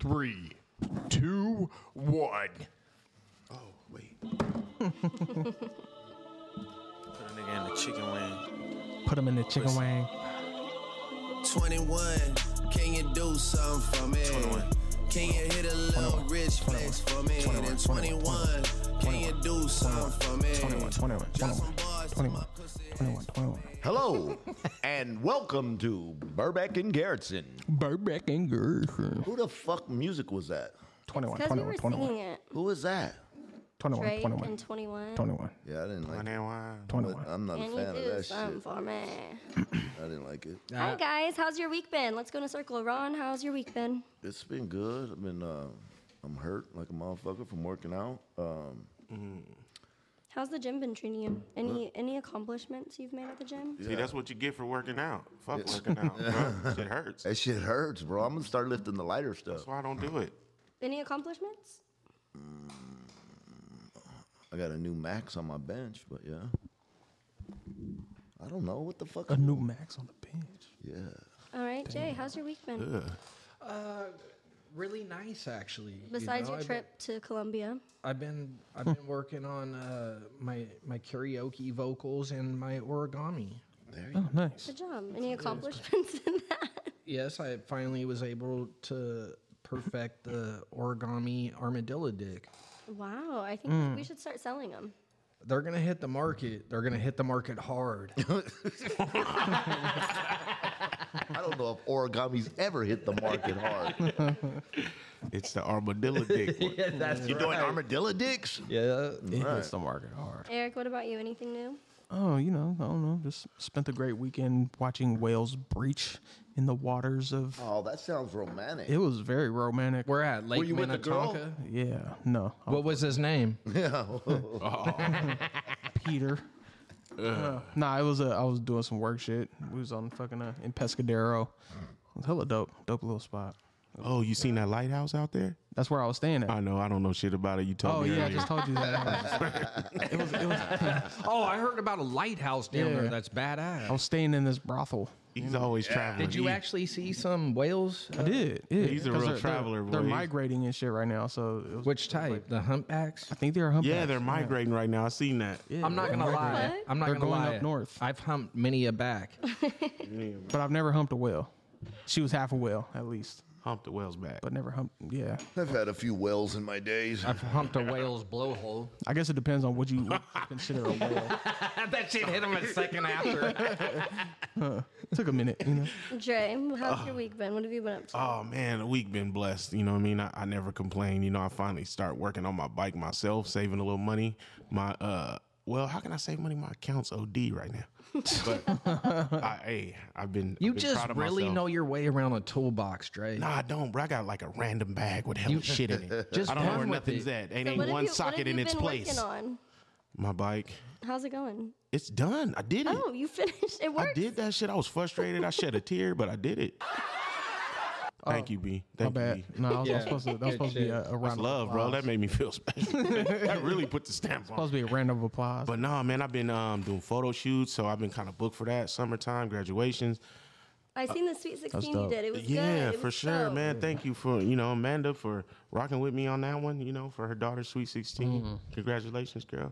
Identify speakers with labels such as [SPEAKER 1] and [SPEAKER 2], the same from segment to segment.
[SPEAKER 1] three, two, one.
[SPEAKER 2] Oh, wait.
[SPEAKER 3] Put a nigga in the chicken wing.
[SPEAKER 4] Put him in the chicken wing.
[SPEAKER 5] 21. Can you do something for me?
[SPEAKER 3] 21.
[SPEAKER 5] Can you hit a little rich flex for me?
[SPEAKER 2] 21,
[SPEAKER 5] Then
[SPEAKER 2] 21,
[SPEAKER 5] 21. Can you do something for me?
[SPEAKER 2] 21, 21,
[SPEAKER 5] Drop
[SPEAKER 2] 21,
[SPEAKER 5] some bars to
[SPEAKER 2] 21,
[SPEAKER 5] my pussy.
[SPEAKER 2] 21, 21.
[SPEAKER 1] Hello, and welcome to Burbeck and Garrettson.
[SPEAKER 4] Burbeck and Gerson.
[SPEAKER 1] Who the fuck music was that?
[SPEAKER 2] 21,
[SPEAKER 6] Because we
[SPEAKER 2] 21,
[SPEAKER 6] were
[SPEAKER 2] 21,
[SPEAKER 6] singing it.
[SPEAKER 1] Who was that?
[SPEAKER 2] 21,
[SPEAKER 6] Drake
[SPEAKER 2] 21,
[SPEAKER 6] and 21.
[SPEAKER 2] 21,
[SPEAKER 1] Yeah, I didn't like. it. But
[SPEAKER 2] 21.
[SPEAKER 1] I'm not a
[SPEAKER 6] And you
[SPEAKER 1] fan of
[SPEAKER 6] do
[SPEAKER 1] that
[SPEAKER 6] something
[SPEAKER 7] um,
[SPEAKER 1] shit.
[SPEAKER 6] for me.
[SPEAKER 1] I didn't like it.
[SPEAKER 6] Hi guys, how's your week been? Let's go in a circle. Ron, how's your week been?
[SPEAKER 1] It's been good. I've been. Uh, I'm hurt like a motherfucker from working out. Um,
[SPEAKER 6] How's the gym been treating you? Any any accomplishments you've made at the gym?
[SPEAKER 3] See, that's what you get for working out. Fuck working out, bro. Shit hurts.
[SPEAKER 1] that shit hurts, bro. I'm gonna start lifting the lighter stuff.
[SPEAKER 3] That's why I don't do it.
[SPEAKER 6] Any accomplishments?
[SPEAKER 1] I got a new max on my bench, but yeah. I don't know what the fuck.
[SPEAKER 4] A new max on the bench.
[SPEAKER 1] yeah.
[SPEAKER 6] All right, Jay, how's your week been?
[SPEAKER 8] really nice actually. you
[SPEAKER 6] Besides
[SPEAKER 8] know,
[SPEAKER 6] your
[SPEAKER 8] I've been-
[SPEAKER 6] trip to Colombia,
[SPEAKER 8] I've been I've been working on uh, my my karaoke vocals and my origami.
[SPEAKER 4] Oh, nice.
[SPEAKER 6] good job. Any accomplishments in that?
[SPEAKER 8] Yes, I finally was able to perfect the origami armadillo dick.
[SPEAKER 6] Wow, I think we should start selling them.
[SPEAKER 8] They're gonna hit the market. They're gonna hit the market hard.
[SPEAKER 1] I don't know if origami's ever hit the market hard.
[SPEAKER 9] It's the armadillo dick. One.
[SPEAKER 8] That's
[SPEAKER 1] You doing armadillo dicks?
[SPEAKER 8] yeah.
[SPEAKER 9] It's the market hard.
[SPEAKER 6] Eric, what about you? Anything new?
[SPEAKER 4] Oh, you know, I don't know. Just spent a great weekend watching whales breach in the waters of.
[SPEAKER 1] Oh, that sounds romantic.
[SPEAKER 4] It was very romantic.
[SPEAKER 8] We're at Lake
[SPEAKER 1] you with the girl?
[SPEAKER 8] Minnetonka.
[SPEAKER 4] Yeah, no.
[SPEAKER 8] What was his name?
[SPEAKER 4] Peter. No, nah, it was a, I was doing some work shit. We was on fucking uh, in Pescadero. It was hella dope, dope little spot.
[SPEAKER 9] Oh, you seen that lighthouse out there?
[SPEAKER 4] That's where I was staying at.
[SPEAKER 9] I know. I don't know shit about it. You told
[SPEAKER 4] oh
[SPEAKER 9] me.
[SPEAKER 4] yeah, I
[SPEAKER 9] earlier.
[SPEAKER 4] just told you that. it was, it was.
[SPEAKER 8] Oh, I heard about a lighthouse down
[SPEAKER 4] Yeah.
[SPEAKER 8] there. That's badass.
[SPEAKER 4] I was staying in this brothel.
[SPEAKER 9] He's always traveling.
[SPEAKER 8] Did you
[SPEAKER 9] He-
[SPEAKER 8] actually see some whales?
[SPEAKER 4] I did. Yeah,
[SPEAKER 9] He's a real
[SPEAKER 4] 'cause they're- they're-
[SPEAKER 9] traveler,
[SPEAKER 4] They're,
[SPEAKER 9] boy. He's-
[SPEAKER 4] migrating and shit right now, so it was,
[SPEAKER 8] Which type? The humpbacks?
[SPEAKER 4] I think they're humpbacks.
[SPEAKER 9] Yeah, they're migrating right now. I seen that.
[SPEAKER 8] I'm not gonna lie.
[SPEAKER 6] What?
[SPEAKER 8] I'm not
[SPEAKER 4] They're
[SPEAKER 8] gonna
[SPEAKER 4] going
[SPEAKER 8] lie.
[SPEAKER 4] up north.
[SPEAKER 8] I've humped many a back.
[SPEAKER 4] But I've never humped a whale. She was half a whale at least,
[SPEAKER 9] Hump the whales back.
[SPEAKER 4] but never humped. Yeah,
[SPEAKER 1] I've had a few wells in my days.
[SPEAKER 8] I've humped a whale's blowhole.
[SPEAKER 4] I guess it depends on what you would consider a whale.
[SPEAKER 8] that shit hit him a second after.
[SPEAKER 4] took a minute, you know.
[SPEAKER 6] Jay, how's
[SPEAKER 9] Ah.
[SPEAKER 6] your week been? What have you been up to?
[SPEAKER 9] Oh man, the week been blessed. You know what I mean? I, I never complain. You know, I finally start working on my bike myself, saving a little money. My uh well, how can I save money? My account's OD right now. But I hey, I've been
[SPEAKER 8] You
[SPEAKER 9] I've been
[SPEAKER 8] just
[SPEAKER 9] proud of
[SPEAKER 8] really
[SPEAKER 9] myself.
[SPEAKER 8] know your way around a toolbox, Dre.
[SPEAKER 9] Nah, I don't, bro. I got like a random bag with hell shit in it.
[SPEAKER 8] Just
[SPEAKER 9] I don't know
[SPEAKER 8] run
[SPEAKER 9] where
[SPEAKER 8] with
[SPEAKER 9] nothing's
[SPEAKER 8] it.
[SPEAKER 9] at. Ain't
[SPEAKER 6] what
[SPEAKER 9] ain't
[SPEAKER 6] have
[SPEAKER 9] one
[SPEAKER 6] you- what have
[SPEAKER 9] socket
[SPEAKER 6] you
[SPEAKER 9] in its
[SPEAKER 6] been working
[SPEAKER 9] place.
[SPEAKER 6] on?
[SPEAKER 9] My bike.
[SPEAKER 6] How's it going?
[SPEAKER 9] It's done. I did it.
[SPEAKER 6] Oh, you finished. It
[SPEAKER 9] I
[SPEAKER 6] worked.
[SPEAKER 9] did that shit. I was frustrated. I shed a tear, but I did it. Thank you, B.
[SPEAKER 4] My
[SPEAKER 9] Thank you, B.
[SPEAKER 4] bad. No, I was, I was supposed to. That was
[SPEAKER 8] Good
[SPEAKER 4] supposed to be
[SPEAKER 8] shit.
[SPEAKER 4] a, a round.
[SPEAKER 9] That's love,
[SPEAKER 4] of
[SPEAKER 9] bro.
[SPEAKER 4] applause.
[SPEAKER 9] That made me feel special. that really put the stamp on.
[SPEAKER 4] supposed to be a round of applause.
[SPEAKER 9] But nah, man, I've been um, doing photo shoots, so I've been kind of booked for that. Summertime, graduations.
[SPEAKER 6] I seen the Sweet 16 you
[SPEAKER 4] dope.
[SPEAKER 6] did. It was
[SPEAKER 9] yeah,
[SPEAKER 6] good. It
[SPEAKER 9] for
[SPEAKER 6] was
[SPEAKER 9] sure,
[SPEAKER 6] dope.
[SPEAKER 9] man. Thank you for you know Amanda for rocking with me on that one. You know, for her daughter's sweet 16
[SPEAKER 8] Mm-hmm.
[SPEAKER 9] Congratulations, girl.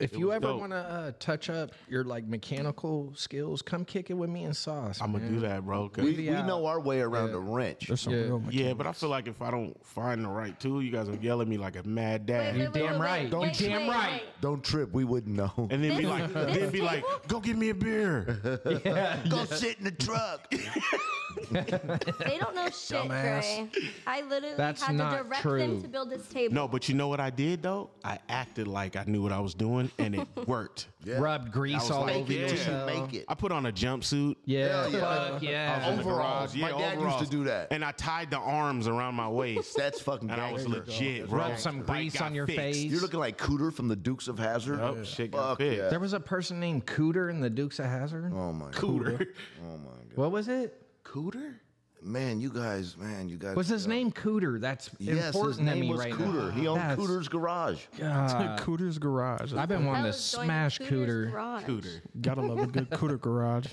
[SPEAKER 8] If
[SPEAKER 9] It
[SPEAKER 8] you
[SPEAKER 9] was
[SPEAKER 8] ever
[SPEAKER 9] dope.
[SPEAKER 8] want to uh, touch up your like mechanical skills, come kick it with me and Sauce.
[SPEAKER 9] I'm gonna do that, bro. 'cause-
[SPEAKER 1] we we
[SPEAKER 8] out.
[SPEAKER 1] know our way around a wrench.
[SPEAKER 4] There's some
[SPEAKER 8] uh, Yeah.
[SPEAKER 4] real.
[SPEAKER 9] yeah, but I feel like if I don't find the right tool, you guys will yell at me like a mad dad.
[SPEAKER 6] Wait, wait, wait,
[SPEAKER 8] damn
[SPEAKER 6] wait,
[SPEAKER 8] right.
[SPEAKER 6] wait,
[SPEAKER 8] Don't-
[SPEAKER 6] wait,
[SPEAKER 8] You damn
[SPEAKER 6] wait,
[SPEAKER 8] right.
[SPEAKER 6] wait.
[SPEAKER 1] Don't trip. We wouldn't know.
[SPEAKER 9] and then be like, then be like, go get me a beer.
[SPEAKER 1] Go sit in the truck.
[SPEAKER 6] They don't know shit, Gray.
[SPEAKER 8] Dumbass.
[SPEAKER 6] I literally
[SPEAKER 8] That's
[SPEAKER 6] had to
[SPEAKER 8] not
[SPEAKER 6] direct
[SPEAKER 8] true.
[SPEAKER 6] them to build this table.
[SPEAKER 9] No, but you know what I did though? I acted like I knew what I was doing, and it worked.
[SPEAKER 8] Rubbed grease
[SPEAKER 9] was
[SPEAKER 8] all
[SPEAKER 9] like,
[SPEAKER 8] over
[SPEAKER 9] yeah.
[SPEAKER 8] yourself.
[SPEAKER 1] Make it.
[SPEAKER 9] I put on a jumpsuit.
[SPEAKER 8] Yeah,
[SPEAKER 1] Hell yeah.
[SPEAKER 8] fuck yeah.
[SPEAKER 9] in the
[SPEAKER 1] Overalls.
[SPEAKER 9] garage.
[SPEAKER 1] My dad used to do that.
[SPEAKER 9] And I tied the arms around my waist.
[SPEAKER 1] That's fucking
[SPEAKER 9] and I was
[SPEAKER 1] gangster.
[SPEAKER 9] legit, bro.
[SPEAKER 8] Rub some
[SPEAKER 9] Right
[SPEAKER 8] grease
[SPEAKER 9] got
[SPEAKER 8] on your
[SPEAKER 9] fixed.
[SPEAKER 8] face.
[SPEAKER 1] You're looking like Cooter from the Dukes of Hazard.
[SPEAKER 9] Oh, shit got
[SPEAKER 1] Fuck
[SPEAKER 9] fixed.
[SPEAKER 1] yeah.
[SPEAKER 8] There was a person named Cooter in the Dukes of Hazard.
[SPEAKER 1] Oh my god. Oh
[SPEAKER 9] Cooter.
[SPEAKER 8] What was it?
[SPEAKER 9] Cooter?
[SPEAKER 1] Man, you guys, man, you guys. uh,
[SPEAKER 8] Was his name Cooter? That's
[SPEAKER 1] Yes,
[SPEAKER 8] important
[SPEAKER 1] his name
[SPEAKER 8] to me
[SPEAKER 1] was
[SPEAKER 8] right
[SPEAKER 1] Cooter.
[SPEAKER 8] now.
[SPEAKER 1] He owned
[SPEAKER 8] That's-
[SPEAKER 1] Cooter's Garage.
[SPEAKER 4] Cooter's garage. I
[SPEAKER 8] Uh, I've been
[SPEAKER 6] I
[SPEAKER 8] wanting to
[SPEAKER 6] was going to
[SPEAKER 8] smash
[SPEAKER 6] Cooter's
[SPEAKER 8] Cooter.
[SPEAKER 6] garage.
[SPEAKER 9] Cooter.
[SPEAKER 4] gotta love a good Cooter garage.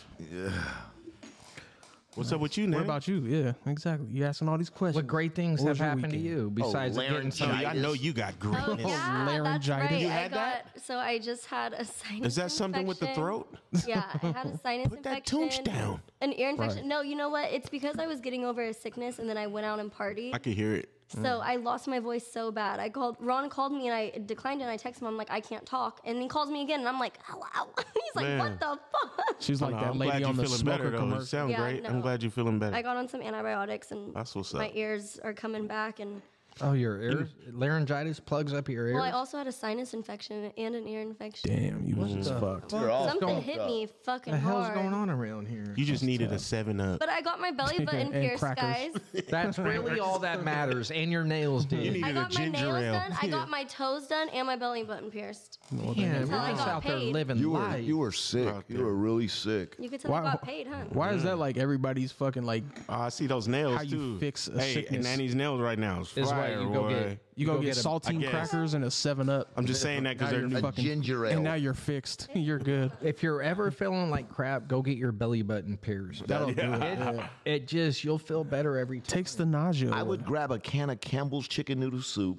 [SPEAKER 9] What's up with you,
[SPEAKER 4] What
[SPEAKER 9] Ned?
[SPEAKER 4] about you? Yeah, exactly. You asking all these questions.
[SPEAKER 8] What great things
[SPEAKER 4] What
[SPEAKER 8] have
[SPEAKER 4] was your
[SPEAKER 8] happened
[SPEAKER 4] weekend?
[SPEAKER 8] to you
[SPEAKER 1] Oh,
[SPEAKER 8] besides getting
[SPEAKER 9] you?
[SPEAKER 8] some?
[SPEAKER 9] I know you got
[SPEAKER 7] Oh,
[SPEAKER 9] greatness.
[SPEAKER 7] yeah, that's
[SPEAKER 4] laryngitis.
[SPEAKER 7] right.
[SPEAKER 4] You
[SPEAKER 7] I
[SPEAKER 9] had
[SPEAKER 7] got, So I just had a sinus
[SPEAKER 9] Is that something with the
[SPEAKER 7] infection.
[SPEAKER 9] throat?
[SPEAKER 7] Yeah, I had a sinus
[SPEAKER 9] Put that
[SPEAKER 7] infection.
[SPEAKER 9] tunch down.
[SPEAKER 7] An ear infection. No, you know what? It's because I was getting over a sickness and then I went out and partied.
[SPEAKER 9] I could hear it.
[SPEAKER 7] So I lost my voice so bad. I called Ron called me and I declined it and I texted him. I'm like, I can't talk. And he calls me again and I'm like, ow, ow. He's like,
[SPEAKER 9] Man.
[SPEAKER 7] what the fuck?
[SPEAKER 4] She's like
[SPEAKER 9] Oh,
[SPEAKER 4] that
[SPEAKER 9] I'm glad
[SPEAKER 4] lady
[SPEAKER 9] you're
[SPEAKER 4] on the
[SPEAKER 9] feeling better
[SPEAKER 4] smoker
[SPEAKER 9] though. You
[SPEAKER 4] commercial.
[SPEAKER 9] sound
[SPEAKER 7] Yeah,
[SPEAKER 9] great. I'm
[SPEAKER 7] no.
[SPEAKER 9] glad you're feeling better.
[SPEAKER 7] I got on some antibiotics and
[SPEAKER 9] That's what's
[SPEAKER 7] my
[SPEAKER 9] up.
[SPEAKER 7] ears are coming back. And
[SPEAKER 8] Oh, your ears, laryngitis plugs up your ears.
[SPEAKER 7] well, I also had a sinus infection and an ear infection.
[SPEAKER 4] Damn, you was fucked.
[SPEAKER 1] You're all
[SPEAKER 7] Something
[SPEAKER 1] fucked
[SPEAKER 7] hit
[SPEAKER 1] up.
[SPEAKER 7] me fucking
[SPEAKER 8] the hell's
[SPEAKER 7] hard.
[SPEAKER 8] going on around here?
[SPEAKER 9] you just needed a seven up.
[SPEAKER 7] But I got my belly
[SPEAKER 4] And-
[SPEAKER 7] button
[SPEAKER 4] and
[SPEAKER 7] pierced,
[SPEAKER 4] crackers.
[SPEAKER 7] guys.
[SPEAKER 8] That's really all that matters. And your nails did.
[SPEAKER 7] I
[SPEAKER 9] Needed a
[SPEAKER 7] got my
[SPEAKER 9] ginger
[SPEAKER 7] nails
[SPEAKER 9] ale.
[SPEAKER 7] done. I got my toes done and my belly button pierced.
[SPEAKER 8] Yeah,
[SPEAKER 7] how I
[SPEAKER 8] Ron's
[SPEAKER 7] got
[SPEAKER 8] out there
[SPEAKER 7] paid.
[SPEAKER 8] living
[SPEAKER 1] You were
[SPEAKER 8] life.
[SPEAKER 1] you were sick. You were really sick.
[SPEAKER 7] You could tell
[SPEAKER 4] Why-
[SPEAKER 7] I got paid, huh?
[SPEAKER 4] Why is that like everybody's fucking like?
[SPEAKER 9] Oh, I see those nails
[SPEAKER 4] How you
[SPEAKER 9] too.
[SPEAKER 4] fix a
[SPEAKER 9] hey,
[SPEAKER 4] sickness.
[SPEAKER 9] and Nanny's nails right now is
[SPEAKER 8] is why
[SPEAKER 9] fire,
[SPEAKER 8] you go
[SPEAKER 9] boy.
[SPEAKER 8] get
[SPEAKER 4] You go get
[SPEAKER 8] a-
[SPEAKER 4] saltine
[SPEAKER 9] guess.
[SPEAKER 4] crackers and a Seven Up.
[SPEAKER 9] I'm just saying that because
[SPEAKER 4] Now
[SPEAKER 9] they're
[SPEAKER 4] you're
[SPEAKER 9] new.
[SPEAKER 4] fucking-
[SPEAKER 1] ginger ale.
[SPEAKER 4] And now you're fixed. You're good.
[SPEAKER 8] If you're ever feeling like crap, go get your belly button pierced.
[SPEAKER 4] That'll do it.
[SPEAKER 8] It, it just you'll feel better every time.
[SPEAKER 4] Takes the nausea.
[SPEAKER 1] I
[SPEAKER 4] away.
[SPEAKER 1] would grab a can of Campbell's chicken noodle soup,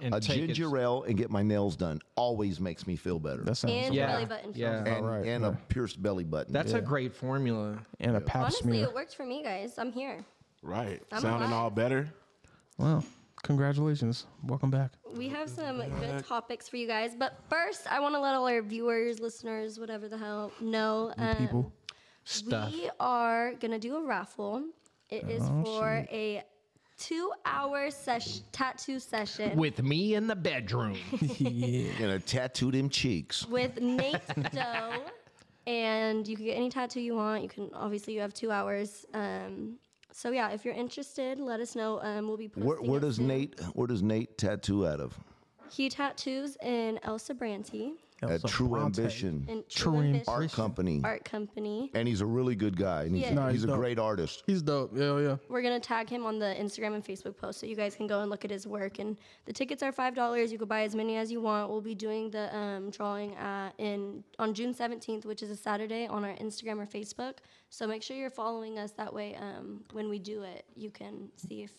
[SPEAKER 8] and
[SPEAKER 1] a
[SPEAKER 8] take it-
[SPEAKER 1] ginger ale, and get my nails done. Always makes me feel better.
[SPEAKER 4] That sounds
[SPEAKER 7] And
[SPEAKER 8] Yeah.
[SPEAKER 7] belly button.
[SPEAKER 8] Yeah.
[SPEAKER 7] pierced.
[SPEAKER 1] and
[SPEAKER 4] right,
[SPEAKER 1] and a pierced belly button.
[SPEAKER 8] That's a great formula.
[SPEAKER 4] and a pap
[SPEAKER 7] Honestly,
[SPEAKER 4] smear.
[SPEAKER 7] it worked for me, guys. I'm here.
[SPEAKER 9] Right.
[SPEAKER 7] I'm
[SPEAKER 9] Sounding
[SPEAKER 7] alive.
[SPEAKER 9] all better.
[SPEAKER 4] Wow. Congratulations. Welcome back.
[SPEAKER 7] We have some good topics for you guys, but first, I want to let all our viewers, listeners, whatever the hell, know um,
[SPEAKER 4] people.
[SPEAKER 7] We are gonna do a raffle. It is
[SPEAKER 1] Oh,
[SPEAKER 7] for a two-hour sesh- tattoo session with,
[SPEAKER 8] With me in the bedroom.
[SPEAKER 1] gonna tattoo them cheeks.
[SPEAKER 7] Nate Doe, and you can get any tattoo you want. You can obviously you have two hours. Um, so yeah, if you're interested, let us know. Um, we'll be posting.
[SPEAKER 1] Where, where
[SPEAKER 7] it
[SPEAKER 1] does
[SPEAKER 7] soon.
[SPEAKER 1] Nate? Where does Nate tattoo out of?
[SPEAKER 7] He tattoos in Elsa Branty
[SPEAKER 1] At
[SPEAKER 4] Elsa
[SPEAKER 1] True
[SPEAKER 4] Bronte.
[SPEAKER 1] Ambition
[SPEAKER 7] and
[SPEAKER 4] True
[SPEAKER 7] True Ambition
[SPEAKER 1] Art Company,
[SPEAKER 7] Art Company.
[SPEAKER 1] and he's a really good guy. And he's,
[SPEAKER 7] Yeah. No,
[SPEAKER 1] a,
[SPEAKER 4] he's
[SPEAKER 1] he's a
[SPEAKER 4] dope.
[SPEAKER 1] great artist.
[SPEAKER 4] He's dope. Yeah, yeah.
[SPEAKER 7] We're gonna tag him on the Instagram and Facebook post, so you guys can go and look at his work. And the tickets are five dollars. You can buy as many as you want. We'll be doing the um, drawing at, in on June seventeenth, which is a Saturday, on our Instagram or Facebook. So make sure you're following us. That way, um, when we do it, you can see if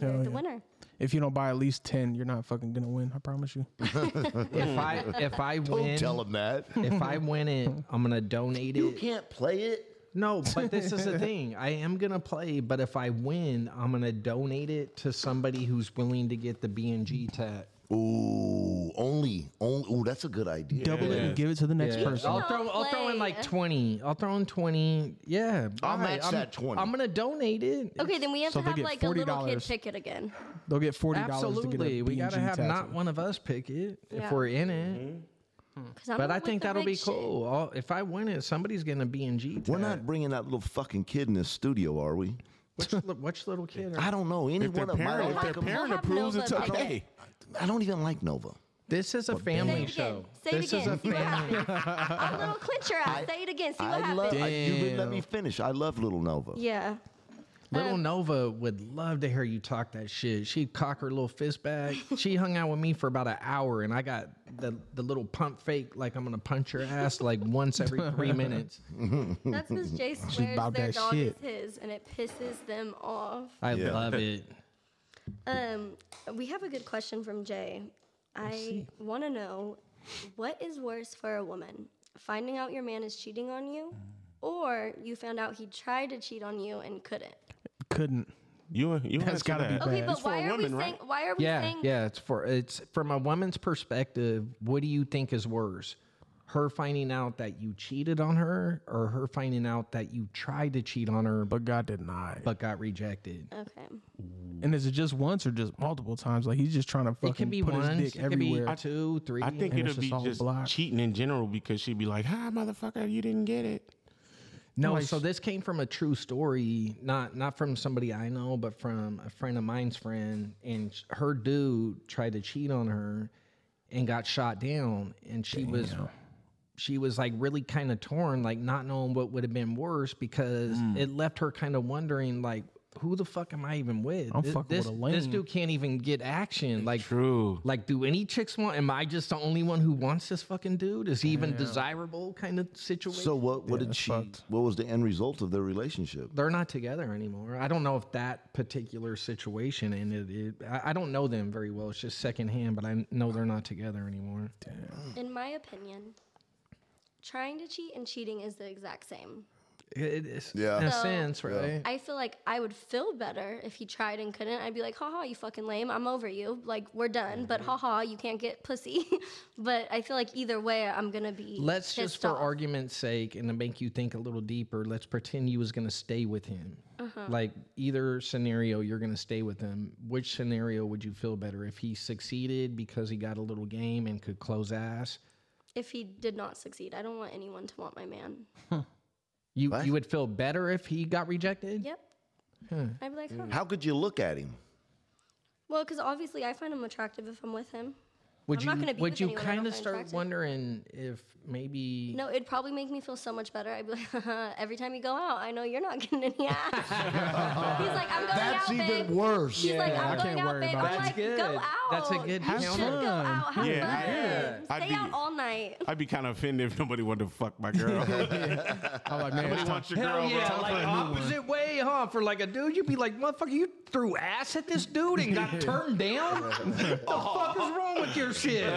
[SPEAKER 7] you're
[SPEAKER 4] Hell
[SPEAKER 7] the
[SPEAKER 4] yeah.
[SPEAKER 7] winner.
[SPEAKER 4] If you don't buy at least ten, you're not fucking gonna win. I promise you.
[SPEAKER 8] if I if I
[SPEAKER 1] Don't
[SPEAKER 8] win
[SPEAKER 1] tell him that.
[SPEAKER 8] if I win it, I'm gonna donate
[SPEAKER 1] You
[SPEAKER 8] it.
[SPEAKER 1] can't play it.
[SPEAKER 8] No, but this is the thing. I am gonna play, but if I win, I'm gonna donate it to somebody who's willing to get the B and G tat.
[SPEAKER 1] Ooh, only, only. Ooh, that's a good idea.
[SPEAKER 4] Double it and give it to the next person.
[SPEAKER 8] I'll throw I'll throw in like
[SPEAKER 7] play.
[SPEAKER 8] twenty. I'll throw in twenty. Yeah,
[SPEAKER 1] I'll
[SPEAKER 8] bye.
[SPEAKER 1] match
[SPEAKER 8] I'm,
[SPEAKER 1] that 20.
[SPEAKER 8] I'm gonna donate it.
[SPEAKER 7] Okay, then we have
[SPEAKER 4] So
[SPEAKER 7] to
[SPEAKER 4] they
[SPEAKER 7] have
[SPEAKER 4] get
[SPEAKER 7] like a little kid
[SPEAKER 4] $40.
[SPEAKER 7] pick it again.
[SPEAKER 4] They'll get forty dollars to get
[SPEAKER 8] Absolutely,
[SPEAKER 4] a
[SPEAKER 8] we gotta
[SPEAKER 4] BG
[SPEAKER 8] have
[SPEAKER 4] tattoo.
[SPEAKER 8] not one of us pick it if
[SPEAKER 7] Yeah.
[SPEAKER 8] we're in it.
[SPEAKER 1] Mm-hmm.
[SPEAKER 7] 'Cause I'm
[SPEAKER 8] But
[SPEAKER 7] the
[SPEAKER 8] I
[SPEAKER 7] one with
[SPEAKER 8] think
[SPEAKER 7] the
[SPEAKER 8] that'll
[SPEAKER 7] big
[SPEAKER 8] be
[SPEAKER 7] shit.
[SPEAKER 8] cool. I'll, if I win it, somebody's getting a B and G.
[SPEAKER 1] We're not bringing that little fucking kid in this studio, are we?
[SPEAKER 8] Which, li- which little kid? Are,
[SPEAKER 1] I don't know. Any
[SPEAKER 9] If their
[SPEAKER 1] one of
[SPEAKER 9] parent,
[SPEAKER 1] my.
[SPEAKER 9] if their
[SPEAKER 7] We'll have-
[SPEAKER 9] parent
[SPEAKER 7] we'll have
[SPEAKER 9] approves, it's
[SPEAKER 7] Nova pick it.
[SPEAKER 9] okay.
[SPEAKER 1] I don't even like Nova.
[SPEAKER 8] this is a family
[SPEAKER 7] Say it again.
[SPEAKER 8] show.
[SPEAKER 7] Say it
[SPEAKER 8] this
[SPEAKER 7] again.
[SPEAKER 8] is a
[SPEAKER 7] See what
[SPEAKER 8] family.
[SPEAKER 7] happens. I'll little clincher out. Say it again. See what
[SPEAKER 1] I
[SPEAKER 7] happens.
[SPEAKER 1] love. I, you didn't let me finish. I love little Nova.
[SPEAKER 7] yeah.
[SPEAKER 8] Little Nova would love to hear you talk that shit. She'd cock her little fist back. she hung out with me for about an hour, and I got the, the little pump fake, like I'm gonna punch your ass, like once every three minutes.
[SPEAKER 7] That's because Jay swears
[SPEAKER 4] about
[SPEAKER 7] their
[SPEAKER 4] that
[SPEAKER 7] dog
[SPEAKER 4] shit.
[SPEAKER 7] is his, and it pisses them off.
[SPEAKER 8] I love it.
[SPEAKER 7] Um, we have a good question from Jay. I want to know what is worse for a woman: finding out your man is cheating on you, or you found out he tried to cheat on you and couldn't.
[SPEAKER 4] Couldn't.
[SPEAKER 9] You, you
[SPEAKER 4] That's
[SPEAKER 9] answer
[SPEAKER 4] gotta be
[SPEAKER 9] that.
[SPEAKER 4] bad.
[SPEAKER 7] Okay,
[SPEAKER 4] Yeah,
[SPEAKER 7] but
[SPEAKER 9] it's for
[SPEAKER 7] why
[SPEAKER 9] a
[SPEAKER 7] are
[SPEAKER 9] woman,
[SPEAKER 7] we saying?
[SPEAKER 9] right?
[SPEAKER 7] Why are we
[SPEAKER 8] Yeah,
[SPEAKER 7] saying?
[SPEAKER 8] yeah. It's for it's from a woman's perspective. What do you think is worse, her finding out that you cheated on her, or her finding out that you tried to cheat on her
[SPEAKER 4] But
[SPEAKER 8] but
[SPEAKER 4] God denied.
[SPEAKER 8] but got rejected?
[SPEAKER 7] Okay.
[SPEAKER 4] And is it just once or just multiple times? Like he's just trying to fucking
[SPEAKER 8] It could be
[SPEAKER 4] put
[SPEAKER 8] one,
[SPEAKER 4] his
[SPEAKER 8] it
[SPEAKER 4] dick
[SPEAKER 8] could be
[SPEAKER 4] everywhere.
[SPEAKER 8] two, three.
[SPEAKER 9] I think
[SPEAKER 4] And
[SPEAKER 9] it'll
[SPEAKER 4] it's
[SPEAKER 9] be
[SPEAKER 4] just all
[SPEAKER 9] just
[SPEAKER 4] black.
[SPEAKER 9] cheating in general because she'd be like, "Hi, motherfucker, you didn't get it."
[SPEAKER 8] No, so this came from a true story, not not from somebody I know, but from a friend of mine's friend, and sh- her dude tried to cheat on her, and got shot down, and she was she was like really
[SPEAKER 4] Mm.
[SPEAKER 8] kind of torn, like not knowing what would have been worse because it left her kind of wondering, like, who the fuck am I even with?
[SPEAKER 4] I'm
[SPEAKER 8] Thi-
[SPEAKER 4] fucking
[SPEAKER 8] this,
[SPEAKER 4] with a
[SPEAKER 8] This
[SPEAKER 4] lame.
[SPEAKER 8] dude can't even get action. Like
[SPEAKER 9] True.
[SPEAKER 8] Like, do any chicks want? Am I just the only one who wants this fucking dude? Is he even desirable? Kind of situation.
[SPEAKER 1] So what? What did
[SPEAKER 4] that's
[SPEAKER 1] she?
[SPEAKER 4] fucked.
[SPEAKER 1] What was the end result of their relationship?
[SPEAKER 8] they're not together anymore. I don't know if that particular situation ended. It, I, I don't know them very well. It's just secondhand, but I know they're not together anymore.
[SPEAKER 7] In my opinion, trying to cheat and cheating is the exact same.
[SPEAKER 8] It, it's
[SPEAKER 1] Yeah.
[SPEAKER 8] in a
[SPEAKER 7] So-
[SPEAKER 8] sense, right?
[SPEAKER 7] I feel like I would feel better if he tried and couldn't. I'd be like, haha, you fucking lame. I'm over you. Like, we're done. But
[SPEAKER 8] Mm-hmm.
[SPEAKER 7] haha, you can't get pussy. but I feel like either way, I'm going to be.
[SPEAKER 8] Let's
[SPEAKER 7] pissed
[SPEAKER 8] just, for
[SPEAKER 7] off.
[SPEAKER 8] argument's sake, and to make you think a little deeper, let's pretend you was gonna stay with him. Like either scenario, you're gonna stay with him. Which scenario would you feel better if he succeeded because he got a little game and could close ass?
[SPEAKER 7] If he did not succeed, I don't want anyone to want my man.
[SPEAKER 8] You you would feel better if he got rejected.
[SPEAKER 7] Yep.
[SPEAKER 8] Hmm.
[SPEAKER 7] I'd be like, huh.
[SPEAKER 1] How could you look at him?
[SPEAKER 7] Well, because obviously I find him attractive if I'm with him. I'm
[SPEAKER 8] Would you
[SPEAKER 7] not gonna be
[SPEAKER 8] would
[SPEAKER 7] with
[SPEAKER 8] you
[SPEAKER 7] anyone I don't
[SPEAKER 8] kind of
[SPEAKER 7] find
[SPEAKER 8] start
[SPEAKER 7] attractive.
[SPEAKER 8] wondering if maybe
[SPEAKER 7] No, it'd probably make me feel so much better. I'd be like, every time you go out, I know you're not getting any ass. He's like, I'm going
[SPEAKER 2] That's
[SPEAKER 7] out, babe.
[SPEAKER 2] even worse.
[SPEAKER 7] He's like,
[SPEAKER 8] Yeah, I
[SPEAKER 7] I'm going
[SPEAKER 8] can't
[SPEAKER 7] out,
[SPEAKER 8] worry
[SPEAKER 7] babe.
[SPEAKER 8] about
[SPEAKER 7] I'm
[SPEAKER 8] it.
[SPEAKER 7] like,
[SPEAKER 8] That's
[SPEAKER 7] go
[SPEAKER 8] good.
[SPEAKER 7] out.
[SPEAKER 8] That's a good
[SPEAKER 7] You should
[SPEAKER 8] counter.
[SPEAKER 7] go out. Have
[SPEAKER 9] Yeah,
[SPEAKER 7] fun.
[SPEAKER 9] yeah.
[SPEAKER 7] Stay
[SPEAKER 9] I'd be-
[SPEAKER 7] out all night.
[SPEAKER 9] I'd be kind of offended if nobody wanted to fuck my girl.
[SPEAKER 4] I'm like, man,
[SPEAKER 9] nobody
[SPEAKER 4] it's time.
[SPEAKER 9] wants your girl,
[SPEAKER 8] yeah,
[SPEAKER 9] bro.
[SPEAKER 8] like opposite way, huh? For like a dude, you'd be like, motherfucker, you threw ass at this dude and got turned down. what the fuck is wrong with your shit,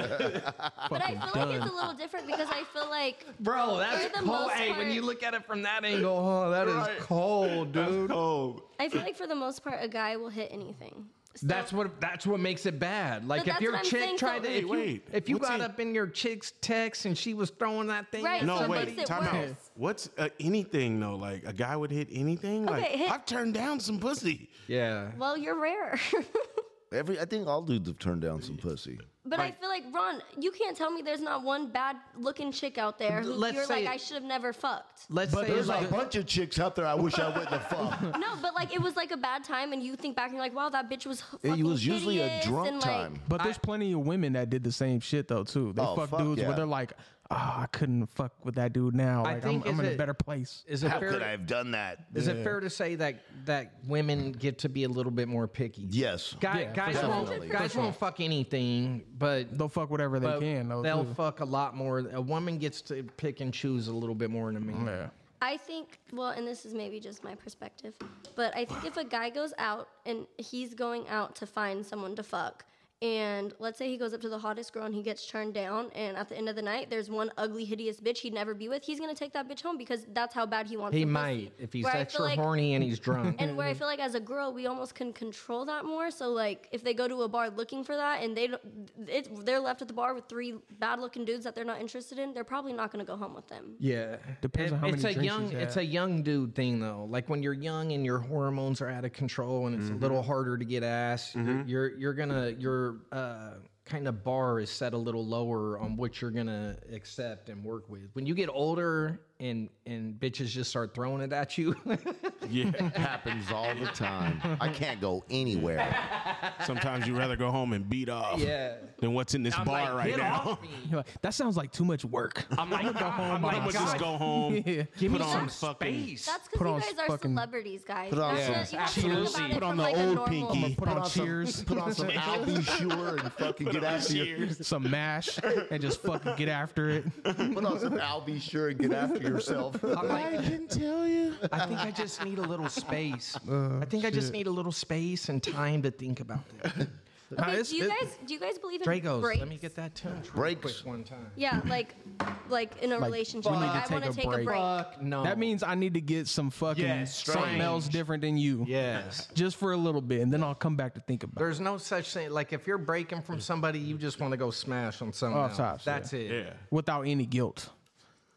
[SPEAKER 7] But I feel like it's a little different because I feel like
[SPEAKER 8] bro? That's
[SPEAKER 7] For the
[SPEAKER 8] cold.
[SPEAKER 7] most
[SPEAKER 8] Hey, when
[SPEAKER 7] part-
[SPEAKER 8] you look at it from that angle, huh? That is cold, dude.
[SPEAKER 9] That's cold.
[SPEAKER 7] I feel like for the most part, a guy will hit anything. So-
[SPEAKER 8] That's what that's what makes it bad. Like if
[SPEAKER 7] that's
[SPEAKER 8] your
[SPEAKER 7] what I'm
[SPEAKER 8] chick
[SPEAKER 7] saying,
[SPEAKER 8] tried
[SPEAKER 7] so-
[SPEAKER 8] to, if you,
[SPEAKER 9] Wait,
[SPEAKER 8] if you
[SPEAKER 9] what's
[SPEAKER 8] got
[SPEAKER 9] it-
[SPEAKER 8] up in your chick's text and she was throwing that thing,
[SPEAKER 7] Right,
[SPEAKER 8] at
[SPEAKER 7] so
[SPEAKER 9] No,
[SPEAKER 7] it
[SPEAKER 8] somebody,
[SPEAKER 9] wait,
[SPEAKER 7] makes it
[SPEAKER 9] time out.
[SPEAKER 7] worse.
[SPEAKER 9] What's uh, anything though? Like a guy would hit anything? Like
[SPEAKER 7] Okay, hit-
[SPEAKER 9] I've turned down some pussy.
[SPEAKER 8] yeah,
[SPEAKER 7] Well, you're rare.
[SPEAKER 1] Every I think all dudes have turned down some pussy.
[SPEAKER 7] but I feel like Ron, you can't tell me there's not one bad looking chick out there who
[SPEAKER 8] Let's
[SPEAKER 7] you're
[SPEAKER 8] say-
[SPEAKER 7] like, I should have never fucked.
[SPEAKER 8] let's
[SPEAKER 2] But
[SPEAKER 8] say
[SPEAKER 2] there's
[SPEAKER 8] it's
[SPEAKER 2] a
[SPEAKER 8] like
[SPEAKER 2] bunch of chicks out there I wish I wouldn't have fucked.
[SPEAKER 7] No, but like it was like a bad time, and you think back and you're like, wow, that bitch was.
[SPEAKER 1] It
[SPEAKER 7] fucking
[SPEAKER 1] was usually a
[SPEAKER 7] hideous,"
[SPEAKER 1] drunk
[SPEAKER 7] and, like,
[SPEAKER 1] time.
[SPEAKER 4] But there's plenty of women that did the same shit though too. They
[SPEAKER 1] Oh,
[SPEAKER 4] fuck
[SPEAKER 1] fuck
[SPEAKER 4] dudes
[SPEAKER 1] yeah.
[SPEAKER 4] where they're like, oh, I couldn't fuck with that dude now.
[SPEAKER 8] I
[SPEAKER 4] Like
[SPEAKER 8] think
[SPEAKER 4] I'm, I'm
[SPEAKER 8] is
[SPEAKER 4] in
[SPEAKER 8] it-
[SPEAKER 4] a better place.
[SPEAKER 8] is it
[SPEAKER 1] How
[SPEAKER 8] fair?
[SPEAKER 1] could I have done that?
[SPEAKER 8] Is it fair to say that that women get to be a little bit more picky?
[SPEAKER 1] Yes.
[SPEAKER 8] Guy, guys
[SPEAKER 1] definitely.
[SPEAKER 8] won't guys won't fuck anything, but
[SPEAKER 4] They'll fuck whatever they
[SPEAKER 8] but
[SPEAKER 4] can though.
[SPEAKER 8] they'll
[SPEAKER 4] too.
[SPEAKER 8] fuck a lot more. A woman gets to pick and choose a little bit more than a man.
[SPEAKER 4] yeah.
[SPEAKER 7] I think, well, and this is maybe just my perspective, but I think if a guy goes out and he's going out to find someone to fuck, and let's say he goes up to the hottest girl and he gets turned down, and at the end of the night, there's one ugly, hideous bitch he'd never be with, he's gonna take that bitch home because that's how bad he wants
[SPEAKER 8] He
[SPEAKER 7] the pussy.
[SPEAKER 8] might if he's
[SPEAKER 7] Where I feel
[SPEAKER 8] extra
[SPEAKER 7] like-
[SPEAKER 8] horny and he's drunk.
[SPEAKER 7] And where I feel like as a girl, we almost can control that more. So like, if they go to a bar looking for that, and they don't, it, they're left at the bar with three bad-looking dudes that they're not interested in, they're probably not gonna go home with them.
[SPEAKER 8] yeah,
[SPEAKER 4] Depends on how
[SPEAKER 8] it's
[SPEAKER 4] many
[SPEAKER 8] a
[SPEAKER 4] drinks
[SPEAKER 8] young
[SPEAKER 4] he's
[SPEAKER 8] it's
[SPEAKER 4] had.
[SPEAKER 8] a young dude thing though. Like when you're young and your hormones are out of control and it's
[SPEAKER 9] Mm-hmm.
[SPEAKER 8] a little harder to get ass, you're, you're you're gonna your uh, kind of bar is set a little lower on what you're gonna accept and work with. When you get older and and bitches just start throwing it at you,
[SPEAKER 1] happens all the time. I can't go anywhere.
[SPEAKER 9] Sometimes you'd rather go home and beat off
[SPEAKER 8] yeah.
[SPEAKER 9] than what's in this
[SPEAKER 8] I'm
[SPEAKER 9] bar
[SPEAKER 8] like,
[SPEAKER 9] right
[SPEAKER 8] "Get
[SPEAKER 9] now.
[SPEAKER 8] off me."
[SPEAKER 4] You're like, that sounds like too much work.
[SPEAKER 8] I'm like, I'm
[SPEAKER 9] I'm gonna
[SPEAKER 8] like,
[SPEAKER 9] just
[SPEAKER 8] "God,
[SPEAKER 9] go home.
[SPEAKER 4] Yeah.
[SPEAKER 8] give me
[SPEAKER 9] put
[SPEAKER 8] some
[SPEAKER 9] on fucking-
[SPEAKER 8] space.
[SPEAKER 7] That's
[SPEAKER 4] Put
[SPEAKER 7] because you
[SPEAKER 4] on
[SPEAKER 7] guys are
[SPEAKER 4] fucking-
[SPEAKER 7] celebrities, guys.
[SPEAKER 1] put on
[SPEAKER 7] That's
[SPEAKER 1] some-
[SPEAKER 7] what- you have to think
[SPEAKER 8] Absolutely.
[SPEAKER 7] about it
[SPEAKER 9] Put on
[SPEAKER 7] from,
[SPEAKER 9] the
[SPEAKER 7] like, a
[SPEAKER 9] old
[SPEAKER 7] normal-
[SPEAKER 9] pinky.
[SPEAKER 4] Put on Cheers.
[SPEAKER 1] Some, put on some Al B. Schuler and fucking get after your,
[SPEAKER 4] Some mash and just fucking get after it.
[SPEAKER 1] Put on some Al B. Sure and get after yourself.
[SPEAKER 8] I'm like,
[SPEAKER 9] can tell you.
[SPEAKER 8] I think I just need a little space.
[SPEAKER 4] Oh,
[SPEAKER 8] I think I just need a little space and time to think about this.
[SPEAKER 4] Nah,
[SPEAKER 7] Okay,
[SPEAKER 4] it's-
[SPEAKER 7] do you
[SPEAKER 4] it-
[SPEAKER 7] guys do you guys believe in
[SPEAKER 8] Dragos,
[SPEAKER 7] breaks?
[SPEAKER 8] let me get that tune.
[SPEAKER 1] Breaks.
[SPEAKER 8] quick one time.
[SPEAKER 7] Yeah, like like in a relationship,
[SPEAKER 4] we need
[SPEAKER 7] like,
[SPEAKER 4] to
[SPEAKER 7] I want
[SPEAKER 4] take
[SPEAKER 7] to
[SPEAKER 4] a
[SPEAKER 7] take
[SPEAKER 4] break.
[SPEAKER 7] a break.
[SPEAKER 8] Fuck no.
[SPEAKER 4] That means I need to get some fucking
[SPEAKER 8] Yes,
[SPEAKER 4] something
[SPEAKER 8] strange.
[SPEAKER 4] else different than you.
[SPEAKER 8] yes.
[SPEAKER 4] Just for a little bit, and then I'll come back to think about. it.
[SPEAKER 8] There's no such thing. Like if you're breaking from somebody, you just want to go smash on someone
[SPEAKER 4] Oh,
[SPEAKER 8] else.
[SPEAKER 4] tops, yeah.
[SPEAKER 8] That's it.
[SPEAKER 9] Yeah.
[SPEAKER 4] without any guilt.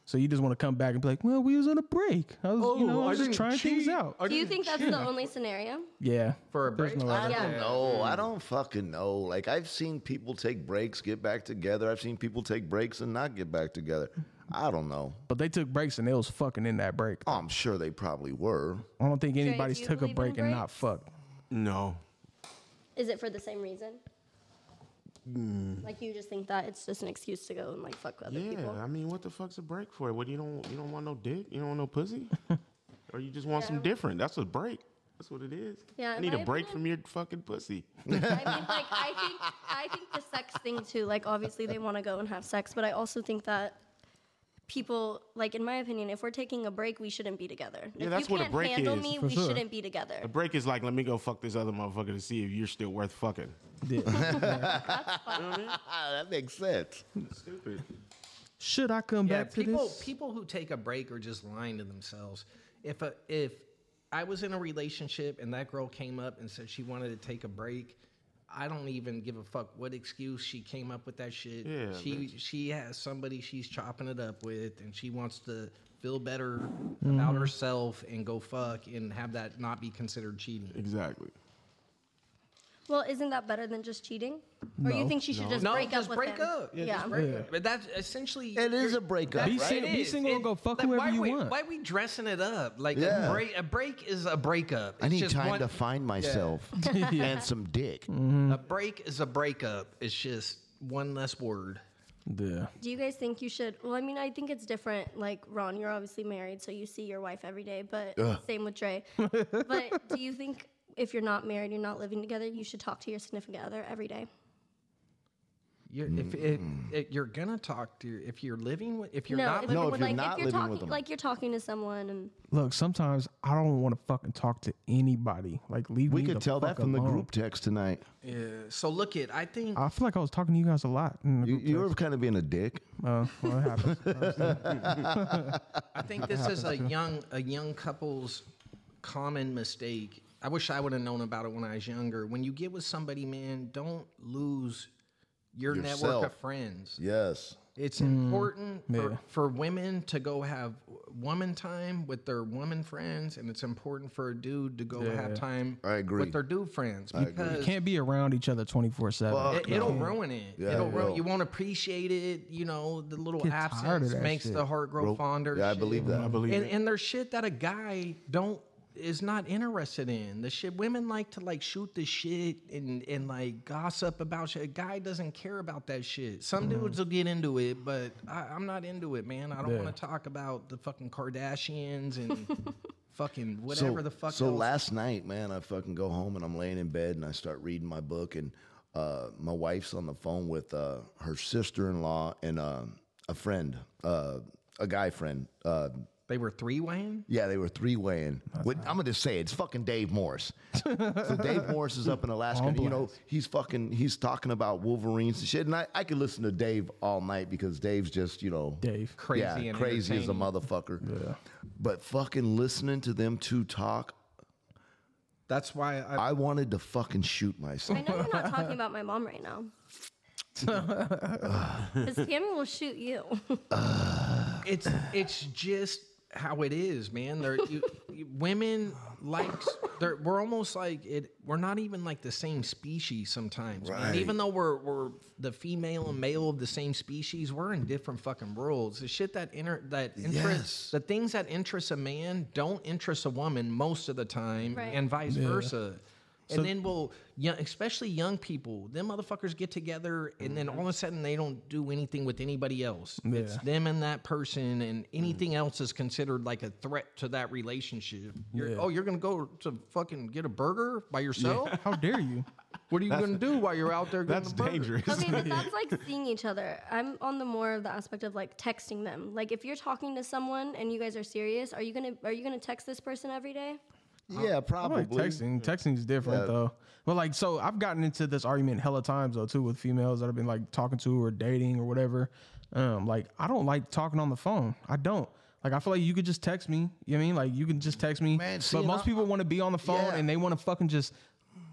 [SPEAKER 4] So you just want to come back and be like, "Well, we was on a break. I was,
[SPEAKER 1] Oh,
[SPEAKER 4] you know, I was just trying things out."
[SPEAKER 7] Do you think that's the only scenario?
[SPEAKER 4] yeah,
[SPEAKER 8] For a
[SPEAKER 4] There's
[SPEAKER 8] break?
[SPEAKER 4] no
[SPEAKER 1] I
[SPEAKER 4] other-
[SPEAKER 1] don't know. Oh, I don't fucking know. Like I've seen people take breaks, get back together. I've seen people take breaks and not get back together. I don't know.
[SPEAKER 4] But they took breaks and they was fucking in that break.
[SPEAKER 1] Oh, I'm sure they probably were.
[SPEAKER 4] I don't think anybody's
[SPEAKER 7] do you
[SPEAKER 4] took a
[SPEAKER 7] believe in
[SPEAKER 4] break and not
[SPEAKER 7] breaks?
[SPEAKER 4] fucked.
[SPEAKER 9] No.
[SPEAKER 7] Is it for the same reason?
[SPEAKER 3] Hmm.
[SPEAKER 7] Like you just think that it's just an excuse to go and like fuck other
[SPEAKER 9] Yeah,
[SPEAKER 7] people.
[SPEAKER 9] I mean, what the fuck's a break for? What you don't you don't want no dick? You don't want no pussy? or you just want some different? That's a break.
[SPEAKER 3] That's what it is.
[SPEAKER 7] Yeah,
[SPEAKER 3] I
[SPEAKER 7] in
[SPEAKER 3] need
[SPEAKER 7] my
[SPEAKER 3] a break
[SPEAKER 7] opinion-
[SPEAKER 3] from your fucking pussy.
[SPEAKER 7] I mean, like I think I think the sex thing too. Like obviously they want to go and have sex, but I also think that people, like in my opinion, if we're taking a break, we shouldn't be together.
[SPEAKER 3] Yeah,
[SPEAKER 7] if
[SPEAKER 3] that's
[SPEAKER 7] you
[SPEAKER 3] what a
[SPEAKER 7] can't
[SPEAKER 3] break
[SPEAKER 7] handle
[SPEAKER 3] is,
[SPEAKER 7] me,
[SPEAKER 4] for
[SPEAKER 7] we
[SPEAKER 4] sure.
[SPEAKER 7] shouldn't be together.
[SPEAKER 3] A break is like, let me go fuck this other motherfucker to see if you're still worth fucking.
[SPEAKER 1] that makes sense.
[SPEAKER 3] Stupid.
[SPEAKER 4] Should I come
[SPEAKER 8] Yeah,
[SPEAKER 4] back to
[SPEAKER 8] people
[SPEAKER 4] this?
[SPEAKER 8] people who take a break are just lying to themselves. If a, if I was in a relationship and that girl came up and said she wanted to take a break, I don't even give a fuck what excuse she came up with that shit.
[SPEAKER 3] Yeah,
[SPEAKER 8] she she has somebody she's chopping it up with and she wants to feel better
[SPEAKER 4] Mm-hmm.
[SPEAKER 8] about herself and go fuck and have that not be considered cheating.
[SPEAKER 3] Exactly.
[SPEAKER 7] well, isn't that better than just cheating? Or you think she should just
[SPEAKER 8] No,
[SPEAKER 7] break
[SPEAKER 8] just
[SPEAKER 7] up with
[SPEAKER 8] break
[SPEAKER 7] him?
[SPEAKER 8] up. Yeah,
[SPEAKER 7] yeah.
[SPEAKER 8] just break up. But that's essentially
[SPEAKER 1] It is
[SPEAKER 8] you're-
[SPEAKER 1] a breakup,
[SPEAKER 8] that's
[SPEAKER 1] right? Be
[SPEAKER 8] what it
[SPEAKER 4] sing- be
[SPEAKER 8] is.
[SPEAKER 4] single and
[SPEAKER 8] It-
[SPEAKER 4] go fuck
[SPEAKER 8] like,
[SPEAKER 4] whoever
[SPEAKER 8] why
[SPEAKER 4] you
[SPEAKER 8] we,
[SPEAKER 4] want.
[SPEAKER 8] Why we dressing it up? Like
[SPEAKER 1] Yeah.
[SPEAKER 8] a break, a break is a breakup.
[SPEAKER 1] I
[SPEAKER 8] It's
[SPEAKER 1] need
[SPEAKER 8] just
[SPEAKER 1] time
[SPEAKER 8] one- Mm-hmm.
[SPEAKER 1] to find myself and some dick.
[SPEAKER 8] A break is a breakup. It's just one less word.
[SPEAKER 4] yeah.
[SPEAKER 7] Do you guys think you should? Well, I mean, I think it's different. Like Ron, you're obviously married, so you see your wife every day. But same with Dre. but do you think if you're not married, you're not living together, you should talk to your significant other every day?
[SPEAKER 8] You're, if, if, if you're gonna talk to, if you're living, with, if you're
[SPEAKER 7] no,
[SPEAKER 8] not,
[SPEAKER 7] if
[SPEAKER 8] living,
[SPEAKER 1] Mm. No,
[SPEAKER 7] you're,
[SPEAKER 1] if
[SPEAKER 7] like,
[SPEAKER 1] you're not
[SPEAKER 7] if you're
[SPEAKER 1] living with
[SPEAKER 7] talking,
[SPEAKER 1] them.
[SPEAKER 7] like you're talking to someone, and
[SPEAKER 4] Look, sometimes I don't want to fucking talk to anybody. Like, leave
[SPEAKER 1] We
[SPEAKER 4] me
[SPEAKER 1] could
[SPEAKER 4] the
[SPEAKER 1] tell that
[SPEAKER 4] fuck
[SPEAKER 1] from the
[SPEAKER 4] alone.
[SPEAKER 1] group text tonight.
[SPEAKER 8] so look it. I think
[SPEAKER 4] I feel like I was talking to you guys a lot. In the
[SPEAKER 1] You,
[SPEAKER 4] group
[SPEAKER 1] you were kind of being a dick.
[SPEAKER 4] Uh, well, it happens.
[SPEAKER 8] I think this is a young a young couple's common mistake. I wish I would have known about it when I was younger. When you get with somebody, man, don't lose your network of
[SPEAKER 1] Yourself.
[SPEAKER 8] friends.
[SPEAKER 1] Yes.
[SPEAKER 8] It's important for, for women to go have woman time with their woman friends, and it's important for a dude to go have time
[SPEAKER 1] I agree.
[SPEAKER 8] with their dude friends because
[SPEAKER 4] Can't be around each other 24 7.
[SPEAKER 8] it, will ruin it. it'll
[SPEAKER 1] it
[SPEAKER 8] ruin.
[SPEAKER 1] will.
[SPEAKER 8] You won't appreciate it. You know the little
[SPEAKER 4] Get tired of
[SPEAKER 8] absence
[SPEAKER 4] that
[SPEAKER 8] makes
[SPEAKER 4] shit.
[SPEAKER 8] the heart grow fonder.
[SPEAKER 1] Yeah, I
[SPEAKER 8] shit.
[SPEAKER 1] believe that.
[SPEAKER 9] believe
[SPEAKER 8] And,
[SPEAKER 9] it.
[SPEAKER 8] and there's shit that a guy don't is not interested in. The shit women like to like shoot the shit and and like gossip about shit. A guy doesn't care about that shit. Some dudes will get into it, but I, I'm not into it, man. I don't want to talk about the fucking Kardashians and fucking whatever the fuck.
[SPEAKER 1] So
[SPEAKER 8] else.
[SPEAKER 1] last night, man, I fucking go home and I'm laying in bed and I start reading my book and uh, my wife's on the phone with uh, her sister-in-law and uh, a friend, uh, a guy friend. Uh,
[SPEAKER 8] they were three weighing.
[SPEAKER 1] yeah, they were three-waying. With, I'm gonna just say it, it's fucking Dave Morris. so Dave Morris is up in Alaska. And, you know, he's fucking he's talking about Wolverines and shit. And I, I could listen to Dave all night because Dave's just you know
[SPEAKER 4] Dave.
[SPEAKER 8] Crazy
[SPEAKER 1] yeah,
[SPEAKER 8] and
[SPEAKER 1] crazy as a
[SPEAKER 8] entertaining.
[SPEAKER 1] motherfucker. Yeah. But fucking listening to them two talk,
[SPEAKER 8] That's why I,
[SPEAKER 1] I wanted to fucking shoot myself.
[SPEAKER 7] I know you're not talking about my mom right now. Because Tammy will shoot you.
[SPEAKER 8] it's it's just how it is, man. They're, you, you- women like they're, we're almost like it. We're not even like the same species sometimes. man.
[SPEAKER 1] Right.
[SPEAKER 8] Even though we're we're the female and male of the same species, we're in different fucking worlds. The shit that inter that interests
[SPEAKER 1] Yes.
[SPEAKER 8] the things that interest a man don't interest a woman most of the time,
[SPEAKER 7] Right.
[SPEAKER 8] and vice versa. And then we'll, young, especially young people, them motherfuckers get together, and
[SPEAKER 1] Mm-hmm.
[SPEAKER 8] then all of a sudden they don't do anything with anybody else. It's them and that person,
[SPEAKER 9] Mm.
[SPEAKER 8] and anything else is considered like a threat to that relationship. You're, Oh, you're gonna go to fucking get a burger by yourself?
[SPEAKER 4] How dare you?
[SPEAKER 8] What are you gonna do while you're out there? Getting
[SPEAKER 9] That's
[SPEAKER 8] a burger?
[SPEAKER 9] dangerous.
[SPEAKER 7] Okay, but that's like seeing each other. I'm on the more of the aspect of like texting them. Like if you're talking to someone and you guys are serious, are you gonna are you gonna text this person every day?
[SPEAKER 1] yeah, probably.
[SPEAKER 4] Like texting. Texting is different though. But like, so I've gotten into this argument hella times though too with females that I've been like talking to or dating or whatever. Um, like I don't like talking on the phone. I don't. Like I feel like you could just text me. You know what I mean like you can just text me.
[SPEAKER 1] Man, see,
[SPEAKER 4] but
[SPEAKER 1] and
[SPEAKER 4] most
[SPEAKER 1] I-
[SPEAKER 4] people want to be on the phone
[SPEAKER 1] Yeah.
[SPEAKER 4] and they want to fucking just.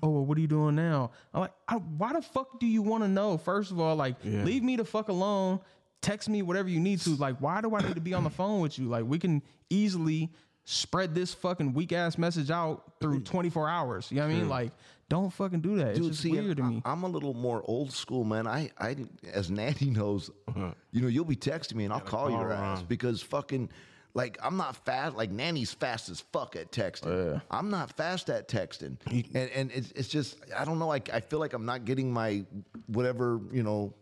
[SPEAKER 4] Oh, well, what are you doing now? I'm like, I, why the fuck do you want to know? First of all, like, leave me the fuck alone. Text me whatever you need to. Like, why do I need to be on the phone with you? Like, we can easily spread this fucking weak ass message out through 24 hours. You know what I mean? Like, don't fucking do that. it's
[SPEAKER 1] Dude,
[SPEAKER 4] just
[SPEAKER 1] see, and
[SPEAKER 4] weird to me.
[SPEAKER 1] I, am a little more old school, man. I, I, as Natty knows, you know, you'll be texting me and I'll call, your ass because fucking, like, I'm not fast. Like, Nanny's fast as fuck at texting. I'm not fast at texting, and and it's, it's just I don't know. I, I feel like I'm not getting my whatever you know.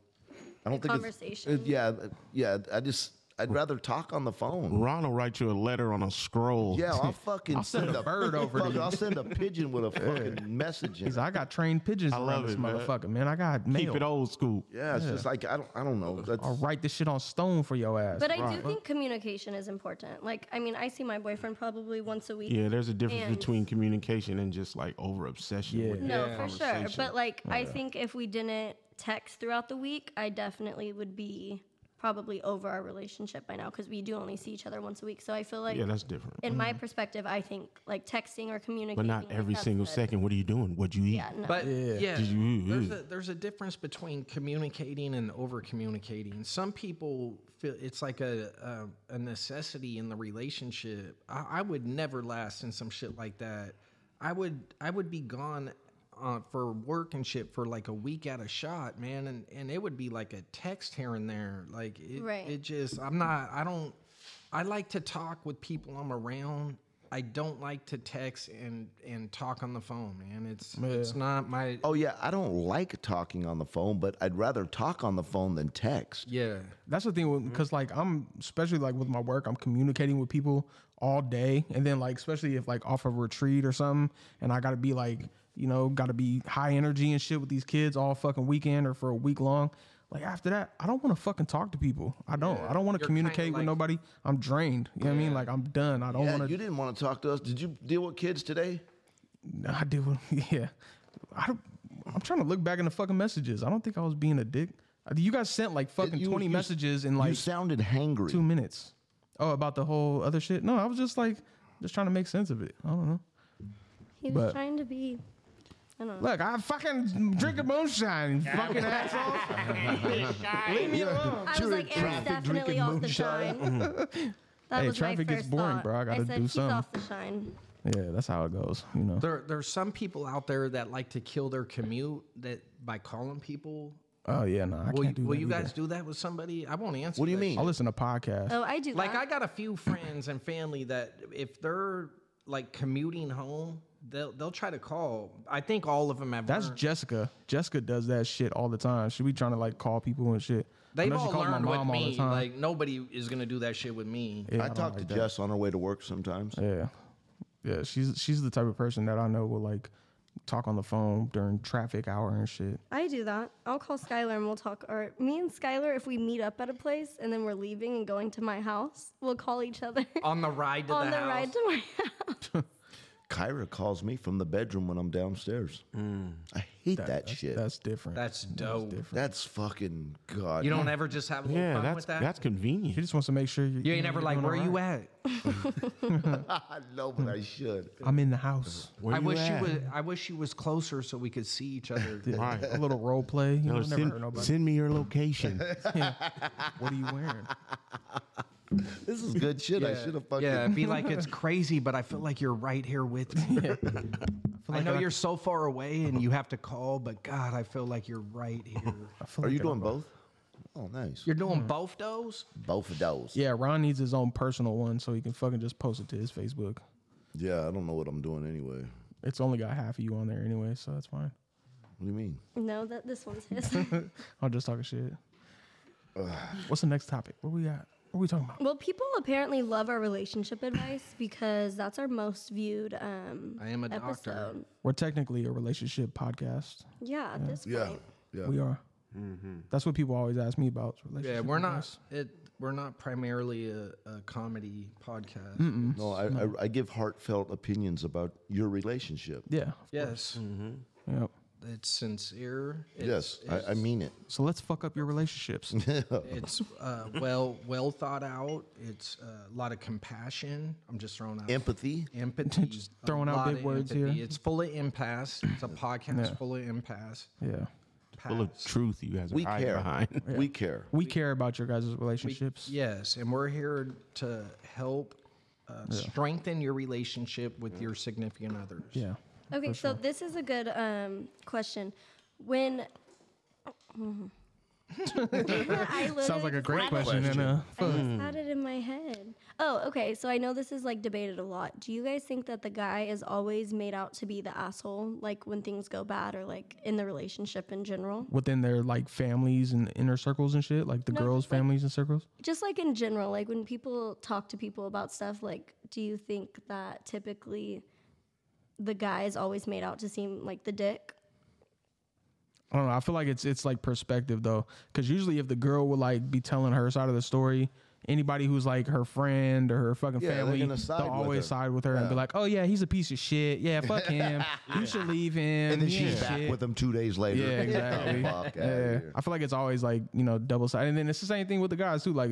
[SPEAKER 1] I don't
[SPEAKER 7] The
[SPEAKER 1] think it's-
[SPEAKER 7] conversation.
[SPEAKER 1] it- yeah, yeah. I just I'd rather talk on the phone.
[SPEAKER 9] Ron will write you a letter on a scroll.
[SPEAKER 1] Yeah, I'll fucking
[SPEAKER 4] I'll send a bird over to
[SPEAKER 1] fuck,
[SPEAKER 4] you.
[SPEAKER 1] I'll send a pigeon with a fucking message. In.
[SPEAKER 4] He's like, I got trained pigeons
[SPEAKER 9] love
[SPEAKER 4] around this
[SPEAKER 9] it, man.
[SPEAKER 4] motherfucker, man. I got mail.
[SPEAKER 9] Keep it old school.
[SPEAKER 1] yeah, it's just like I don't, I don't know. That's,
[SPEAKER 4] I'll write this shit on stone for your ass.
[SPEAKER 7] But I do think communication is important. Like, I mean, I see my boyfriend probably once a week.
[SPEAKER 9] Yeah, there's a difference
[SPEAKER 7] And-
[SPEAKER 9] between communication and just like over obsession.
[SPEAKER 4] Yeah.
[SPEAKER 9] with
[SPEAKER 7] No,
[SPEAKER 9] that
[SPEAKER 7] for sure.
[SPEAKER 9] conversation.
[SPEAKER 7] But like, I think if we didn't text throughout the week, I definitely would be probably over our relationship by now because we do only see each other once a week. So I feel like,
[SPEAKER 9] yeah, that's different.
[SPEAKER 7] in my perspective, I think like texting or
[SPEAKER 9] But
[SPEAKER 7] communicating,
[SPEAKER 9] not
[SPEAKER 7] like,
[SPEAKER 9] every
[SPEAKER 7] that's
[SPEAKER 9] single
[SPEAKER 7] the-
[SPEAKER 9] second. What are you doing? What'd you eat?
[SPEAKER 7] Yeah, no.
[SPEAKER 8] But yeah,
[SPEAKER 9] you-
[SPEAKER 8] there's, a, there's a difference between communicating and over communicating. Some people feel it's like a, a, a necessity in the relationship. I, I would never last in some shit like that. I would I would be gone uh, for work and shit for like a week at a shot, man, and and it would be like a text here and there. Like it,
[SPEAKER 7] Right.
[SPEAKER 8] it just I'm not I don't I like to talk with people I'm around. I don't like to text and and talk on the phone, man. It's it's not my
[SPEAKER 1] oh yeah, I don't like talking on the phone, but I'd rather talk on the phone than text.
[SPEAKER 8] yeah.
[SPEAKER 4] That's the thing,
[SPEAKER 1] Mm-hmm.
[SPEAKER 4] because like I'm, especially like with my work, I'm communicating with people all day, and then like especially if like off a retreat or something, and I gotta be like, you know, gotta be high energy and shit with these kids all fucking weekend or for a week long. Like after that, I don't want to fucking talk to people. I don't. I don't want to
[SPEAKER 8] You're
[SPEAKER 4] communicate
[SPEAKER 8] kinda
[SPEAKER 4] with
[SPEAKER 8] like-
[SPEAKER 4] nobody. I'm drained. You know what I mean? Like I'm done. I don't
[SPEAKER 1] Yeah,
[SPEAKER 4] want
[SPEAKER 1] you
[SPEAKER 4] to.
[SPEAKER 1] didn't want to talk to us. Did you deal with kids today?
[SPEAKER 4] I do. Yeah. I don't. I'm trying to look back in the fucking messages. I don't think I was being a dick. Uh, You guys sent like fucking
[SPEAKER 1] You-
[SPEAKER 4] 20
[SPEAKER 1] you-
[SPEAKER 4] messages in like
[SPEAKER 1] you sounded hangry.
[SPEAKER 4] two minutes. Oh, about the whole other shit. No, I was just like, just trying to make sense of it. I don't know.
[SPEAKER 7] he was
[SPEAKER 4] but-
[SPEAKER 7] trying to be.
[SPEAKER 4] Look, I fucking drink a moonshine, you fucking asshole. Leave me alone.
[SPEAKER 7] I was like, Aaron's definitely off the shine.
[SPEAKER 9] Mm-hmm.
[SPEAKER 7] That
[SPEAKER 4] Hey,
[SPEAKER 7] was
[SPEAKER 4] traffic
[SPEAKER 7] my
[SPEAKER 4] gets
[SPEAKER 7] first
[SPEAKER 4] boring,
[SPEAKER 7] thought.
[SPEAKER 4] bro. I gotta
[SPEAKER 7] said,
[SPEAKER 4] do
[SPEAKER 7] he's
[SPEAKER 4] something."
[SPEAKER 7] off the shine.
[SPEAKER 4] Yeah, that's how it goes. You know.
[SPEAKER 8] There there's some people out there that like to kill their commute that by calling people.
[SPEAKER 4] Oh yeah, no, I
[SPEAKER 8] Will you,
[SPEAKER 4] can't do
[SPEAKER 8] will
[SPEAKER 4] that
[SPEAKER 8] you
[SPEAKER 4] either.
[SPEAKER 8] guys do that with somebody? I won't answer.
[SPEAKER 1] What do you
[SPEAKER 8] that
[SPEAKER 1] mean?
[SPEAKER 4] I'll listen to podcasts.
[SPEAKER 7] Oh, I do.
[SPEAKER 8] Like
[SPEAKER 7] that.
[SPEAKER 8] I got a few friends and family that if they're like commuting home, they'll they'll try to call. I think all of them have.
[SPEAKER 4] That's
[SPEAKER 8] learned-
[SPEAKER 4] Jessica. Jessica does that shit all the time. She be trying to like call people and shit. I
[SPEAKER 8] They've
[SPEAKER 4] know she
[SPEAKER 8] all
[SPEAKER 4] calls
[SPEAKER 8] learned with me. Like nobody is gonna do that shit with me.
[SPEAKER 4] Yeah,
[SPEAKER 1] I,
[SPEAKER 4] don't
[SPEAKER 1] talk
[SPEAKER 4] like
[SPEAKER 1] to
[SPEAKER 4] that.
[SPEAKER 1] Jess on her way to work sometimes.
[SPEAKER 4] Yeah, yeah. She's she's the type of person that I know will like talk on the phone during traffic hour and shit.
[SPEAKER 7] I do that. I'll call Skylar and we'll talk. Or me and Skylar, if we meet up at a place and then we're leaving and going to my house, we'll call each other
[SPEAKER 8] On the ride to
[SPEAKER 7] on
[SPEAKER 8] the,
[SPEAKER 7] the
[SPEAKER 8] house.
[SPEAKER 7] ride to my house.
[SPEAKER 1] Kyra calls me from the bedroom when I'm downstairs. I hate that, shit. That's,
[SPEAKER 4] That's different.
[SPEAKER 8] That's dope.
[SPEAKER 1] fucking god.
[SPEAKER 8] you don't ever just have a little
[SPEAKER 9] Yeah,
[SPEAKER 8] fun
[SPEAKER 9] that's
[SPEAKER 8] with that.
[SPEAKER 9] that's convenient.
[SPEAKER 4] She just wants to make sure you.
[SPEAKER 8] you ain't ever
[SPEAKER 4] you're
[SPEAKER 8] like,
[SPEAKER 4] doing
[SPEAKER 8] where
[SPEAKER 4] all
[SPEAKER 8] you
[SPEAKER 4] right.
[SPEAKER 8] at?
[SPEAKER 1] I know, but
[SPEAKER 4] Hmm.
[SPEAKER 1] I should.
[SPEAKER 4] I'm in the house.
[SPEAKER 9] Where
[SPEAKER 8] I
[SPEAKER 9] you
[SPEAKER 8] wish
[SPEAKER 9] at?
[SPEAKER 8] you was. I wish you was closer so we could see each other.
[SPEAKER 9] Right.
[SPEAKER 4] A little role play. You know,
[SPEAKER 9] No,
[SPEAKER 4] never heard
[SPEAKER 9] send,
[SPEAKER 4] nobody.
[SPEAKER 9] send me your location.
[SPEAKER 4] What are you wearing?
[SPEAKER 1] This is good shit. I should have fucking.
[SPEAKER 8] Yeah, be like it's crazy, but I feel like you're right here with me. I know you're so far away and you have to call, but God, I feel like you're right here. Mm.
[SPEAKER 1] Are you doing both? Oh, nice.
[SPEAKER 8] You're doing both those?
[SPEAKER 1] both of those.
[SPEAKER 4] Yeah, Ron needs his own personal one so he can fucking just post it to his Facebook.
[SPEAKER 1] Yeah, I don't know what I'm doing anyway.
[SPEAKER 4] It's only got half of you on there anyway, so that's fine.
[SPEAKER 1] What do you mean?
[SPEAKER 7] No, that this one's his.
[SPEAKER 4] I'm just talking shit. What's the next topic? What we got? What we talking about?
[SPEAKER 7] well, people apparently love our relationship advice because that's our most viewed um,
[SPEAKER 8] I am a doctor.
[SPEAKER 7] episode.
[SPEAKER 4] We're technically a relationship podcast.
[SPEAKER 7] Yeah, at this point.
[SPEAKER 1] Yeah, yeah.
[SPEAKER 4] We are. That's what people always ask me about. is Relationship
[SPEAKER 8] Yeah, we're not
[SPEAKER 4] advice.
[SPEAKER 8] it we're not primarily a, a comedy podcast.
[SPEAKER 1] no, I, I, I give heartfelt opinions about your relationship.
[SPEAKER 4] Yeah.
[SPEAKER 8] Yes.
[SPEAKER 4] Yep.
[SPEAKER 8] It's sincere. It's,
[SPEAKER 1] yes, I, I mean it.
[SPEAKER 4] So let's fuck up your relationships.
[SPEAKER 8] it's uh, well well thought out. It's uh, a lot of compassion. I'm just throwing out
[SPEAKER 1] Empathy.
[SPEAKER 8] empathy.
[SPEAKER 4] Just
[SPEAKER 8] a
[SPEAKER 4] throwing out
[SPEAKER 8] lot
[SPEAKER 4] big
[SPEAKER 8] of
[SPEAKER 4] words
[SPEAKER 8] empathy.
[SPEAKER 4] here.
[SPEAKER 8] It's full of impasse. It's a podcast full of impasse.
[SPEAKER 4] yeah.
[SPEAKER 9] Full of
[SPEAKER 8] Pass.
[SPEAKER 9] truth, you guys are
[SPEAKER 1] We
[SPEAKER 9] hiding
[SPEAKER 1] care.
[SPEAKER 9] behind.
[SPEAKER 1] We care.
[SPEAKER 4] We care about your guys' relationships.
[SPEAKER 8] Yes, and we're here to help uh, strengthen your relationship with your significant others.
[SPEAKER 4] yeah.
[SPEAKER 7] Okay, so this is a good um, question. When I
[SPEAKER 4] Sounds like
[SPEAKER 7] literally
[SPEAKER 4] a great
[SPEAKER 7] just-
[SPEAKER 4] question. And, uh,
[SPEAKER 7] I just had it in my head. Oh, okay. So I know this is like debated a lot. Do you guys think that the guy is always made out to be the asshole, like when things go bad or like in the relationship in general?
[SPEAKER 4] within their like families and inner circles and shit, like the
[SPEAKER 7] No,
[SPEAKER 4] girls'
[SPEAKER 7] just, like-
[SPEAKER 4] families and circles.
[SPEAKER 7] Just like in general, like when people talk to people about stuff, like do you think that typically the guy is always made out to seem like the dick?
[SPEAKER 4] I don't know. I feel like it's it's like perspective though, because usually if the girl would like be telling her side of the story, anybody who's like her friend or her fucking
[SPEAKER 1] they're
[SPEAKER 4] family,
[SPEAKER 1] gonna side
[SPEAKER 4] they'll
[SPEAKER 1] with
[SPEAKER 4] always
[SPEAKER 1] her.
[SPEAKER 4] side with her and be like, "Oh yeah, he's a piece of shit. Yeah, fuck him. You should leave him."
[SPEAKER 1] And then
[SPEAKER 4] He
[SPEAKER 1] she's
[SPEAKER 4] ain't
[SPEAKER 1] back
[SPEAKER 4] shit."
[SPEAKER 1] with him two days later.
[SPEAKER 4] Yeah,
[SPEAKER 1] Get the
[SPEAKER 4] exactly.
[SPEAKER 1] fuck outta
[SPEAKER 4] Yeah,
[SPEAKER 1] here.
[SPEAKER 4] I feel like it's always like you know double sided, and then it's the same thing with the guys too. Like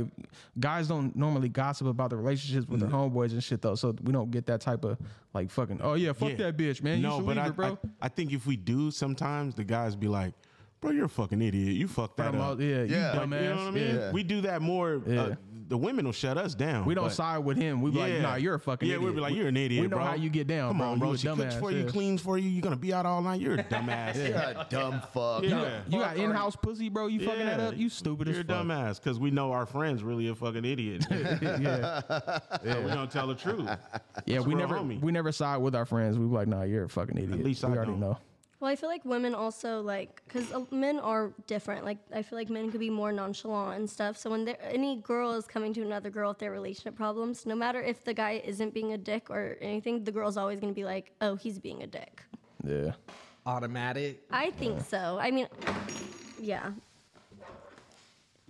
[SPEAKER 4] guys don't normally gossip about their relationships with their
[SPEAKER 1] Mm.
[SPEAKER 4] homeboys and shit though, so we don't get that type of like fucking. Oh yeah, fuck
[SPEAKER 9] Yeah.
[SPEAKER 4] that bitch, man. you
[SPEAKER 9] No,
[SPEAKER 4] should
[SPEAKER 9] but
[SPEAKER 4] leave
[SPEAKER 9] I,
[SPEAKER 4] her, bro.
[SPEAKER 9] I, I think if we do, sometimes the guys be like, "Bro, you're a fucking idiot. You fucked that
[SPEAKER 4] I'm
[SPEAKER 9] up."
[SPEAKER 4] all- yeah, you
[SPEAKER 1] Yeah. Like,
[SPEAKER 9] You
[SPEAKER 4] dumbass.
[SPEAKER 9] know what I mean?
[SPEAKER 4] Yeah.
[SPEAKER 9] We do that more.
[SPEAKER 4] Yeah.
[SPEAKER 9] Uh, the women will shut us down.
[SPEAKER 4] We don't
[SPEAKER 9] but-
[SPEAKER 4] side with him. We be like, nah, you're a fucking
[SPEAKER 9] yeah,
[SPEAKER 4] idiot.
[SPEAKER 9] we'd be like, you're an idiot.
[SPEAKER 4] We know
[SPEAKER 9] bro.
[SPEAKER 4] how you get down.
[SPEAKER 9] Come
[SPEAKER 4] bro.
[SPEAKER 9] on, bro.
[SPEAKER 4] You a
[SPEAKER 9] she cooks
[SPEAKER 4] dumbass,
[SPEAKER 9] for you,
[SPEAKER 4] yeah.
[SPEAKER 9] cleans for you. You're gonna be out all night. You're a dumbass.
[SPEAKER 1] You're a dumb fuck.
[SPEAKER 9] Yeah.
[SPEAKER 4] You got in house pussy, bro. You fucking that
[SPEAKER 9] Yeah.
[SPEAKER 4] up. You stupid
[SPEAKER 9] You're
[SPEAKER 4] as
[SPEAKER 9] a
[SPEAKER 4] fuck.
[SPEAKER 9] dumbass because we know our friends really a fucking idiot. so
[SPEAKER 4] yeah,
[SPEAKER 9] we don't tell the truth.
[SPEAKER 4] yeah. We
[SPEAKER 9] real
[SPEAKER 4] never
[SPEAKER 9] homie.
[SPEAKER 4] we never side with our friends. We be like, nah, you're a fucking idiot.
[SPEAKER 9] least
[SPEAKER 4] we
[SPEAKER 9] I
[SPEAKER 4] already
[SPEAKER 9] don't.
[SPEAKER 4] know.
[SPEAKER 7] Well, I feel like women also like because men are different. Like I feel like men could be more nonchalant and stuff. So when there, any girl is coming to another girl with their relationship problems, no matter if the guy isn't being a dick or anything, the girl's always gonna be like, "Oh, he's being a dick."
[SPEAKER 4] Yeah.
[SPEAKER 8] Automatic.
[SPEAKER 7] I think so. I mean, yeah.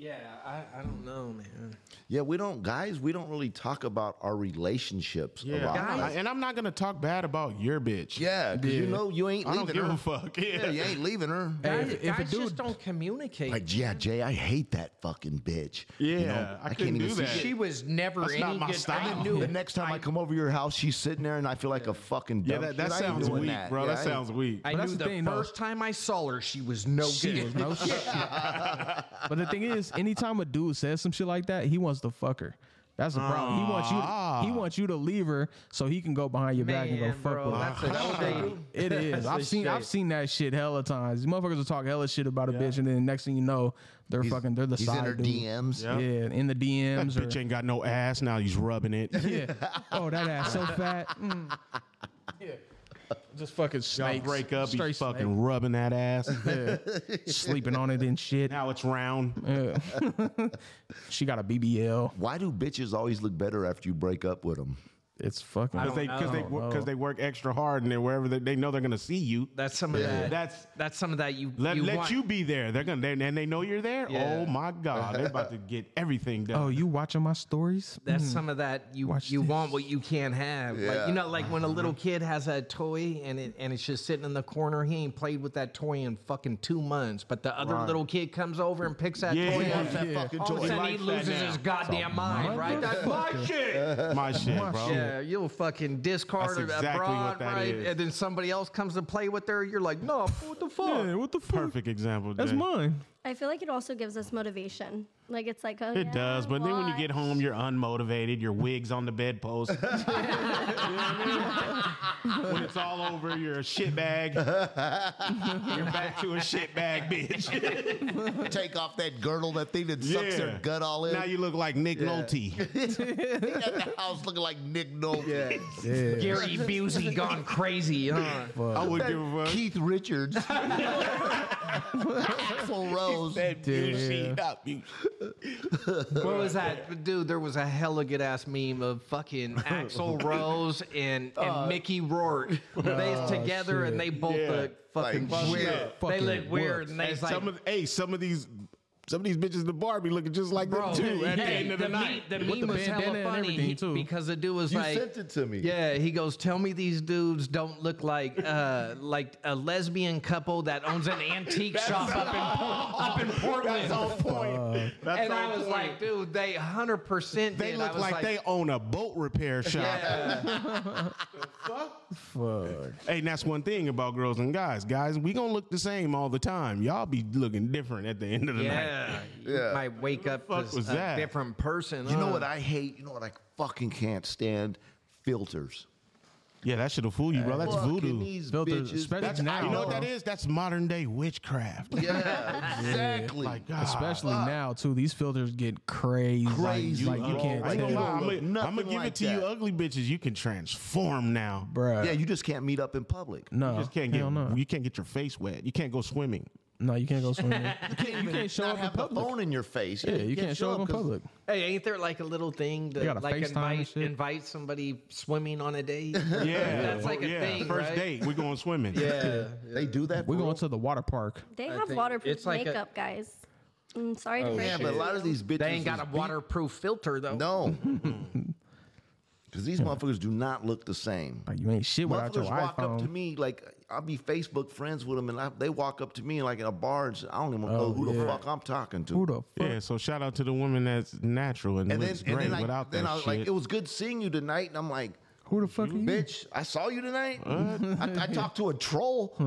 [SPEAKER 8] Yeah, I, I don't know, man.
[SPEAKER 1] Yeah, we don't, guys, we don't really talk about our relationships a lot.
[SPEAKER 9] Oh, I- and I'm not gonna talk bad about your bitch.
[SPEAKER 1] Yeah, because you know you ain't
[SPEAKER 9] I
[SPEAKER 1] leaving
[SPEAKER 9] don't give
[SPEAKER 1] her.
[SPEAKER 9] a fuck.
[SPEAKER 1] Yeah,
[SPEAKER 9] Yeah.
[SPEAKER 1] you ain't leaving her.
[SPEAKER 4] Hey,
[SPEAKER 8] Guys,
[SPEAKER 4] if, if a
[SPEAKER 8] guys
[SPEAKER 4] dude
[SPEAKER 8] just don't communicate.
[SPEAKER 1] Like, yeah, Jay, I hate that fucking bitch.
[SPEAKER 9] Yeah, I couldn't do that.
[SPEAKER 1] shit.
[SPEAKER 8] she was never
[SPEAKER 9] That's
[SPEAKER 8] any
[SPEAKER 9] not my
[SPEAKER 8] good.
[SPEAKER 9] style.
[SPEAKER 8] I
[SPEAKER 1] The next time I, come over your house, she's sitting there, and I feel like a fucking
[SPEAKER 9] Yeah,
[SPEAKER 1] dumb
[SPEAKER 9] that, that
[SPEAKER 1] shit. I ain't
[SPEAKER 9] sounds
[SPEAKER 1] doing
[SPEAKER 9] weak,
[SPEAKER 1] that.
[SPEAKER 9] bro.
[SPEAKER 1] Yeah,
[SPEAKER 9] that
[SPEAKER 1] I
[SPEAKER 9] sounds
[SPEAKER 1] ain't-
[SPEAKER 9] weak.
[SPEAKER 8] I
[SPEAKER 4] But
[SPEAKER 8] knew
[SPEAKER 4] that's
[SPEAKER 8] the
[SPEAKER 4] the thing, though.
[SPEAKER 8] first time I saw her, she was no
[SPEAKER 4] She
[SPEAKER 8] good.
[SPEAKER 4] was no shit. but the thing is, anytime a dude says some shit like that, he wants to fuck her. That's the problem. He wants you. To,
[SPEAKER 9] Ah.
[SPEAKER 4] he wants you to leave her so he can go behind your back and go
[SPEAKER 8] Man,
[SPEAKER 4] fuck
[SPEAKER 8] bro,
[SPEAKER 4] with her.
[SPEAKER 8] that's a shame.
[SPEAKER 4] It is.
[SPEAKER 8] That's a
[SPEAKER 4] I've seen. I've
[SPEAKER 8] shame.
[SPEAKER 4] seen that shit hella times. These motherfuckers will talk hella shit about a bitch, and then next thing you know, they're
[SPEAKER 1] He's-
[SPEAKER 4] fucking. They're the
[SPEAKER 1] he's
[SPEAKER 4] side
[SPEAKER 1] in her
[SPEAKER 4] dude.
[SPEAKER 1] DMs.
[SPEAKER 4] Yeah, in the DMs
[SPEAKER 9] Bitch
[SPEAKER 4] or
[SPEAKER 9] ain't got no ass. Now he's rubbing it.
[SPEAKER 4] yeah. Oh, that ass so fat. Mm. Just fucking
[SPEAKER 9] Y'all
[SPEAKER 4] snakes.
[SPEAKER 9] break up.
[SPEAKER 4] Straight
[SPEAKER 9] He's fucking rubbing that ass.
[SPEAKER 4] snake. sleeping on it and shit.
[SPEAKER 9] now it's round.
[SPEAKER 4] She got a BBL.
[SPEAKER 1] Why do bitches always look better after you break up with them?
[SPEAKER 4] It's fucking.
[SPEAKER 9] because they because they
[SPEAKER 4] know.
[SPEAKER 9] because they work extra hard and they're wherever they, they know they're gonna see you.
[SPEAKER 8] That's some of that.
[SPEAKER 9] That's-
[SPEAKER 8] that's some of that you
[SPEAKER 9] Let
[SPEAKER 8] you
[SPEAKER 9] let
[SPEAKER 8] want.
[SPEAKER 9] you be there. They're gonna they, and they know you're there.
[SPEAKER 8] Yeah.
[SPEAKER 9] Oh my god, they're about to get everything done.
[SPEAKER 4] Oh, you watching my stories?
[SPEAKER 8] That's some of that you
[SPEAKER 4] Watch
[SPEAKER 8] you
[SPEAKER 4] this.
[SPEAKER 8] want what you can't have. Like you know, like when a little kid has a toy and it and it's just sitting in the corner. He ain't played with that toy in fucking two months. But the other little kid comes over and picks that
[SPEAKER 9] Yeah.
[SPEAKER 8] toy
[SPEAKER 9] Yeah.
[SPEAKER 8] up.
[SPEAKER 1] That fucking
[SPEAKER 8] All of a
[SPEAKER 1] toy.
[SPEAKER 8] sudden,
[SPEAKER 9] He
[SPEAKER 8] he
[SPEAKER 9] likes that
[SPEAKER 8] loses
[SPEAKER 9] now.
[SPEAKER 8] his goddamn mind, right? That's my shit.
[SPEAKER 9] my shit, bro.
[SPEAKER 8] Yeah, you'll fucking discard
[SPEAKER 9] That's
[SPEAKER 8] it
[SPEAKER 9] exactly
[SPEAKER 8] abroad,
[SPEAKER 9] what that
[SPEAKER 8] right?
[SPEAKER 9] is.
[SPEAKER 8] And then somebody else comes to play with her. You're like, no, what the fuck?
[SPEAKER 4] Yeah, what the fuck?
[SPEAKER 9] Perfect example.
[SPEAKER 4] That's
[SPEAKER 9] Jay.
[SPEAKER 4] mine.
[SPEAKER 7] I feel like it also gives us motivation. Like it's like, oh,
[SPEAKER 9] It
[SPEAKER 7] yeah,
[SPEAKER 9] does, but then when you get
[SPEAKER 7] watch.
[SPEAKER 9] home, you're unmotivated. Your wig's on the bedpost. You know what I mean? when it's all over, you're a shit bag. You're back to a shit bag, bitch.
[SPEAKER 1] Take off that girdle, that thing that
[SPEAKER 9] Yeah.
[SPEAKER 1] sucks their gut all in.
[SPEAKER 9] Now you look like Nick Nolte.
[SPEAKER 1] got the house looking like Nick Nolte.
[SPEAKER 8] Gary Busey gone crazy, huh?
[SPEAKER 9] I would give a fuck.
[SPEAKER 1] Keith Richards. Axl Rose.
[SPEAKER 9] That
[SPEAKER 4] Damn.
[SPEAKER 9] Busey, not Busey.
[SPEAKER 8] What was that, dude? There was a hella good ass meme of fucking Axl Rose and, and Mickey Rourke. They together and they both
[SPEAKER 9] Yeah.
[SPEAKER 8] look fucking
[SPEAKER 1] Like,
[SPEAKER 8] weird.
[SPEAKER 4] fucking
[SPEAKER 8] they look weird
[SPEAKER 4] works.
[SPEAKER 8] and they
[SPEAKER 9] And
[SPEAKER 8] like,
[SPEAKER 9] some of hey, some of these some of these bitches in the bar be looking just like
[SPEAKER 8] bro,
[SPEAKER 9] them too at the
[SPEAKER 8] hey,
[SPEAKER 9] end of the, night.
[SPEAKER 8] Meme, the
[SPEAKER 4] With
[SPEAKER 8] meme
[SPEAKER 4] the
[SPEAKER 8] was hella
[SPEAKER 4] bandana and
[SPEAKER 8] funny
[SPEAKER 4] everything,
[SPEAKER 8] he-
[SPEAKER 4] too.
[SPEAKER 8] because the dude was
[SPEAKER 1] You
[SPEAKER 8] like,
[SPEAKER 1] sent it to me.
[SPEAKER 8] Yeah, he goes, "Tell me these dudes don't look like uh, like a lesbian couple that owns an antique shop up in, up in Portland."
[SPEAKER 9] That's on point. That's
[SPEAKER 8] and
[SPEAKER 9] on
[SPEAKER 8] I was
[SPEAKER 9] point.
[SPEAKER 8] like, "Dude, they 100 percent."
[SPEAKER 9] they
[SPEAKER 8] did. I
[SPEAKER 9] look
[SPEAKER 8] was
[SPEAKER 9] like, they own a boat repair shop.
[SPEAKER 8] Yeah.
[SPEAKER 4] Fuck.
[SPEAKER 9] Hey, and that's one thing about girls and guys. Guys, we gonna look the same all the time. Y'all be looking different at the end of the night.
[SPEAKER 8] Yeah, you
[SPEAKER 1] Yeah.
[SPEAKER 8] might wake up
[SPEAKER 9] fuck
[SPEAKER 8] as
[SPEAKER 9] was
[SPEAKER 8] a
[SPEAKER 9] that?
[SPEAKER 8] different person.
[SPEAKER 1] You know
[SPEAKER 8] huh?
[SPEAKER 1] what I hate? You know what I fucking can't stand? Filters.
[SPEAKER 9] Yeah, that should have fooled you, bro. That's
[SPEAKER 1] Fucking
[SPEAKER 9] voodoo.
[SPEAKER 1] These
[SPEAKER 4] Built a
[SPEAKER 1] bitches.
[SPEAKER 4] special-
[SPEAKER 1] That's-
[SPEAKER 9] That's,
[SPEAKER 4] now.
[SPEAKER 9] you know what that is? That's modern day witchcraft.
[SPEAKER 1] yeah, exactly.
[SPEAKER 9] Like, God.
[SPEAKER 4] Especially now too, these filters get crazy.
[SPEAKER 1] Ah. Crazy,
[SPEAKER 4] like you
[SPEAKER 1] bro.
[SPEAKER 4] can't,
[SPEAKER 1] I
[SPEAKER 9] I ain't gonna lie.
[SPEAKER 1] They don't
[SPEAKER 9] I'm
[SPEAKER 1] look
[SPEAKER 9] gonna- I'm
[SPEAKER 1] nothing
[SPEAKER 9] gonna give
[SPEAKER 1] like
[SPEAKER 9] it to you,
[SPEAKER 1] that.
[SPEAKER 9] ugly bitches. You can transform now.
[SPEAKER 4] bruh.
[SPEAKER 1] yeah, you just can't meet up in public.
[SPEAKER 4] no,
[SPEAKER 9] You just can't
[SPEAKER 4] hell
[SPEAKER 9] get.
[SPEAKER 4] no.
[SPEAKER 9] You can't get your face wet. You can't go swimming.
[SPEAKER 4] no, you can't go swimming. you can't, you can't show
[SPEAKER 1] Not
[SPEAKER 4] up in
[SPEAKER 1] have the
[SPEAKER 4] public.
[SPEAKER 1] phone in your face.
[SPEAKER 4] Yeah, you can't show up in
[SPEAKER 1] 'cause-
[SPEAKER 4] public.
[SPEAKER 8] Hey, ain't there like a little thing
[SPEAKER 4] They
[SPEAKER 8] to
[SPEAKER 4] got a
[SPEAKER 8] like
[SPEAKER 4] FaceTime and
[SPEAKER 8] invite
[SPEAKER 4] shit.
[SPEAKER 8] invite somebody swimming on a date?
[SPEAKER 9] Yeah,
[SPEAKER 8] That's like a
[SPEAKER 9] yeah.
[SPEAKER 8] thing,
[SPEAKER 9] First
[SPEAKER 8] right?
[SPEAKER 9] date, we going swimming.
[SPEAKER 1] Yeah, they do that.
[SPEAKER 4] We're
[SPEAKER 1] for
[SPEAKER 4] going
[SPEAKER 1] real?
[SPEAKER 4] to the water park.
[SPEAKER 7] They
[SPEAKER 8] I
[SPEAKER 7] have
[SPEAKER 8] think
[SPEAKER 7] waterproof
[SPEAKER 8] it's like a-
[SPEAKER 7] makeup, guys. I'm sorry to
[SPEAKER 8] Oh,
[SPEAKER 7] break
[SPEAKER 1] Yeah,
[SPEAKER 7] it
[SPEAKER 1] but
[SPEAKER 7] to
[SPEAKER 1] a lot of
[SPEAKER 7] you.
[SPEAKER 1] these bitches
[SPEAKER 8] They ain't got
[SPEAKER 1] is
[SPEAKER 8] a
[SPEAKER 1] beat-
[SPEAKER 8] waterproof filter though.
[SPEAKER 1] No, because these motherfuckers do not look the same.
[SPEAKER 4] Like you ain't shit without your
[SPEAKER 1] Motherfuckers walk up to
[SPEAKER 4] iPhone.
[SPEAKER 1] me like I'll be Facebook friends with them, and I, they walk up to me like in a bar, and say, I don't even know who the fuck I'm talking to.
[SPEAKER 4] Oh, Who the fuck?
[SPEAKER 9] Yeah, so shout out to the woman that's natural and,
[SPEAKER 1] and then,
[SPEAKER 9] looks
[SPEAKER 1] and
[SPEAKER 9] great
[SPEAKER 1] then, I,
[SPEAKER 9] without
[SPEAKER 1] then
[SPEAKER 9] that
[SPEAKER 1] I was
[SPEAKER 9] shit.
[SPEAKER 1] like, it was good seeing you tonight, and I'm like,
[SPEAKER 4] Who the fuck are you?
[SPEAKER 1] bitch, I saw you tonight. I, I talked to a troll,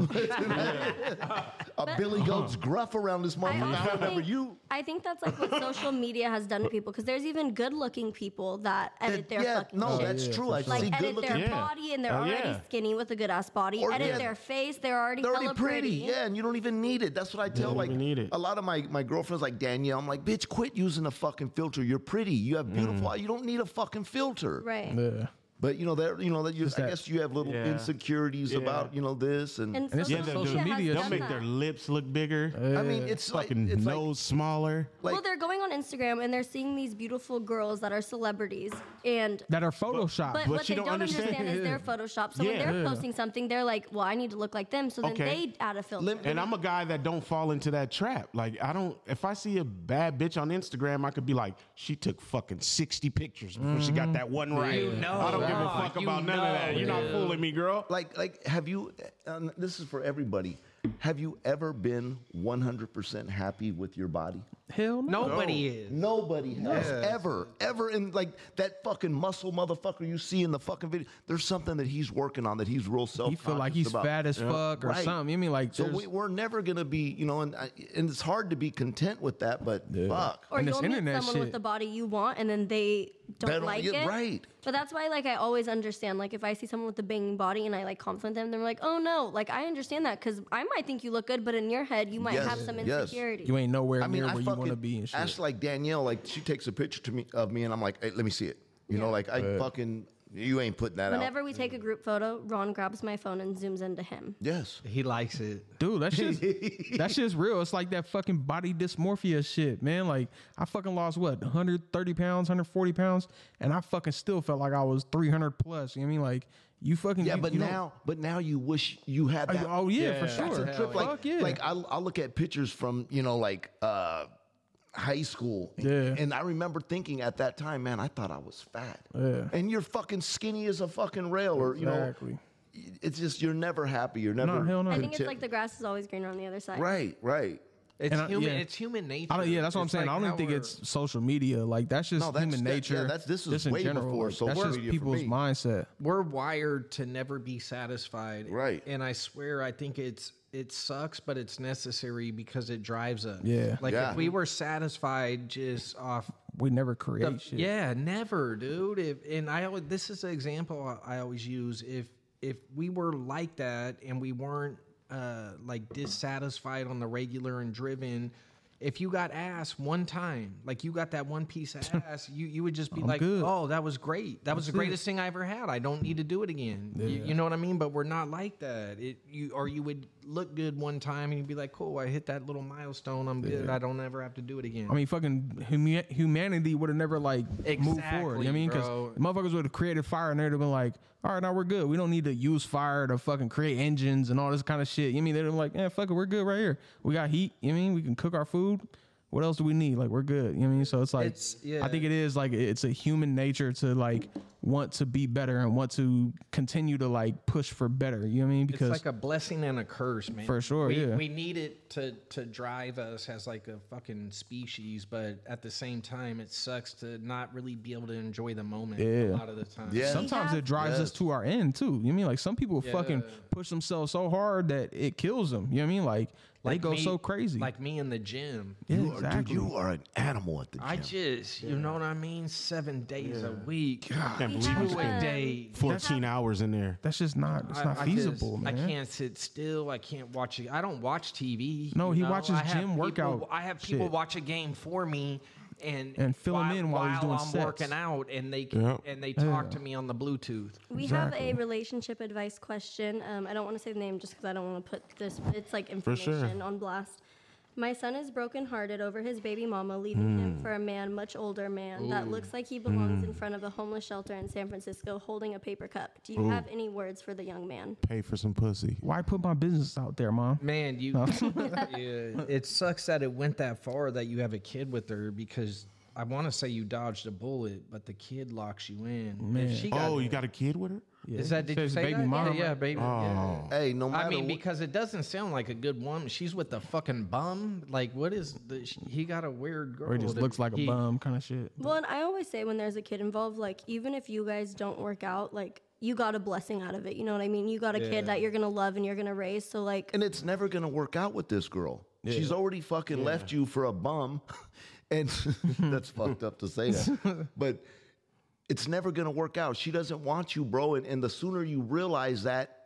[SPEAKER 1] a Billy Goat's gruff around this
[SPEAKER 7] I
[SPEAKER 1] motherfucker. I,
[SPEAKER 7] also
[SPEAKER 1] remember
[SPEAKER 7] think-
[SPEAKER 1] you.
[SPEAKER 7] I think that's like what social media has done to people because there's even good-looking people that edit their
[SPEAKER 1] yeah,
[SPEAKER 7] fucking
[SPEAKER 1] no,
[SPEAKER 7] shit.
[SPEAKER 1] that's true. I
[SPEAKER 7] like
[SPEAKER 1] see good
[SPEAKER 7] edit their
[SPEAKER 1] looking.
[SPEAKER 9] Yeah.
[SPEAKER 7] body and they're
[SPEAKER 9] Oh,
[SPEAKER 7] already
[SPEAKER 9] yeah.
[SPEAKER 7] skinny with a good ass body.
[SPEAKER 1] Or-
[SPEAKER 7] edit
[SPEAKER 1] yeah.
[SPEAKER 7] their face, they're already,
[SPEAKER 1] They're already
[SPEAKER 7] hella
[SPEAKER 1] pretty. yeah, and you don't even need it. That's what I tell
[SPEAKER 9] don't
[SPEAKER 1] like
[SPEAKER 9] even need it.
[SPEAKER 1] a lot of my my girlfriends like Danielle. I'm like, bitch, quit using a fucking filter. You're pretty. You have beautiful.
[SPEAKER 9] Mm.
[SPEAKER 1] You don't need a fucking filter.
[SPEAKER 7] Right.
[SPEAKER 4] Yeah.
[SPEAKER 1] But you know that you know that you. I
[SPEAKER 4] that-
[SPEAKER 1] guess you have little
[SPEAKER 9] Yeah.
[SPEAKER 1] insecurities about you know this and.
[SPEAKER 7] And,
[SPEAKER 4] it's
[SPEAKER 7] social
[SPEAKER 9] like
[SPEAKER 7] media
[SPEAKER 9] social
[SPEAKER 7] has
[SPEAKER 4] media
[SPEAKER 7] done
[SPEAKER 9] They'll make
[SPEAKER 7] that.
[SPEAKER 9] their lips look bigger.
[SPEAKER 1] I
[SPEAKER 4] Uh,
[SPEAKER 1] mean, it's
[SPEAKER 9] fucking
[SPEAKER 1] like it's like-
[SPEAKER 9] nose smaller.
[SPEAKER 1] like,
[SPEAKER 7] well, they're going on Instagram and they're seeing these beautiful girls that are celebrities, and
[SPEAKER 4] That are photoshopped.
[SPEAKER 7] but,
[SPEAKER 9] But
[SPEAKER 7] what
[SPEAKER 9] you
[SPEAKER 7] they don't,
[SPEAKER 9] don't
[SPEAKER 7] understand,
[SPEAKER 9] understand.
[SPEAKER 7] is their Photoshop. So when
[SPEAKER 9] Yeah.
[SPEAKER 7] they're posting something, they're like, "Well, I need to look like them," so then
[SPEAKER 9] Okay.
[SPEAKER 7] they add a filter.
[SPEAKER 1] Let-
[SPEAKER 9] And I'm a guy that don't fall into that trap. Like I don't. If I see a bad bitch on Instagram, I could be like, she took fucking sixty pictures before she got that one right.
[SPEAKER 8] Mm-hmm. You know.
[SPEAKER 9] I don't give a
[SPEAKER 8] Oh,
[SPEAKER 9] fuck
[SPEAKER 8] you
[SPEAKER 9] about none of that.
[SPEAKER 8] know.
[SPEAKER 9] You're not
[SPEAKER 8] Yeah.
[SPEAKER 9] fooling me, girl.
[SPEAKER 1] like like have you um, this is for everybody have you ever been 100% happy with your body
[SPEAKER 4] Hell no.
[SPEAKER 8] Nobody is.
[SPEAKER 1] nobody has ever ever in like that fucking muscle motherfucker you see in the fucking video there's something that he's working on that he's real self
[SPEAKER 4] He feel like he's
[SPEAKER 1] about.
[SPEAKER 4] fat as fuck or
[SPEAKER 1] Right.
[SPEAKER 4] something. You mean like
[SPEAKER 1] so
[SPEAKER 4] there's-
[SPEAKER 1] we, we're never gonna be you know and, I- and it's hard to be content with that but fuck
[SPEAKER 7] or
[SPEAKER 4] And this
[SPEAKER 7] you'll meet
[SPEAKER 4] internet
[SPEAKER 7] someone
[SPEAKER 4] shit.
[SPEAKER 7] with the body you want and then they don't,
[SPEAKER 1] They don't-
[SPEAKER 7] like
[SPEAKER 1] yeah,
[SPEAKER 7] it
[SPEAKER 1] right.
[SPEAKER 7] but that's why like i always understand like if i see someone with a banging body and i like compliment them they're like oh no like i understand that because i might think you look good but in your head you might
[SPEAKER 1] Yes,
[SPEAKER 7] have some
[SPEAKER 1] yes.
[SPEAKER 7] insecurity
[SPEAKER 4] you ain't nowhere
[SPEAKER 1] I mean,
[SPEAKER 4] near
[SPEAKER 1] I
[SPEAKER 4] where you
[SPEAKER 1] fucking
[SPEAKER 4] want to be and shit.
[SPEAKER 1] Ask like Danielle, like she takes a picture to me of me, and I'm like, hey, let me see it. You know, like I fucking, you ain't putting that out.
[SPEAKER 7] whenever we take a group photo ron grabs my phone and zooms into him
[SPEAKER 1] Yes.
[SPEAKER 8] He likes it.
[SPEAKER 4] Dude, that shit's that shit's real. It's like that fucking body dysmorphia shit, man. Like I fucking lost what 130 pounds, 140 pounds, and I fucking still felt like I was 300 plus. You know what I mean? Like you fucking
[SPEAKER 1] Yeah,
[SPEAKER 4] you-
[SPEAKER 1] but
[SPEAKER 4] you don't-
[SPEAKER 1] now, but now you wish you had that.
[SPEAKER 4] oh yeah, for
[SPEAKER 8] Yeah.
[SPEAKER 4] sure.
[SPEAKER 1] trip. Like,
[SPEAKER 4] Fuck yeah.
[SPEAKER 1] like I, I look at pictures from you know like uh, high school,
[SPEAKER 4] Yeah.
[SPEAKER 1] and I remember thinking at that time, man, I thought I was fat, yeah. and you're fucking skinny as a fucking rail, or you
[SPEAKER 4] exactly.
[SPEAKER 1] know, it's just you're never happy, you're never.
[SPEAKER 4] hell no.
[SPEAKER 7] i think it's
[SPEAKER 1] content.
[SPEAKER 7] like the grass is always greener on the other side
[SPEAKER 1] right, right.
[SPEAKER 8] It's
[SPEAKER 4] And I-
[SPEAKER 8] human.
[SPEAKER 4] yeah.
[SPEAKER 8] It's human nature.
[SPEAKER 4] I don't, yeah, that's what I'm
[SPEAKER 8] It's
[SPEAKER 4] saying.
[SPEAKER 8] like
[SPEAKER 4] I don't
[SPEAKER 8] how
[SPEAKER 4] even think
[SPEAKER 8] we're-
[SPEAKER 4] it's social media. Like that's just
[SPEAKER 1] No, that's-
[SPEAKER 4] human
[SPEAKER 1] that- yeah,
[SPEAKER 4] nature.
[SPEAKER 1] that's- this is
[SPEAKER 4] just in
[SPEAKER 1] way
[SPEAKER 4] general.
[SPEAKER 1] before
[SPEAKER 4] Like,
[SPEAKER 1] social
[SPEAKER 4] that's just
[SPEAKER 1] media for
[SPEAKER 4] people's
[SPEAKER 1] me.
[SPEAKER 4] mindset.
[SPEAKER 8] we're wired to never be satisfied.
[SPEAKER 1] Right.
[SPEAKER 8] And I swear, I think it's it sucks, but it's necessary because it drives us.
[SPEAKER 4] Yeah.
[SPEAKER 8] Like
[SPEAKER 1] Yeah.
[SPEAKER 8] if we were satisfied just off
[SPEAKER 4] We never create
[SPEAKER 8] the-
[SPEAKER 4] shit.
[SPEAKER 8] Yeah, never, dude. If and I always this is an example I- I always use. If if we were like that and we weren't uh, like dissatisfied on the regular and driven, if you got ass one time, like you got that one piece of ass, you you would just be like,
[SPEAKER 4] good.
[SPEAKER 8] oh, that was great. That was the greatest thing I ever had. I don't need to do it again. You- You, know what I mean? But we're not like that. It you or you would look good one time and you'd be like, cool, I hit that little milestone. I'm good. I don't ever have to do it again.
[SPEAKER 4] I mean, fucking hum- humanity would have never like moved forward. You know what I mean? Because
[SPEAKER 8] Exactly,
[SPEAKER 4] motherfuckers would have created fire and they'd have been like, all right, now we're good. We don't need to use fire to fucking create engines and all this kind of shit. You know what I mean? They'd have been like, yeah, fuck it, we're good right here. We got heat. You know what I mean? We can cook our food. What else do we need? Like, we're good. You know what I mean? So it's like,
[SPEAKER 8] It's- yeah.
[SPEAKER 4] I think it is like, it's a human nature to like want to be better and want to continue to like push for better. You know what I mean?
[SPEAKER 8] It's
[SPEAKER 4] Because
[SPEAKER 8] like a blessing and a curse, man.
[SPEAKER 4] For sure,
[SPEAKER 8] we,
[SPEAKER 4] yeah.
[SPEAKER 8] We need it to to drive us as like a fucking species, but at the same time, it sucks to not really be able to enjoy the moment a
[SPEAKER 4] Yeah.
[SPEAKER 8] lot of the time.
[SPEAKER 1] Yeah.
[SPEAKER 4] sometimes
[SPEAKER 7] have-
[SPEAKER 4] it drives us to our end too. You know what I mean like some people fucking push themselves so hard that it kills them. You know what I mean? Like, they go
[SPEAKER 8] me-
[SPEAKER 4] so crazy.
[SPEAKER 8] Like me in the gym.
[SPEAKER 4] Yeah,
[SPEAKER 1] You are, dude, you are an animal at the gym.
[SPEAKER 8] I just, you know what I mean, seven days a week.
[SPEAKER 9] And can't believe
[SPEAKER 7] have
[SPEAKER 9] you
[SPEAKER 7] to-
[SPEAKER 9] spent
[SPEAKER 8] Day.
[SPEAKER 9] 14 hours in there.
[SPEAKER 4] That's just not. It's not
[SPEAKER 8] I- I just-
[SPEAKER 4] feasible,
[SPEAKER 8] I,
[SPEAKER 4] man.
[SPEAKER 8] can't sit still. I can't watch. it. I don't watch TV.
[SPEAKER 4] No,
[SPEAKER 8] you
[SPEAKER 4] he
[SPEAKER 8] know?
[SPEAKER 4] watches
[SPEAKER 8] I have
[SPEAKER 4] gym workout
[SPEAKER 8] People, I have people
[SPEAKER 4] shit.
[SPEAKER 8] watch a game for me, and
[SPEAKER 4] And fill 'em
[SPEAKER 8] while,
[SPEAKER 4] in while he's doing
[SPEAKER 8] I'm
[SPEAKER 4] sets.
[SPEAKER 8] working out, and they
[SPEAKER 9] Yep.
[SPEAKER 8] and they talk to me on the Bluetooth.
[SPEAKER 7] We have a relationship advice question. Um, I don't want to say the name just because I don't want to put this. It's like
[SPEAKER 9] sure.
[SPEAKER 7] information on blast. My son is brokenhearted over his baby mama leaving him for a man, much older man, that looks like he belongs in front of a homeless shelter in San Francisco holding a paper cup. Do you have any words for the young man?
[SPEAKER 9] Pay for some pussy.
[SPEAKER 4] Why put my business out there, mom?
[SPEAKER 8] Man, you. yeah, it sucks that it went that far that you have a kid with her because I want to say you dodged a bullet, but the kid locks you in. Man. She got,
[SPEAKER 9] Oh, you Oh. got a kid with her?
[SPEAKER 8] is that did you
[SPEAKER 4] Says
[SPEAKER 8] say
[SPEAKER 4] baby
[SPEAKER 8] that?
[SPEAKER 4] mama.
[SPEAKER 8] Yeah, yeah, baby. yeah.
[SPEAKER 1] Hey, no matter
[SPEAKER 8] I mean,
[SPEAKER 1] what-
[SPEAKER 8] because it doesn't sound like a good woman. She's with the fucking bum. Like, what is the? sh- He got a weird girl.
[SPEAKER 4] Or he just
[SPEAKER 8] that
[SPEAKER 4] looks like a
[SPEAKER 8] he-
[SPEAKER 4] bum kind of shit.
[SPEAKER 7] Well, and I always say when there's a kid involved, like even if you guys don't work out, like you got a blessing out of it. You know what I mean? You got a kid that you're gonna love and you're gonna raise. So like,
[SPEAKER 1] and it's never gonna work out with this girl. She's already fucking left you for a bum, and that's fucked up to say that, but it's never gonna work out. She doesn't want you, bro. And, and the sooner you realize that,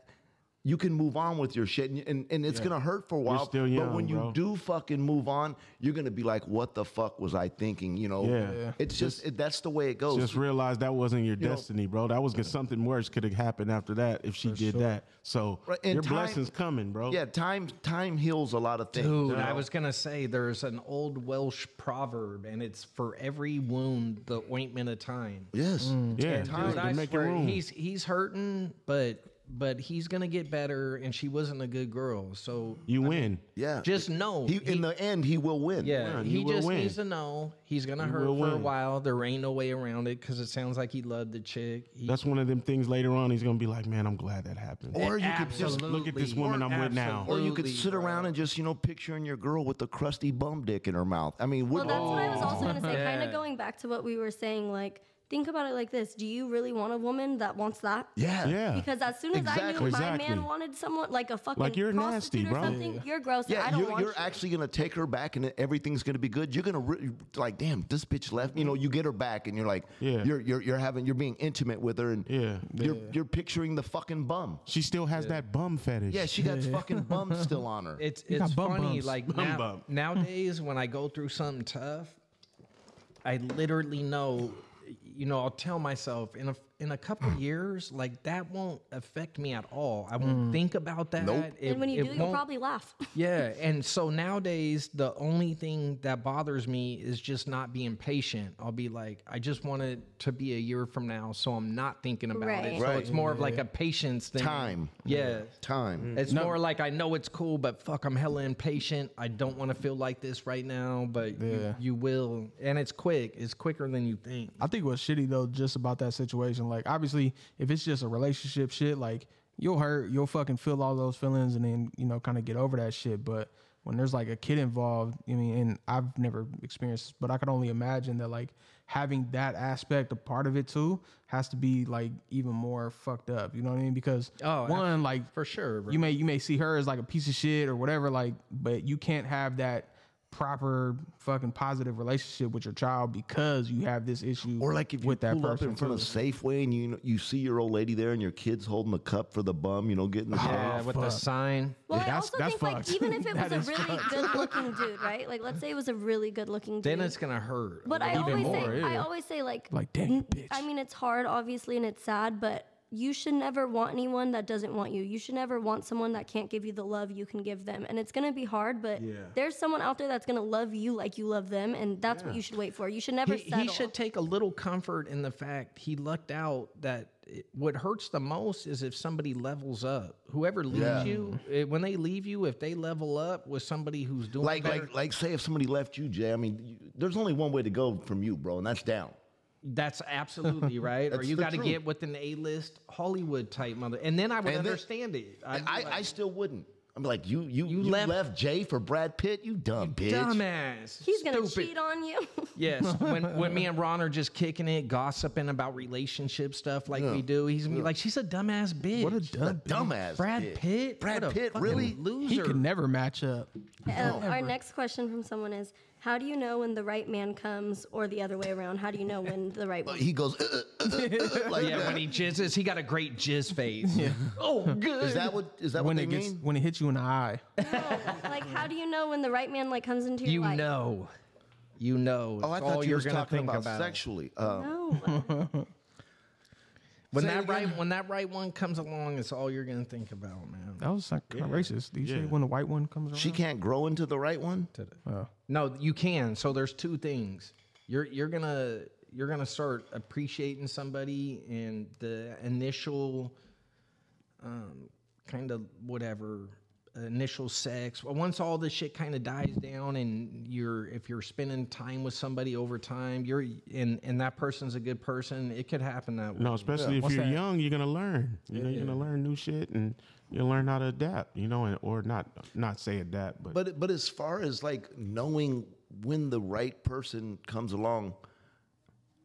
[SPEAKER 1] you can move on with your shit, and and, and it's gonna hurt for a while.
[SPEAKER 9] still
[SPEAKER 1] but
[SPEAKER 9] young,
[SPEAKER 1] when you
[SPEAKER 9] bro.
[SPEAKER 1] do fucking move on, you're gonna be like, "What the fuck was I thinking?" You know?
[SPEAKER 9] Yeah. Yeah.
[SPEAKER 1] It's just, it, that's the way it goes.
[SPEAKER 9] Just realize that wasn't your destiny, bro. That was g- something worse could have happened after that if she did that. So
[SPEAKER 1] Right, and
[SPEAKER 9] your
[SPEAKER 1] time-
[SPEAKER 9] blessing's coming, bro.
[SPEAKER 1] yeah, time time heals a lot of things.
[SPEAKER 8] Dude,
[SPEAKER 1] you
[SPEAKER 8] I
[SPEAKER 1] know?
[SPEAKER 8] was gonna say there's an old Welsh proverb, and it's for every wound the ointment of time.
[SPEAKER 1] yes.
[SPEAKER 8] Mm.
[SPEAKER 9] yeah.
[SPEAKER 8] Dude,
[SPEAKER 9] Time
[SPEAKER 8] I
[SPEAKER 9] make
[SPEAKER 8] swear,
[SPEAKER 9] it room.
[SPEAKER 8] he's he's hurting, but but he's gonna get better. And she wasn't a good girl, so
[SPEAKER 9] you win.
[SPEAKER 1] Yeah.
[SPEAKER 8] just know
[SPEAKER 1] he,
[SPEAKER 8] he-
[SPEAKER 1] in the end he will win.
[SPEAKER 8] Yeah,
[SPEAKER 9] you
[SPEAKER 8] he
[SPEAKER 9] will
[SPEAKER 8] just
[SPEAKER 9] win.
[SPEAKER 8] needs to know he's gonna hurt
[SPEAKER 9] will
[SPEAKER 8] for a
[SPEAKER 9] win.
[SPEAKER 8] while. There ain't no way around it because it sounds like he loved the chick. He,
[SPEAKER 9] That's one of them things later on he's gonna be like, Man, I'm glad that happened.
[SPEAKER 1] Or you could just
[SPEAKER 9] look at this woman I'm with now.
[SPEAKER 1] Or you could sit around and just, you know, picturing your girl with the crusty bum dick in her mouth. I mean,
[SPEAKER 7] well,
[SPEAKER 1] wouldn't
[SPEAKER 7] that's what I was also gonna say. Kind
[SPEAKER 8] Yeah.
[SPEAKER 7] of going back to what we were saying, like think about it like this: Do you really want a woman that wants that?
[SPEAKER 1] yeah.
[SPEAKER 9] yeah.
[SPEAKER 7] Because as soon as I knew
[SPEAKER 1] Exactly.
[SPEAKER 7] my
[SPEAKER 9] Exactly.
[SPEAKER 7] man wanted someone like a fucking
[SPEAKER 9] Like, you're nasty,
[SPEAKER 7] prostitute
[SPEAKER 9] bro.
[SPEAKER 7] or something, you're gross. I
[SPEAKER 1] Yeah,
[SPEAKER 7] don't
[SPEAKER 1] you're,
[SPEAKER 7] want
[SPEAKER 1] you're
[SPEAKER 7] you.
[SPEAKER 1] actually gonna take her back, and everything's gonna be good. You're gonna re- like, damn, this bitch left. You know, you get her back, and you're like,
[SPEAKER 9] Yeah.
[SPEAKER 1] you're you're you're having, you're being intimate with her, and
[SPEAKER 9] Yeah.
[SPEAKER 1] you're you're picturing the fucking bum.
[SPEAKER 9] She still has that bum fetish.
[SPEAKER 1] Yeah, she got fucking bum still on her.
[SPEAKER 8] It's
[SPEAKER 4] got
[SPEAKER 8] it's
[SPEAKER 4] bum
[SPEAKER 8] funny.
[SPEAKER 4] bumps.
[SPEAKER 8] Like
[SPEAKER 9] Bum
[SPEAKER 8] now-
[SPEAKER 9] bump.
[SPEAKER 8] nowadays, when I go through something tough, I literally know. You know, I'll tell myself in a in a couple years, like that won't affect me at all. I
[SPEAKER 4] Mm.
[SPEAKER 8] won't think about that.
[SPEAKER 1] Nope.
[SPEAKER 8] It-
[SPEAKER 7] and when you
[SPEAKER 8] it
[SPEAKER 7] do, you'll
[SPEAKER 8] won't-
[SPEAKER 7] probably laugh.
[SPEAKER 8] Yeah, and so nowadays the only thing that bothers me is just not being patient. I'll be like, I just want it to be a year from now, so I'm not thinking about
[SPEAKER 7] Right.
[SPEAKER 8] it. So it's more of like a patience thing.
[SPEAKER 1] Time.
[SPEAKER 8] Yeah.
[SPEAKER 7] Mm.
[SPEAKER 1] Time.
[SPEAKER 8] It's more like I know it's cool, but fuck, I'm hella impatient. I don't want to feel like this right now, but you, you will, and it's quick. It's quicker than you think.
[SPEAKER 4] I think what's shitty though, just about that situation, like obviously, if it's just a relationship shit, like you'll hurt, you'll fucking feel all those feelings, and then you know, kind of get over that shit. But when there's like a kid involved, I mean, and I've never experienced, this, but I could only imagine that like having that aspect, a part of it too, has to be like even more fucked up. You know what I mean? Because
[SPEAKER 8] Oh,
[SPEAKER 4] one, like
[SPEAKER 8] For sure, bro.
[SPEAKER 4] you may you may see her as like a piece of shit or whatever, like, but you can't have that proper fucking positive relationship with your child because you have this issue
[SPEAKER 1] Or like if you
[SPEAKER 4] with that
[SPEAKER 1] pull up
[SPEAKER 4] person
[SPEAKER 1] in front of
[SPEAKER 4] too.
[SPEAKER 1] Safeway and you you see your old lady there and your kids holding the cup for the bum, you know, getting the
[SPEAKER 8] yeah, with the sign.
[SPEAKER 7] Well, I
[SPEAKER 4] That's-
[SPEAKER 7] also
[SPEAKER 4] that's
[SPEAKER 7] think like
[SPEAKER 4] fucked.
[SPEAKER 7] even if it
[SPEAKER 4] That
[SPEAKER 7] was a
[SPEAKER 4] is
[SPEAKER 7] really good-looking dude, right? Like let's say it was a really good-looking dude.
[SPEAKER 8] Then it's gonna hurt. a
[SPEAKER 7] But I
[SPEAKER 8] little
[SPEAKER 7] always
[SPEAKER 8] bit more.
[SPEAKER 7] say, I always say, like,
[SPEAKER 4] Like, "Damn,
[SPEAKER 7] n-
[SPEAKER 4] bitch."
[SPEAKER 7] I mean, it's hard, obviously, and it's sad, but you should never want anyone that doesn't want you. You should never want someone that can't give you the love you can give them, and it's gonna be hard. But there's someone out there that's gonna love you like you love them, and that's what you should wait for. You should never
[SPEAKER 8] he,
[SPEAKER 7] settle.
[SPEAKER 8] he should take a little comfort in the fact he lucked out that it, what hurts the most is if somebody levels up. Whoever leaves you, eh, when they leave you, if they level up with somebody who's doing
[SPEAKER 1] like
[SPEAKER 8] better,
[SPEAKER 1] like like say if somebody left you, Jay. I mean, you, there's only one way to go from you, bro, and that's down.
[SPEAKER 8] that's absolutely right. or
[SPEAKER 1] That's
[SPEAKER 8] you
[SPEAKER 1] the
[SPEAKER 8] got to
[SPEAKER 1] truth.
[SPEAKER 8] get with an A-list Hollywood type mother, and then I would
[SPEAKER 1] And then-
[SPEAKER 8] understand it. I'd be
[SPEAKER 1] I,
[SPEAKER 8] like,
[SPEAKER 1] I still wouldn't. I'm like you you you, left,
[SPEAKER 8] left-
[SPEAKER 1] Jay for Brad Pitt. You dumb bitch.
[SPEAKER 8] dumbass.
[SPEAKER 7] He's gonna
[SPEAKER 8] stupid.
[SPEAKER 7] cheat on you.
[SPEAKER 8] Yes, when when me and Ron are just kicking it, gossiping about relationship stuff like we do, he's gonna be like, "She's a dumbass bitch."
[SPEAKER 4] What a
[SPEAKER 1] She's a
[SPEAKER 4] dumb
[SPEAKER 1] dumbass.
[SPEAKER 8] Brad
[SPEAKER 1] bitch.
[SPEAKER 8] Pitt.
[SPEAKER 1] Brad
[SPEAKER 8] What a
[SPEAKER 1] Pitt
[SPEAKER 8] fucking
[SPEAKER 1] really.
[SPEAKER 8] loser.
[SPEAKER 4] He could never match up.
[SPEAKER 7] Um, our next question from someone is How do you know when the right man comes or the other way around? How do you know when the right one?
[SPEAKER 1] He goes "Uh, uh, uh, uh," like
[SPEAKER 8] yeah,
[SPEAKER 1] that.
[SPEAKER 8] when he jizzes, he got a great jizz face. Oh, good.
[SPEAKER 1] uh, Is that what is that
[SPEAKER 4] when
[SPEAKER 1] what they
[SPEAKER 4] it gets
[SPEAKER 1] mean?
[SPEAKER 4] when it hits you in the eye.
[SPEAKER 7] like how do you know when the right man like comes into your
[SPEAKER 8] you
[SPEAKER 7] life?
[SPEAKER 8] know, you know.
[SPEAKER 1] Oh, I
[SPEAKER 8] It's
[SPEAKER 1] thought
[SPEAKER 8] all
[SPEAKER 1] you
[SPEAKER 8] you're
[SPEAKER 1] were
[SPEAKER 8] gonna
[SPEAKER 1] talking
[SPEAKER 8] think
[SPEAKER 1] about,
[SPEAKER 8] about.
[SPEAKER 1] sexually. Uh,
[SPEAKER 7] No.
[SPEAKER 8] When
[SPEAKER 1] Say it
[SPEAKER 8] that right
[SPEAKER 1] again.
[SPEAKER 8] when that right one comes along, it's all you're gonna think about, man.
[SPEAKER 4] That was like kind of racist. Do you say when the white one comes around?
[SPEAKER 1] She can't grow into the right one.
[SPEAKER 8] No, you can. So there's two things. You're you're gonna you're gonna start appreciating somebody, and the initial, um, kind of whatever initial sex. Well, Once all this shit kind of dies down, and you're if you're spending time with somebody over time, you're and and that person's a good person. It could happen that way.
[SPEAKER 9] No, especially if
[SPEAKER 4] what's
[SPEAKER 9] you're
[SPEAKER 4] that?
[SPEAKER 9] young, you're gonna learn. You know, you're gonna learn new shit and you'll learn how to adapt. You know, and or not not say adapt, but,
[SPEAKER 1] But but as far as like knowing when the right person comes along,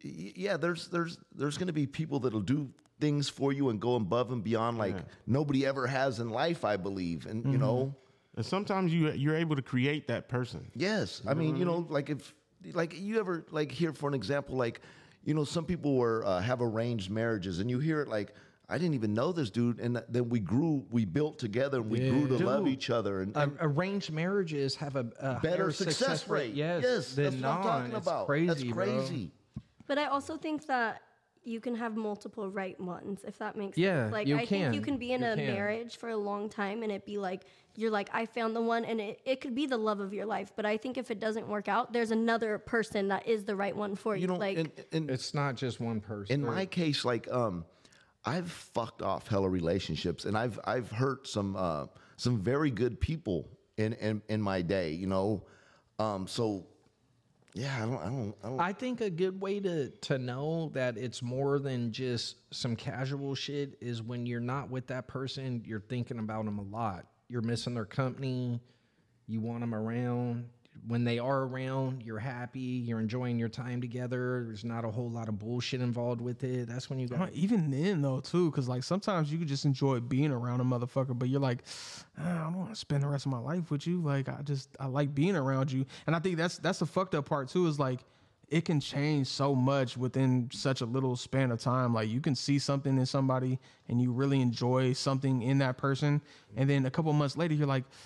[SPEAKER 1] y- yeah, there's there's there's going to be people that'll do things for you and go above and beyond like nobody ever has in life, I believe. And you know,
[SPEAKER 9] and sometimes you you're able to create that person.
[SPEAKER 1] yes, I mean, you know, like if like you ever like hear for an example, like you know, some people were uh, have arranged marriages, and you hear it like. I didn't even know this dude, and th- then we grew, we built together, and we grew to love each other. And,
[SPEAKER 8] A- arranged marriages have a, a higher
[SPEAKER 1] better success, rate.
[SPEAKER 8] Yes,
[SPEAKER 1] that's
[SPEAKER 8] than
[SPEAKER 1] what I'm talking
[SPEAKER 8] non. It's
[SPEAKER 1] about.
[SPEAKER 8] Crazy,
[SPEAKER 1] that's
[SPEAKER 8] bro.
[SPEAKER 1] crazy.
[SPEAKER 7] But I also think that you can have multiple right ones, if that makes
[SPEAKER 8] Yeah,
[SPEAKER 7] sense. Like
[SPEAKER 8] you
[SPEAKER 7] I think you
[SPEAKER 8] can.
[SPEAKER 7] can be in
[SPEAKER 8] You
[SPEAKER 7] a
[SPEAKER 8] can.
[SPEAKER 7] marriage for a long time and it be like you're like, I found the one and it, it could be the love of your life. But I think if it doesn't work out, there's another person that is the right one for you.
[SPEAKER 1] You know,
[SPEAKER 7] like
[SPEAKER 1] in, in,
[SPEAKER 8] It's not just one person.
[SPEAKER 1] in my case, like um, I've fucked off hella relationships, and I've I've hurt some uh, some very good people in in, in my day. You know, um, so yeah, I don't I don't I don't.
[SPEAKER 8] I think a good way to to know that it's more than just some casual shit is when you're not with that person, you're thinking about them a lot. You're missing their company. You want them around. When they are around, you're happy. You're enjoying your time together. There's not a whole lot of bullshit involved with it. That's when you
[SPEAKER 4] Uh,
[SPEAKER 8] got.
[SPEAKER 4] Even then, though, too, because like sometimes you could just enjoy being around a motherfucker, but you're like, "Ah, I don't want to spend the rest of my life with you. Like, I just I like being around you, and I think that's that's the fucked up part too. Is like it can change so much within such a little span of time. Like you can see something in somebody, and you really enjoy something in that person, and then a couple months later, you're like, "Ah,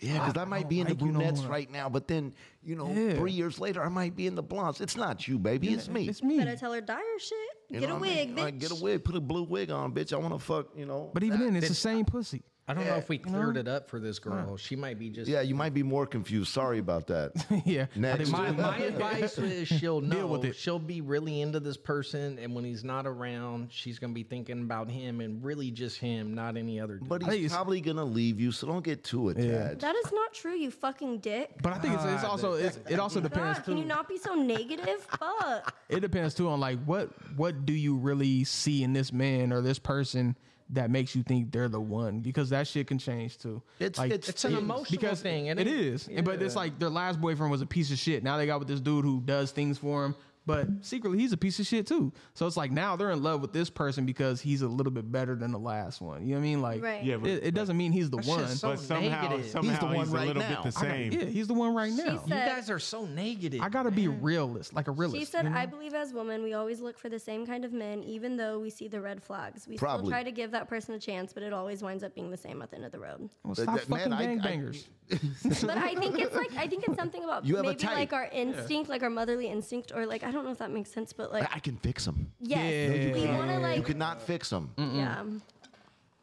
[SPEAKER 1] Yeah, because
[SPEAKER 4] I-
[SPEAKER 1] I,
[SPEAKER 4] I
[SPEAKER 1] might
[SPEAKER 4] don't
[SPEAKER 1] be in the
[SPEAKER 4] like you no
[SPEAKER 1] brunettes
[SPEAKER 4] more.
[SPEAKER 1] right now, but then you know,
[SPEAKER 4] Yeah.
[SPEAKER 1] three years later, I might be in the blondes. It's not you, baby. it's me.
[SPEAKER 4] It's me.
[SPEAKER 7] better tell her dye her shit.
[SPEAKER 1] You
[SPEAKER 7] get
[SPEAKER 1] know
[SPEAKER 7] a
[SPEAKER 1] what I
[SPEAKER 7] wig,
[SPEAKER 1] mean?
[SPEAKER 7] bitch.
[SPEAKER 1] Like, get a wig. Put a blue wig on, bitch. I want to fuck. You know.
[SPEAKER 4] But even then, it's the same pussy.
[SPEAKER 8] I don't know if we cleared it up for this girl. She might be just.
[SPEAKER 1] yeah, you might be more confused. Sorry about that.
[SPEAKER 4] yeah. I
[SPEAKER 1] Next.
[SPEAKER 4] think
[SPEAKER 8] My,
[SPEAKER 4] we-
[SPEAKER 8] my advice is she'll know.
[SPEAKER 4] Deal with it.
[SPEAKER 8] She'll be really into this person, and when he's not around, she's gonna be thinking about him and really just him, not any other. Dude.
[SPEAKER 1] But he's
[SPEAKER 4] Please.
[SPEAKER 1] probably gonna leave you, so don't get too attached.
[SPEAKER 7] that is not true, you fucking dick.
[SPEAKER 4] But I think it's, it's also it's, it also depends
[SPEAKER 7] God,
[SPEAKER 4] too.
[SPEAKER 7] can you not be so negative? Fuck.
[SPEAKER 4] it depends too on like what what do you really see in this man or this person that makes you think they're the one because that shit can change too.
[SPEAKER 1] It's-
[SPEAKER 4] like,
[SPEAKER 1] it's-
[SPEAKER 8] It's an emotional thing, and
[SPEAKER 4] it is. And- But it's like their last boyfriend was a piece of shit. Now they got with this dude who does things for him, but secretly he's a piece of shit too. So it's like now they're in love with this person because he's a little bit better than the last one. You know what I mean? Like
[SPEAKER 7] Right.
[SPEAKER 9] Yeah, but-
[SPEAKER 4] it, it doesn't mean he's the
[SPEAKER 8] That's
[SPEAKER 4] one.
[SPEAKER 8] just
[SPEAKER 9] But
[SPEAKER 8] So
[SPEAKER 9] somehow
[SPEAKER 8] negative.
[SPEAKER 9] somehow
[SPEAKER 1] He's
[SPEAKER 9] he's,
[SPEAKER 1] the one
[SPEAKER 9] a
[SPEAKER 1] right
[SPEAKER 9] little
[SPEAKER 1] now.
[SPEAKER 9] bit the
[SPEAKER 1] I gotta-
[SPEAKER 9] same.
[SPEAKER 4] yeah, he's the one right now.
[SPEAKER 7] She
[SPEAKER 8] you
[SPEAKER 7] said-
[SPEAKER 8] guys are so negative.
[SPEAKER 4] I gotta be realist, like a realist.
[SPEAKER 7] She said, I believe as women, we always look for the same kind of men, even though we see the red flags. We
[SPEAKER 1] Probably.
[SPEAKER 7] still try to give that person a chance, but it always winds up being the same at the end of the road.
[SPEAKER 4] Well,
[SPEAKER 1] That-
[SPEAKER 4] stop
[SPEAKER 1] that-
[SPEAKER 4] fucking
[SPEAKER 1] man, I- I-
[SPEAKER 4] gangbangers.
[SPEAKER 7] but I think it's like I think it's something about
[SPEAKER 1] You have a
[SPEAKER 7] maybe
[SPEAKER 1] type.
[SPEAKER 7] like our instinct, like our motherly instinct, or like I don't know if that makes sense, but like
[SPEAKER 1] I can fix him.
[SPEAKER 7] yes,
[SPEAKER 4] No, you
[SPEAKER 7] we
[SPEAKER 4] can't.
[SPEAKER 7] want to
[SPEAKER 1] You
[SPEAKER 7] like
[SPEAKER 1] cannot fix him.
[SPEAKER 4] Mm.
[SPEAKER 7] yeah.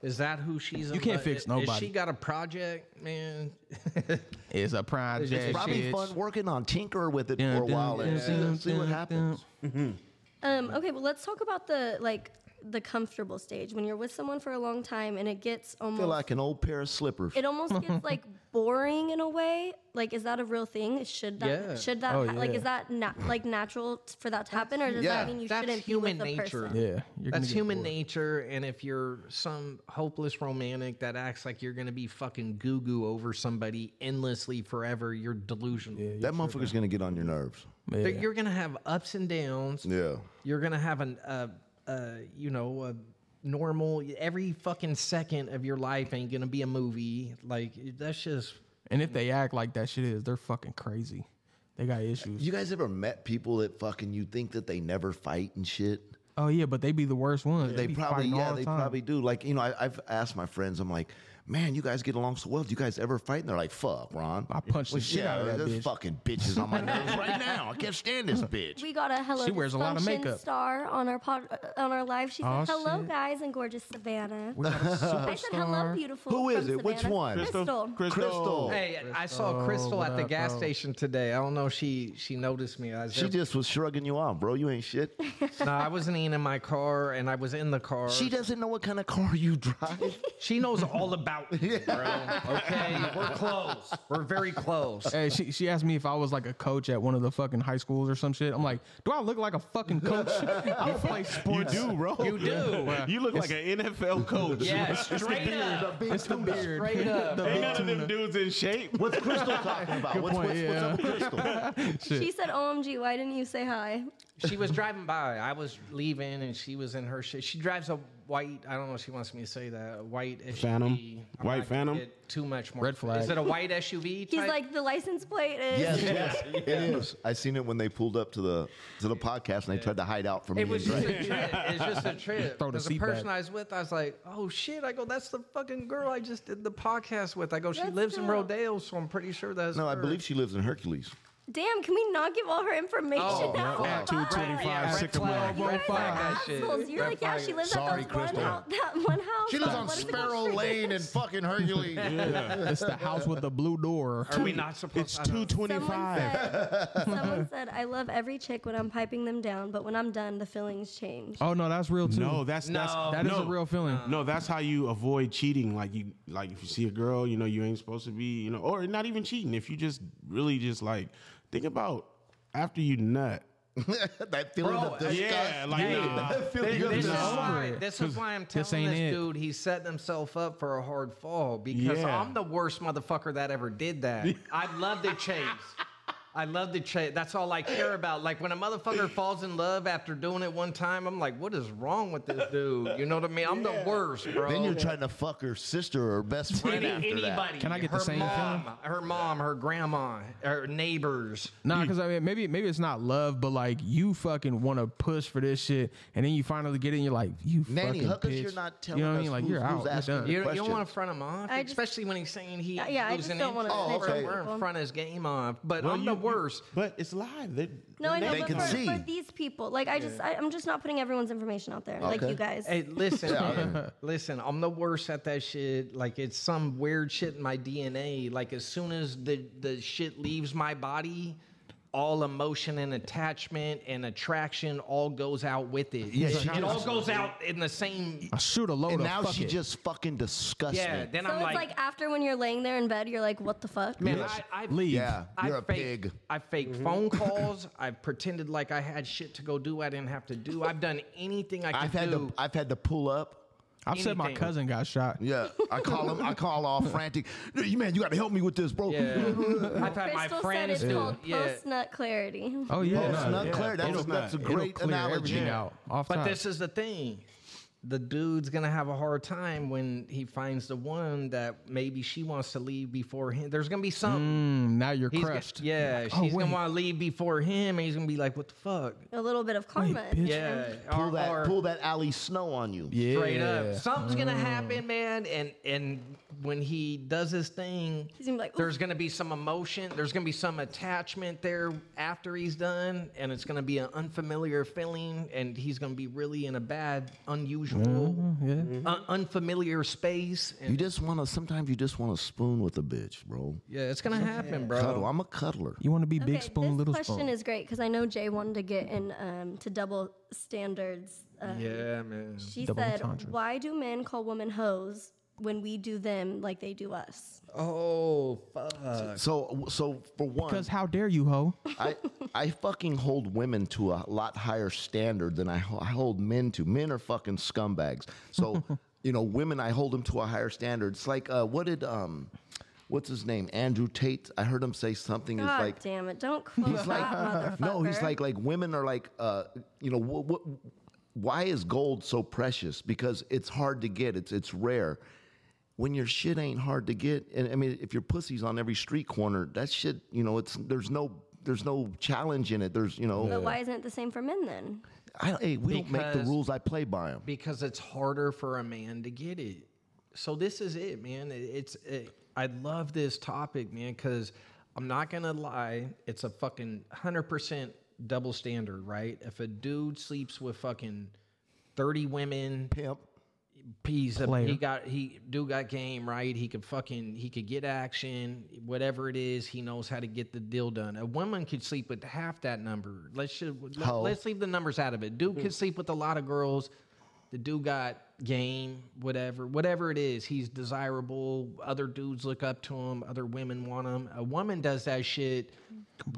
[SPEAKER 8] Is that who she's?
[SPEAKER 4] You can't fix
[SPEAKER 8] Is
[SPEAKER 4] nobody.
[SPEAKER 8] she got a project, man?
[SPEAKER 4] It's a project.
[SPEAKER 1] It's probably
[SPEAKER 4] bitch.
[SPEAKER 1] fun working on tinker with it
[SPEAKER 4] Dun,
[SPEAKER 1] for a
[SPEAKER 4] dun,
[SPEAKER 1] while and
[SPEAKER 4] dun, dun,
[SPEAKER 1] see, see what
[SPEAKER 4] dun,
[SPEAKER 1] happens.
[SPEAKER 7] Um, okay, well let's talk about the like the comfortable stage when you're with someone for a long time and it gets
[SPEAKER 1] I feel
[SPEAKER 7] almost
[SPEAKER 1] like an old pair of slippers.
[SPEAKER 7] it almost gets like boring in a way. Like, is that a real thing? Should that
[SPEAKER 8] Yeah.
[SPEAKER 7] should that
[SPEAKER 4] Oh,
[SPEAKER 7] ha- like
[SPEAKER 4] yeah.
[SPEAKER 7] is that na- like natural t- for that to happen, or does
[SPEAKER 1] Yeah.
[SPEAKER 7] that mean you
[SPEAKER 8] That's
[SPEAKER 7] shouldn't be with
[SPEAKER 8] human
[SPEAKER 7] the
[SPEAKER 8] nature.
[SPEAKER 7] person?
[SPEAKER 4] Yeah, you're gonna
[SPEAKER 8] That's
[SPEAKER 4] get
[SPEAKER 8] human
[SPEAKER 4] bored.
[SPEAKER 8] nature, and if you're some hopeless romantic that acts like you're gonna be fucking goo goo over somebody endlessly forever, you're delusional.
[SPEAKER 1] that motherfucker's gonna get on your nerves.
[SPEAKER 8] That You're gonna have ups and downs.
[SPEAKER 1] Yeah.
[SPEAKER 8] You're gonna have an uh, uh, you know, a normal every fucking second of your life ain't gonna be a movie. Like that's just
[SPEAKER 4] And if they act like that shit is, they're fucking crazy. They got issues.
[SPEAKER 1] You guys ever met people that fucking you think that they never fight and shit?
[SPEAKER 4] Oh yeah, but they be the worst ones.
[SPEAKER 1] They
[SPEAKER 4] be
[SPEAKER 1] probably
[SPEAKER 4] fighting all
[SPEAKER 1] yeah,
[SPEAKER 4] the
[SPEAKER 1] they
[SPEAKER 4] time.
[SPEAKER 1] probably do. Like you know, I, I've asked my friends. I'm like, man, you guys get along so well. Do you guys ever fight? And they're like, fuck, Ron.
[SPEAKER 4] I punched the
[SPEAKER 1] Well,
[SPEAKER 4] shit out of that
[SPEAKER 1] there's
[SPEAKER 4] bitch.
[SPEAKER 1] fucking bitches on my nerves right now. I can't stand this bitch.
[SPEAKER 7] We got a hello
[SPEAKER 4] She wears a lot of
[SPEAKER 7] Dysfunction
[SPEAKER 4] makeup.
[SPEAKER 7] star on our pod, uh, on our live. She
[SPEAKER 4] Aw,
[SPEAKER 7] said, "Hello
[SPEAKER 4] shit.
[SPEAKER 7] guys and gorgeous Savannah."
[SPEAKER 4] We got a
[SPEAKER 7] I said, "Hello
[SPEAKER 4] superstar.
[SPEAKER 7] beautiful."
[SPEAKER 1] Who is
[SPEAKER 7] from
[SPEAKER 1] it? Which
[SPEAKER 7] Savannah."
[SPEAKER 1] one?
[SPEAKER 7] Crystal.
[SPEAKER 1] Crystal.
[SPEAKER 8] Hey, I saw Crystal
[SPEAKER 4] what
[SPEAKER 8] at the
[SPEAKER 4] up,
[SPEAKER 8] gas
[SPEAKER 4] bro?
[SPEAKER 8] station today. I don't know if she she noticed me. I was
[SPEAKER 1] She
[SPEAKER 8] there-
[SPEAKER 1] just was shrugging you off, bro. You ain't shit.
[SPEAKER 8] No, I wasn't even in my car, and I was in the car.
[SPEAKER 1] She doesn't know what kind of car you drive.
[SPEAKER 8] She knows all about me, bro. Okay, we're close. We're very close.
[SPEAKER 4] Hey, she, she asked me if I was like a coach at one of the fucking high schools or some shit. I'm like, do I look like a fucking coach? I play
[SPEAKER 9] You
[SPEAKER 4] sports.
[SPEAKER 9] do, bro.
[SPEAKER 8] You do.
[SPEAKER 9] You look like an NFL coach.
[SPEAKER 8] Yeah, straight up.
[SPEAKER 4] It's the beard.
[SPEAKER 8] Straight up.
[SPEAKER 4] The
[SPEAKER 9] Ain't
[SPEAKER 4] big
[SPEAKER 9] none of them
[SPEAKER 4] tuna.
[SPEAKER 9] dudes in shape.
[SPEAKER 1] What's Crystal talking about? what's,
[SPEAKER 4] point,
[SPEAKER 1] what's, what's
[SPEAKER 4] yeah.
[SPEAKER 1] up with Crystal?
[SPEAKER 7] She said, "OMG, why didn't you say hi?"
[SPEAKER 8] She was driving by. I was leaving, and she was in her shit. She drives a white. I don't know. if She wants me to say that a white SUV.
[SPEAKER 9] Phantom?
[SPEAKER 8] I'm not
[SPEAKER 9] White
[SPEAKER 8] gonna
[SPEAKER 9] Phantom?
[SPEAKER 8] get Too much more.
[SPEAKER 4] Red flag.
[SPEAKER 8] Is it a white
[SPEAKER 7] He's
[SPEAKER 8] SUV? type?
[SPEAKER 7] like, "The license plate is."
[SPEAKER 1] yes, yes, it is. I seen it when they pulled up to the to the podcast and they tried to hide out from
[SPEAKER 8] It
[SPEAKER 1] me.
[SPEAKER 8] was just a trip. It's just a trip.
[SPEAKER 4] Throw the
[SPEAKER 8] Because the,
[SPEAKER 4] seat
[SPEAKER 8] person
[SPEAKER 4] back.
[SPEAKER 8] I was with, I was like, "Oh shit!" I go, "That's the fucking girl I just did the podcast with." I go, "She
[SPEAKER 7] That's
[SPEAKER 8] lives in
[SPEAKER 7] dope.
[SPEAKER 8] Rodale, so I'm pretty sure that's."
[SPEAKER 1] no, I
[SPEAKER 8] her."
[SPEAKER 1] believe she lives in Hercules.
[SPEAKER 7] Damn, can we not give all her information
[SPEAKER 8] Oh,
[SPEAKER 7] out?
[SPEAKER 1] yeah.
[SPEAKER 7] Fuck.
[SPEAKER 1] Attitude
[SPEAKER 8] Yeah, red
[SPEAKER 9] sycamore.
[SPEAKER 8] flag,
[SPEAKER 4] Elbow
[SPEAKER 8] red flag, that shit.
[SPEAKER 7] Assholes. You're
[SPEAKER 8] Red
[SPEAKER 7] like, yeah,
[SPEAKER 8] flag.
[SPEAKER 7] she lives
[SPEAKER 2] Sorry,
[SPEAKER 7] at that one,
[SPEAKER 2] Crystal.
[SPEAKER 7] house, that one house.
[SPEAKER 2] She lives
[SPEAKER 7] uh,
[SPEAKER 2] on
[SPEAKER 7] what is it called?
[SPEAKER 2] Sparrow
[SPEAKER 7] Street-
[SPEAKER 2] Lane in fucking Hercules.
[SPEAKER 4] It's the house with the blue door.
[SPEAKER 8] Are we not supposed?
[SPEAKER 9] It's
[SPEAKER 8] I don't-
[SPEAKER 9] two twenty
[SPEAKER 7] Someone
[SPEAKER 9] five.
[SPEAKER 7] said, someone said, I love every chick when I'm piping them down, but when I'm done, the feelings change.
[SPEAKER 4] Oh no, that's real too.
[SPEAKER 9] No, that's that's
[SPEAKER 8] No.
[SPEAKER 4] That is
[SPEAKER 9] no.
[SPEAKER 4] a real feeling.
[SPEAKER 9] No, that's how you avoid cheating. Like you, like if you see a girl, you know you ain't supposed to be, you know, or not even cheating. If you just really just like think about after you nut.
[SPEAKER 1] that feeling
[SPEAKER 8] Bro,
[SPEAKER 1] of disgust.
[SPEAKER 9] Yeah, like nah.
[SPEAKER 8] Th-
[SPEAKER 1] You're
[SPEAKER 8] This is,
[SPEAKER 1] just
[SPEAKER 4] over
[SPEAKER 8] why,
[SPEAKER 4] it.
[SPEAKER 8] this is why I'm telling
[SPEAKER 4] This
[SPEAKER 8] this,
[SPEAKER 4] ain't it.
[SPEAKER 8] dude he's setting himself up for a hard fall because
[SPEAKER 9] Yeah.
[SPEAKER 8] I'm the worst motherfucker that ever did that. I love the chase. I love the chase. That's all I care about. Like when a motherfucker falls in love after doing it one time, I'm like, what is wrong with this dude? You know what I mean? I'm the worst, bro.
[SPEAKER 1] Then you're trying to fuck her sister or best friend
[SPEAKER 8] Any-
[SPEAKER 1] after that.
[SPEAKER 8] anybody.
[SPEAKER 4] Can I get the
[SPEAKER 8] her
[SPEAKER 4] same
[SPEAKER 8] mom,
[SPEAKER 4] feeling?
[SPEAKER 8] Her mom, her grandma, her neighbors.
[SPEAKER 4] Nah, because I mean, maybe maybe it's not love, but like you fucking want to push for this shit, and then you finally get it, and you're like, you
[SPEAKER 1] Nanny,
[SPEAKER 4] fucking
[SPEAKER 1] how come
[SPEAKER 4] bitch.
[SPEAKER 1] you're not
[SPEAKER 4] You
[SPEAKER 1] telling
[SPEAKER 4] know what I
[SPEAKER 1] us
[SPEAKER 4] mean? Like
[SPEAKER 1] who's,
[SPEAKER 4] you're
[SPEAKER 1] who's
[SPEAKER 4] out. You're
[SPEAKER 1] asking
[SPEAKER 4] done.
[SPEAKER 1] the
[SPEAKER 8] You, you don't
[SPEAKER 1] question?
[SPEAKER 8] want to front him off,
[SPEAKER 7] I just-
[SPEAKER 8] especially when he's saying he
[SPEAKER 7] yeah, I just
[SPEAKER 8] losing
[SPEAKER 7] don't wanna
[SPEAKER 8] interest.
[SPEAKER 1] Oh, okay.
[SPEAKER 8] We're in front of his game off, but
[SPEAKER 9] Well,
[SPEAKER 8] I'm
[SPEAKER 9] you-
[SPEAKER 8] the worst.
[SPEAKER 9] But it's live. They,
[SPEAKER 7] No, I know,
[SPEAKER 1] They
[SPEAKER 7] but
[SPEAKER 1] can
[SPEAKER 7] for,
[SPEAKER 1] see.
[SPEAKER 7] for these people, like, I just, I, I'm just not putting everyone's information out there, like
[SPEAKER 1] Okay.
[SPEAKER 7] you guys.
[SPEAKER 8] Hey, listen,
[SPEAKER 1] Yeah,
[SPEAKER 8] man. listen. I'm the worst at that shit. Like it's some weird shit in my DNA. Like as soon as the the shit leaves my body, all emotion and attachment and attraction all goes out with it.
[SPEAKER 1] Yeah,
[SPEAKER 8] it,
[SPEAKER 1] she
[SPEAKER 8] it all
[SPEAKER 1] just-
[SPEAKER 8] goes out in the same.
[SPEAKER 4] I shoot a load
[SPEAKER 1] And
[SPEAKER 4] of
[SPEAKER 1] now
[SPEAKER 4] fuck
[SPEAKER 1] she
[SPEAKER 4] it.
[SPEAKER 1] just fucking disgusts
[SPEAKER 8] Yeah.
[SPEAKER 1] me.
[SPEAKER 8] Then
[SPEAKER 7] so
[SPEAKER 8] I'm
[SPEAKER 7] it's like,
[SPEAKER 8] like,
[SPEAKER 7] after when you're laying there in bed, you're like, what the fuck?
[SPEAKER 8] man, I, I
[SPEAKER 4] Leave.
[SPEAKER 1] Yeah,
[SPEAKER 8] I
[SPEAKER 1] you're a
[SPEAKER 8] faked-
[SPEAKER 1] pig.
[SPEAKER 8] I faked
[SPEAKER 7] Mm-hmm.
[SPEAKER 8] phone calls. I pretended like I had shit to go do. I didn't have to do. I've done anything I could
[SPEAKER 1] I've had
[SPEAKER 8] do.
[SPEAKER 1] to I've had to pull up.
[SPEAKER 4] I've said my
[SPEAKER 8] anything.
[SPEAKER 4] cousin got shot.
[SPEAKER 1] Yeah, I call him. I call all frantic. "No, you- Man, you got to help me with this, bro. Oh,
[SPEAKER 8] Yeah. I've
[SPEAKER 7] Mm-hmm.
[SPEAKER 8] had my
[SPEAKER 7] Crystal said
[SPEAKER 8] friends
[SPEAKER 7] it's
[SPEAKER 8] do.
[SPEAKER 7] called
[SPEAKER 8] it. Yeah.
[SPEAKER 7] post nut clarity.
[SPEAKER 4] Oh yeah,
[SPEAKER 1] It's
[SPEAKER 4] nah,
[SPEAKER 1] not
[SPEAKER 4] yeah.
[SPEAKER 1] clear. That's,
[SPEAKER 9] It'll-
[SPEAKER 1] that's a
[SPEAKER 9] it'll
[SPEAKER 1] great
[SPEAKER 4] It'll clear
[SPEAKER 1] analogy.
[SPEAKER 4] everything out. Off
[SPEAKER 8] But
[SPEAKER 4] time.
[SPEAKER 8] this is the thing. The dude's gonna have a hard time when he finds the one that maybe she wants to leave before him. There's gonna be
[SPEAKER 4] Mm,
[SPEAKER 8] something.
[SPEAKER 4] now you're
[SPEAKER 8] He's
[SPEAKER 4] crushed.
[SPEAKER 8] Gonna, yeah,
[SPEAKER 4] oh,
[SPEAKER 8] she's
[SPEAKER 4] wait.
[SPEAKER 8] gonna want to leave before him, and he's gonna be like, "What the fuck?"
[SPEAKER 7] A little bit of karma.
[SPEAKER 4] bitch.
[SPEAKER 8] Yeah,
[SPEAKER 1] Pull
[SPEAKER 8] or-
[SPEAKER 1] that
[SPEAKER 8] or
[SPEAKER 1] pull that alley snow on you.
[SPEAKER 4] yeah.
[SPEAKER 8] straight up, something's gonna happen, man. And and when he does his thing,
[SPEAKER 7] He's gonna be like,
[SPEAKER 8] there's gonna be some emotion. There's gonna be some attachment there after he's done, and it's gonna be an unfamiliar feeling, and he's gonna be really in a bad, unusual. Mm-hmm,
[SPEAKER 4] Yeah.
[SPEAKER 8] un- unfamiliar space.
[SPEAKER 1] You
[SPEAKER 8] And
[SPEAKER 1] just want to. Sometimes you just want to spoon with a bitch, bro.
[SPEAKER 8] yeah, it's gonna happen,
[SPEAKER 1] Cuddle.
[SPEAKER 8] bro.
[SPEAKER 1] I'm a cuddler.
[SPEAKER 4] You want to be big
[SPEAKER 7] Okay,
[SPEAKER 4] spoon,
[SPEAKER 7] this
[SPEAKER 4] little
[SPEAKER 7] question
[SPEAKER 4] spoon.
[SPEAKER 7] is great because I know Jay wanted to get in um, to double standards. Uh,
[SPEAKER 8] Yeah, man.
[SPEAKER 7] She
[SPEAKER 4] Double
[SPEAKER 7] said,
[SPEAKER 4] entendre.
[SPEAKER 7] "Why do men call women hoes when we do them like they do us?"
[SPEAKER 8] Oh fuck.
[SPEAKER 1] So so for one,
[SPEAKER 4] because how dare you, ho?
[SPEAKER 1] I I fucking hold women to a lot higher standard than I, ho- I hold men to. Men are fucking scumbags. So you know, women I hold them to a higher standard. It's like uh, what did um, what's his name? Andrew Tate. I heard him say something. is
[SPEAKER 7] God
[SPEAKER 1] like
[SPEAKER 7] damn it! Don't quote
[SPEAKER 1] He's like,
[SPEAKER 7] that motherfucker.
[SPEAKER 1] no, he's like, like women are like, uh, you know, what, what, why is gold so precious? Because it's hard to get. It's it's rare. When your shit ain't hard to get, and I mean, if your pussy's on every street corner, that shit, you know, it's there's no there's no challenge in it. There's you know,
[SPEAKER 7] But why isn't it the same for men then?
[SPEAKER 1] I, hey, we don't make the
[SPEAKER 8] Because-
[SPEAKER 1] rules. I play by them.
[SPEAKER 8] because it's harder for a man to get it. So this is it, man. It- It's it, I love this topic, man, because I'm not gonna lie, it's a fucking hundred percent double standard, right? If a dude sleeps with fucking thirty women,
[SPEAKER 1] Pimp.
[SPEAKER 8] he's a,
[SPEAKER 4] Player.
[SPEAKER 8] he got he dude got game, right? He could fucking he could get action, whatever it is. He knows how to get the deal done. A woman could sleep with half that number. Let's should, let,
[SPEAKER 1] Hoe.
[SPEAKER 8] let's leave the numbers out of it. Dude
[SPEAKER 4] Hmm.
[SPEAKER 8] could sleep with a lot of girls. The dude got game, whatever, whatever it is. He's desirable. Other dudes look up to him. Other women want him. A woman does that shit.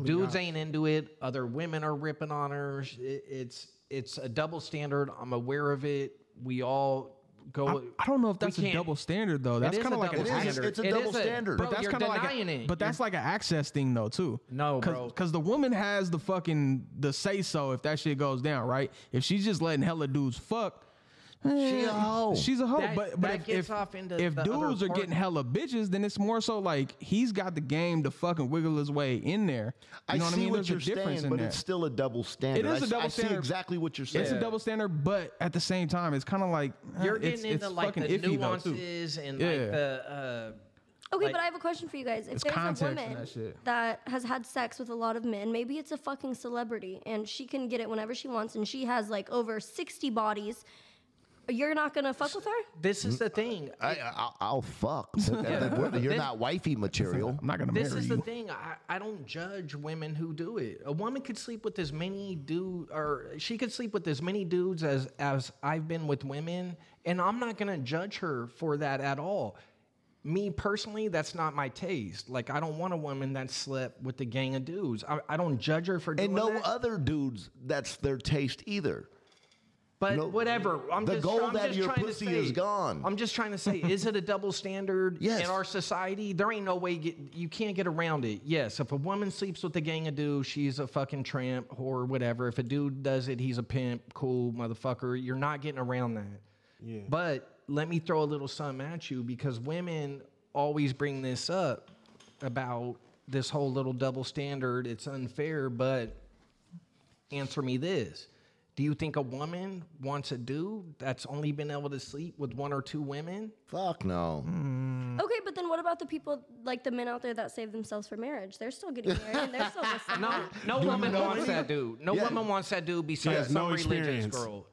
[SPEAKER 8] Dudes ain't into it. Other women are ripping on her. Sh- it- it's it's a double standard. I'm aware of it. We all go.
[SPEAKER 4] I, I don't know if
[SPEAKER 8] we
[SPEAKER 4] that's a
[SPEAKER 8] can't-
[SPEAKER 4] double standard though. That's
[SPEAKER 8] it is
[SPEAKER 4] kind
[SPEAKER 8] a
[SPEAKER 4] of like an
[SPEAKER 8] double
[SPEAKER 1] It is.
[SPEAKER 8] standard.
[SPEAKER 1] It's a
[SPEAKER 8] It is
[SPEAKER 1] double standard.
[SPEAKER 8] Bro,
[SPEAKER 4] But that's
[SPEAKER 8] Oh, you're
[SPEAKER 4] kind of like
[SPEAKER 8] denying
[SPEAKER 4] a,
[SPEAKER 8] it.
[SPEAKER 4] but that's like an access thing though too.
[SPEAKER 8] No,
[SPEAKER 4] Cause,
[SPEAKER 8] bro.
[SPEAKER 4] because the woman has the fucking the say so if that shit goes down, right? If she's just letting hella dudes fuck, eh,
[SPEAKER 8] She a hoe.
[SPEAKER 4] She's a hoe.
[SPEAKER 8] That-
[SPEAKER 4] but but
[SPEAKER 8] that
[SPEAKER 4] if,
[SPEAKER 8] gets
[SPEAKER 4] if,
[SPEAKER 8] off into
[SPEAKER 4] if
[SPEAKER 8] the other
[SPEAKER 4] dudes are
[SPEAKER 8] part.
[SPEAKER 4] getting hella bitches, then it's more so like he's got the game to fucking wiggle his way in there. You
[SPEAKER 1] I
[SPEAKER 4] know
[SPEAKER 1] see
[SPEAKER 4] what I mean?
[SPEAKER 1] what
[SPEAKER 4] There's
[SPEAKER 1] you're
[SPEAKER 4] a difference
[SPEAKER 1] saying,
[SPEAKER 4] in
[SPEAKER 1] but
[SPEAKER 4] that.
[SPEAKER 1] it's still a double standard.
[SPEAKER 4] It is
[SPEAKER 1] I
[SPEAKER 4] a
[SPEAKER 1] s-
[SPEAKER 4] double
[SPEAKER 1] I
[SPEAKER 4] standard.
[SPEAKER 1] see exactly what you're saying.
[SPEAKER 4] it's a double standard, but at the same time, it's kind of like eh,
[SPEAKER 8] you're
[SPEAKER 4] it's,
[SPEAKER 8] getting
[SPEAKER 4] it's
[SPEAKER 8] into like
[SPEAKER 4] fucking
[SPEAKER 8] the
[SPEAKER 4] iffy though too.
[SPEAKER 8] nuances and like
[SPEAKER 4] Yeah.
[SPEAKER 8] the. Uh,
[SPEAKER 7] Okay,
[SPEAKER 8] Like-
[SPEAKER 7] but I have a question for you guys. If
[SPEAKER 4] It's
[SPEAKER 7] there's
[SPEAKER 4] context
[SPEAKER 7] a
[SPEAKER 4] and
[SPEAKER 7] woman
[SPEAKER 4] that shit.
[SPEAKER 7] has had sex with a lot of men, maybe it's a fucking celebrity and she can get it whenever she wants and she has like over 60 bodies, you're not gonna fuck with her?
[SPEAKER 8] this is the
[SPEAKER 4] Mm.
[SPEAKER 8] thing.
[SPEAKER 1] I, I, I'll fuck. You're not wifey material.
[SPEAKER 4] I'm not gonna
[SPEAKER 8] This
[SPEAKER 4] marry
[SPEAKER 8] is the
[SPEAKER 4] you.
[SPEAKER 8] thing. I, I don't judge women who do it. A woman could sleep with as many dude, or she could sleep with as many dudes as as I've been with women, and I'm not gonna judge her for that at all. Me personally, that's not my taste. Like I don't want a woman that slept with a gang of dudes. I, I don't judge her for doing
[SPEAKER 1] And no
[SPEAKER 8] that.
[SPEAKER 1] other dudes, that's their taste either.
[SPEAKER 8] But
[SPEAKER 1] No,
[SPEAKER 8] whatever. I'm
[SPEAKER 1] the
[SPEAKER 8] just,
[SPEAKER 1] gold
[SPEAKER 8] I'm
[SPEAKER 1] out of
[SPEAKER 8] just
[SPEAKER 1] your
[SPEAKER 8] trying to
[SPEAKER 1] pussy
[SPEAKER 8] say-
[SPEAKER 1] is gone.
[SPEAKER 8] I'm just trying to say, is it a double standard
[SPEAKER 1] Yes.
[SPEAKER 8] in our society? There ain't no way get, you can't get around it. Yes, if a woman sleeps with a gang of dudes, she's a fucking tramp, whore, whatever. If a dude does it, he's a pimp, cool motherfucker. You're not getting around that. Yeah. But let me throw a little something at you because women always bring this up about this whole little double standard. It's unfair, but answer me this do you think a woman wants a dude that's only been able to sleep with one or two women
[SPEAKER 1] Fuck no.
[SPEAKER 9] Mm,
[SPEAKER 7] Okay, but then what about the people like the men out there that save themselves for marriage? They're still getting married and they're still with someone.
[SPEAKER 9] Ah.
[SPEAKER 8] no no woman wants that dude no
[SPEAKER 1] Yeah.
[SPEAKER 8] woman wants that dude besides
[SPEAKER 9] has no
[SPEAKER 8] some religious
[SPEAKER 9] experience.
[SPEAKER 8] girl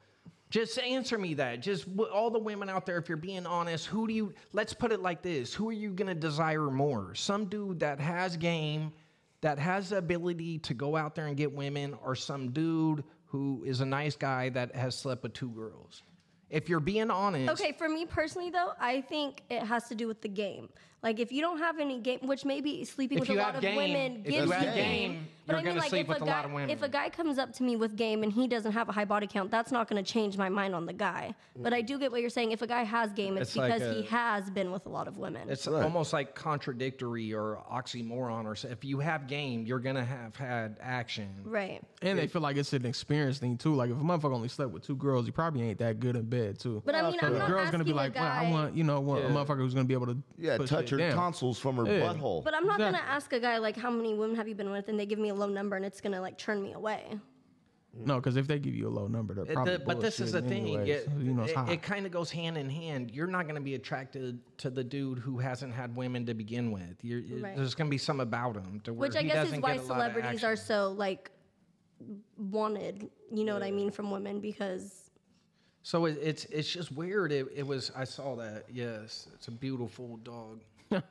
[SPEAKER 8] just answer me that just w- all the women out there if you're being honest who do you let's put it like this who are you gonna desire more some dude that has game that has the ability to go out there and get women or some dude who is a nice guy that has slept with two girls if you're being honest
[SPEAKER 7] Okay, for me personally though, I think it has to do with the game. Like if you don't have any game, which maybe sleeping with
[SPEAKER 8] If you
[SPEAKER 7] a
[SPEAKER 8] have
[SPEAKER 7] lot of
[SPEAKER 8] game-
[SPEAKER 7] women
[SPEAKER 8] if
[SPEAKER 7] gives
[SPEAKER 8] you
[SPEAKER 7] you
[SPEAKER 1] have
[SPEAKER 7] game.
[SPEAKER 8] game,
[SPEAKER 7] But
[SPEAKER 8] you're
[SPEAKER 7] I mean,
[SPEAKER 8] gonna
[SPEAKER 7] like
[SPEAKER 8] sleep
[SPEAKER 7] if
[SPEAKER 8] with
[SPEAKER 7] a
[SPEAKER 8] a
[SPEAKER 7] guy,
[SPEAKER 8] lot of women.
[SPEAKER 7] if a guy comes up to me with game and he doesn't have a high body count, that's not going to change my mind on the guy. But I do get what you're saying. If a guy has game, it's,
[SPEAKER 8] It's like
[SPEAKER 7] because he
[SPEAKER 8] a-
[SPEAKER 7] has been with a lot of women.
[SPEAKER 8] It's almost like contradictory or oxymoron or so. If you have game, you're gonna have had action.
[SPEAKER 7] right.
[SPEAKER 4] And they feel like it's an experience thing too. Like if a motherfucker only slept with two girls, he probably ain't that good in bed too.
[SPEAKER 7] But I mean, I'm
[SPEAKER 4] the
[SPEAKER 7] not
[SPEAKER 4] girl's
[SPEAKER 7] asking
[SPEAKER 4] gonna be
[SPEAKER 7] a
[SPEAKER 4] like, well, I
[SPEAKER 7] guy-
[SPEAKER 4] want you know, want a motherfucker who's gonna be able to
[SPEAKER 1] Yeah,
[SPEAKER 4] push
[SPEAKER 1] touch
[SPEAKER 4] it
[SPEAKER 1] her
[SPEAKER 4] down.
[SPEAKER 1] tonsils from her butthole.
[SPEAKER 7] But I'm not going to
[SPEAKER 4] Exactly.
[SPEAKER 7] ask a guy like how many women have you been with, and they give me a low number, and it's going to like turn me away.
[SPEAKER 4] No, because if they give you a low number, they're
[SPEAKER 8] It-
[SPEAKER 4] probably
[SPEAKER 8] the- but this is the
[SPEAKER 4] bullshitting
[SPEAKER 8] thing.
[SPEAKER 4] anyway,
[SPEAKER 8] It,
[SPEAKER 4] so, you know, it's
[SPEAKER 8] it,
[SPEAKER 4] hot.
[SPEAKER 8] kind of goes hand in hand. You're not gonna be attracted to the dude who hasn't had women to begin with. You're, you-
[SPEAKER 7] Right.
[SPEAKER 8] There's gonna be some about him to where
[SPEAKER 7] Which I
[SPEAKER 8] he
[SPEAKER 7] guess
[SPEAKER 8] doesn't
[SPEAKER 7] is why
[SPEAKER 8] get a lot of
[SPEAKER 7] celebrities
[SPEAKER 8] action.
[SPEAKER 7] are so like wanted. You know what I mean from women because
[SPEAKER 8] So it, it's it's just weird. It, it was I saw that. Yes, it's a beautiful dog. I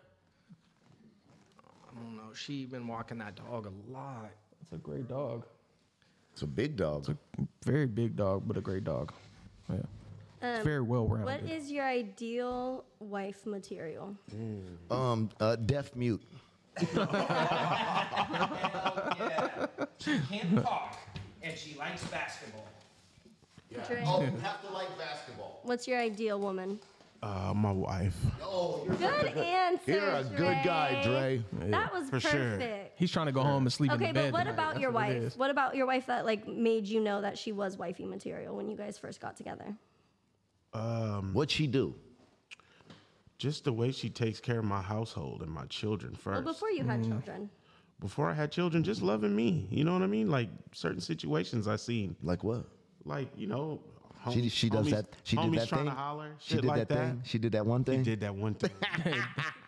[SPEAKER 8] don't know. She been walking that dog a lot.
[SPEAKER 4] it's a great dog,
[SPEAKER 1] It's a big dog.
[SPEAKER 4] very big dog, but a great dog. Yeah, It's very well rounded.
[SPEAKER 7] Um, what is your ideal wife material?
[SPEAKER 1] Um, uh, deaf mute.
[SPEAKER 8] She can't talk, and she likes basketball.
[SPEAKER 7] What's your-
[SPEAKER 1] Oh, have to like basketball.
[SPEAKER 7] What's your ideal woman?
[SPEAKER 9] Uh, my wife.
[SPEAKER 7] Good answer.
[SPEAKER 1] You're a good guy, Dre.
[SPEAKER 7] That was
[SPEAKER 9] For sure.
[SPEAKER 7] perfect.
[SPEAKER 4] He's trying to go home and sleep
[SPEAKER 7] Okay,
[SPEAKER 4] in the
[SPEAKER 7] but
[SPEAKER 4] bed.
[SPEAKER 7] what
[SPEAKER 4] tonight.
[SPEAKER 7] about your
[SPEAKER 4] That's what it
[SPEAKER 7] wife?
[SPEAKER 4] is.
[SPEAKER 7] What about your wife that like made you know that she was wifey material when you guys first got together?
[SPEAKER 1] What'd she do?
[SPEAKER 9] Just the way she takes care of my household and my children first.
[SPEAKER 7] Well, before you had children.
[SPEAKER 9] before I had children, just loving me. You know what I mean? Like certain situations I seen,
[SPEAKER 1] Like what?
[SPEAKER 9] like you know, hom-
[SPEAKER 1] She she does
[SPEAKER 9] homies-
[SPEAKER 1] that. She did
[SPEAKER 9] homies
[SPEAKER 1] that
[SPEAKER 9] trying
[SPEAKER 1] thing.
[SPEAKER 9] to holler.
[SPEAKER 1] she
[SPEAKER 9] shit
[SPEAKER 1] did
[SPEAKER 9] like
[SPEAKER 1] that, thing. She did that one thing.
[SPEAKER 9] She did that one thing.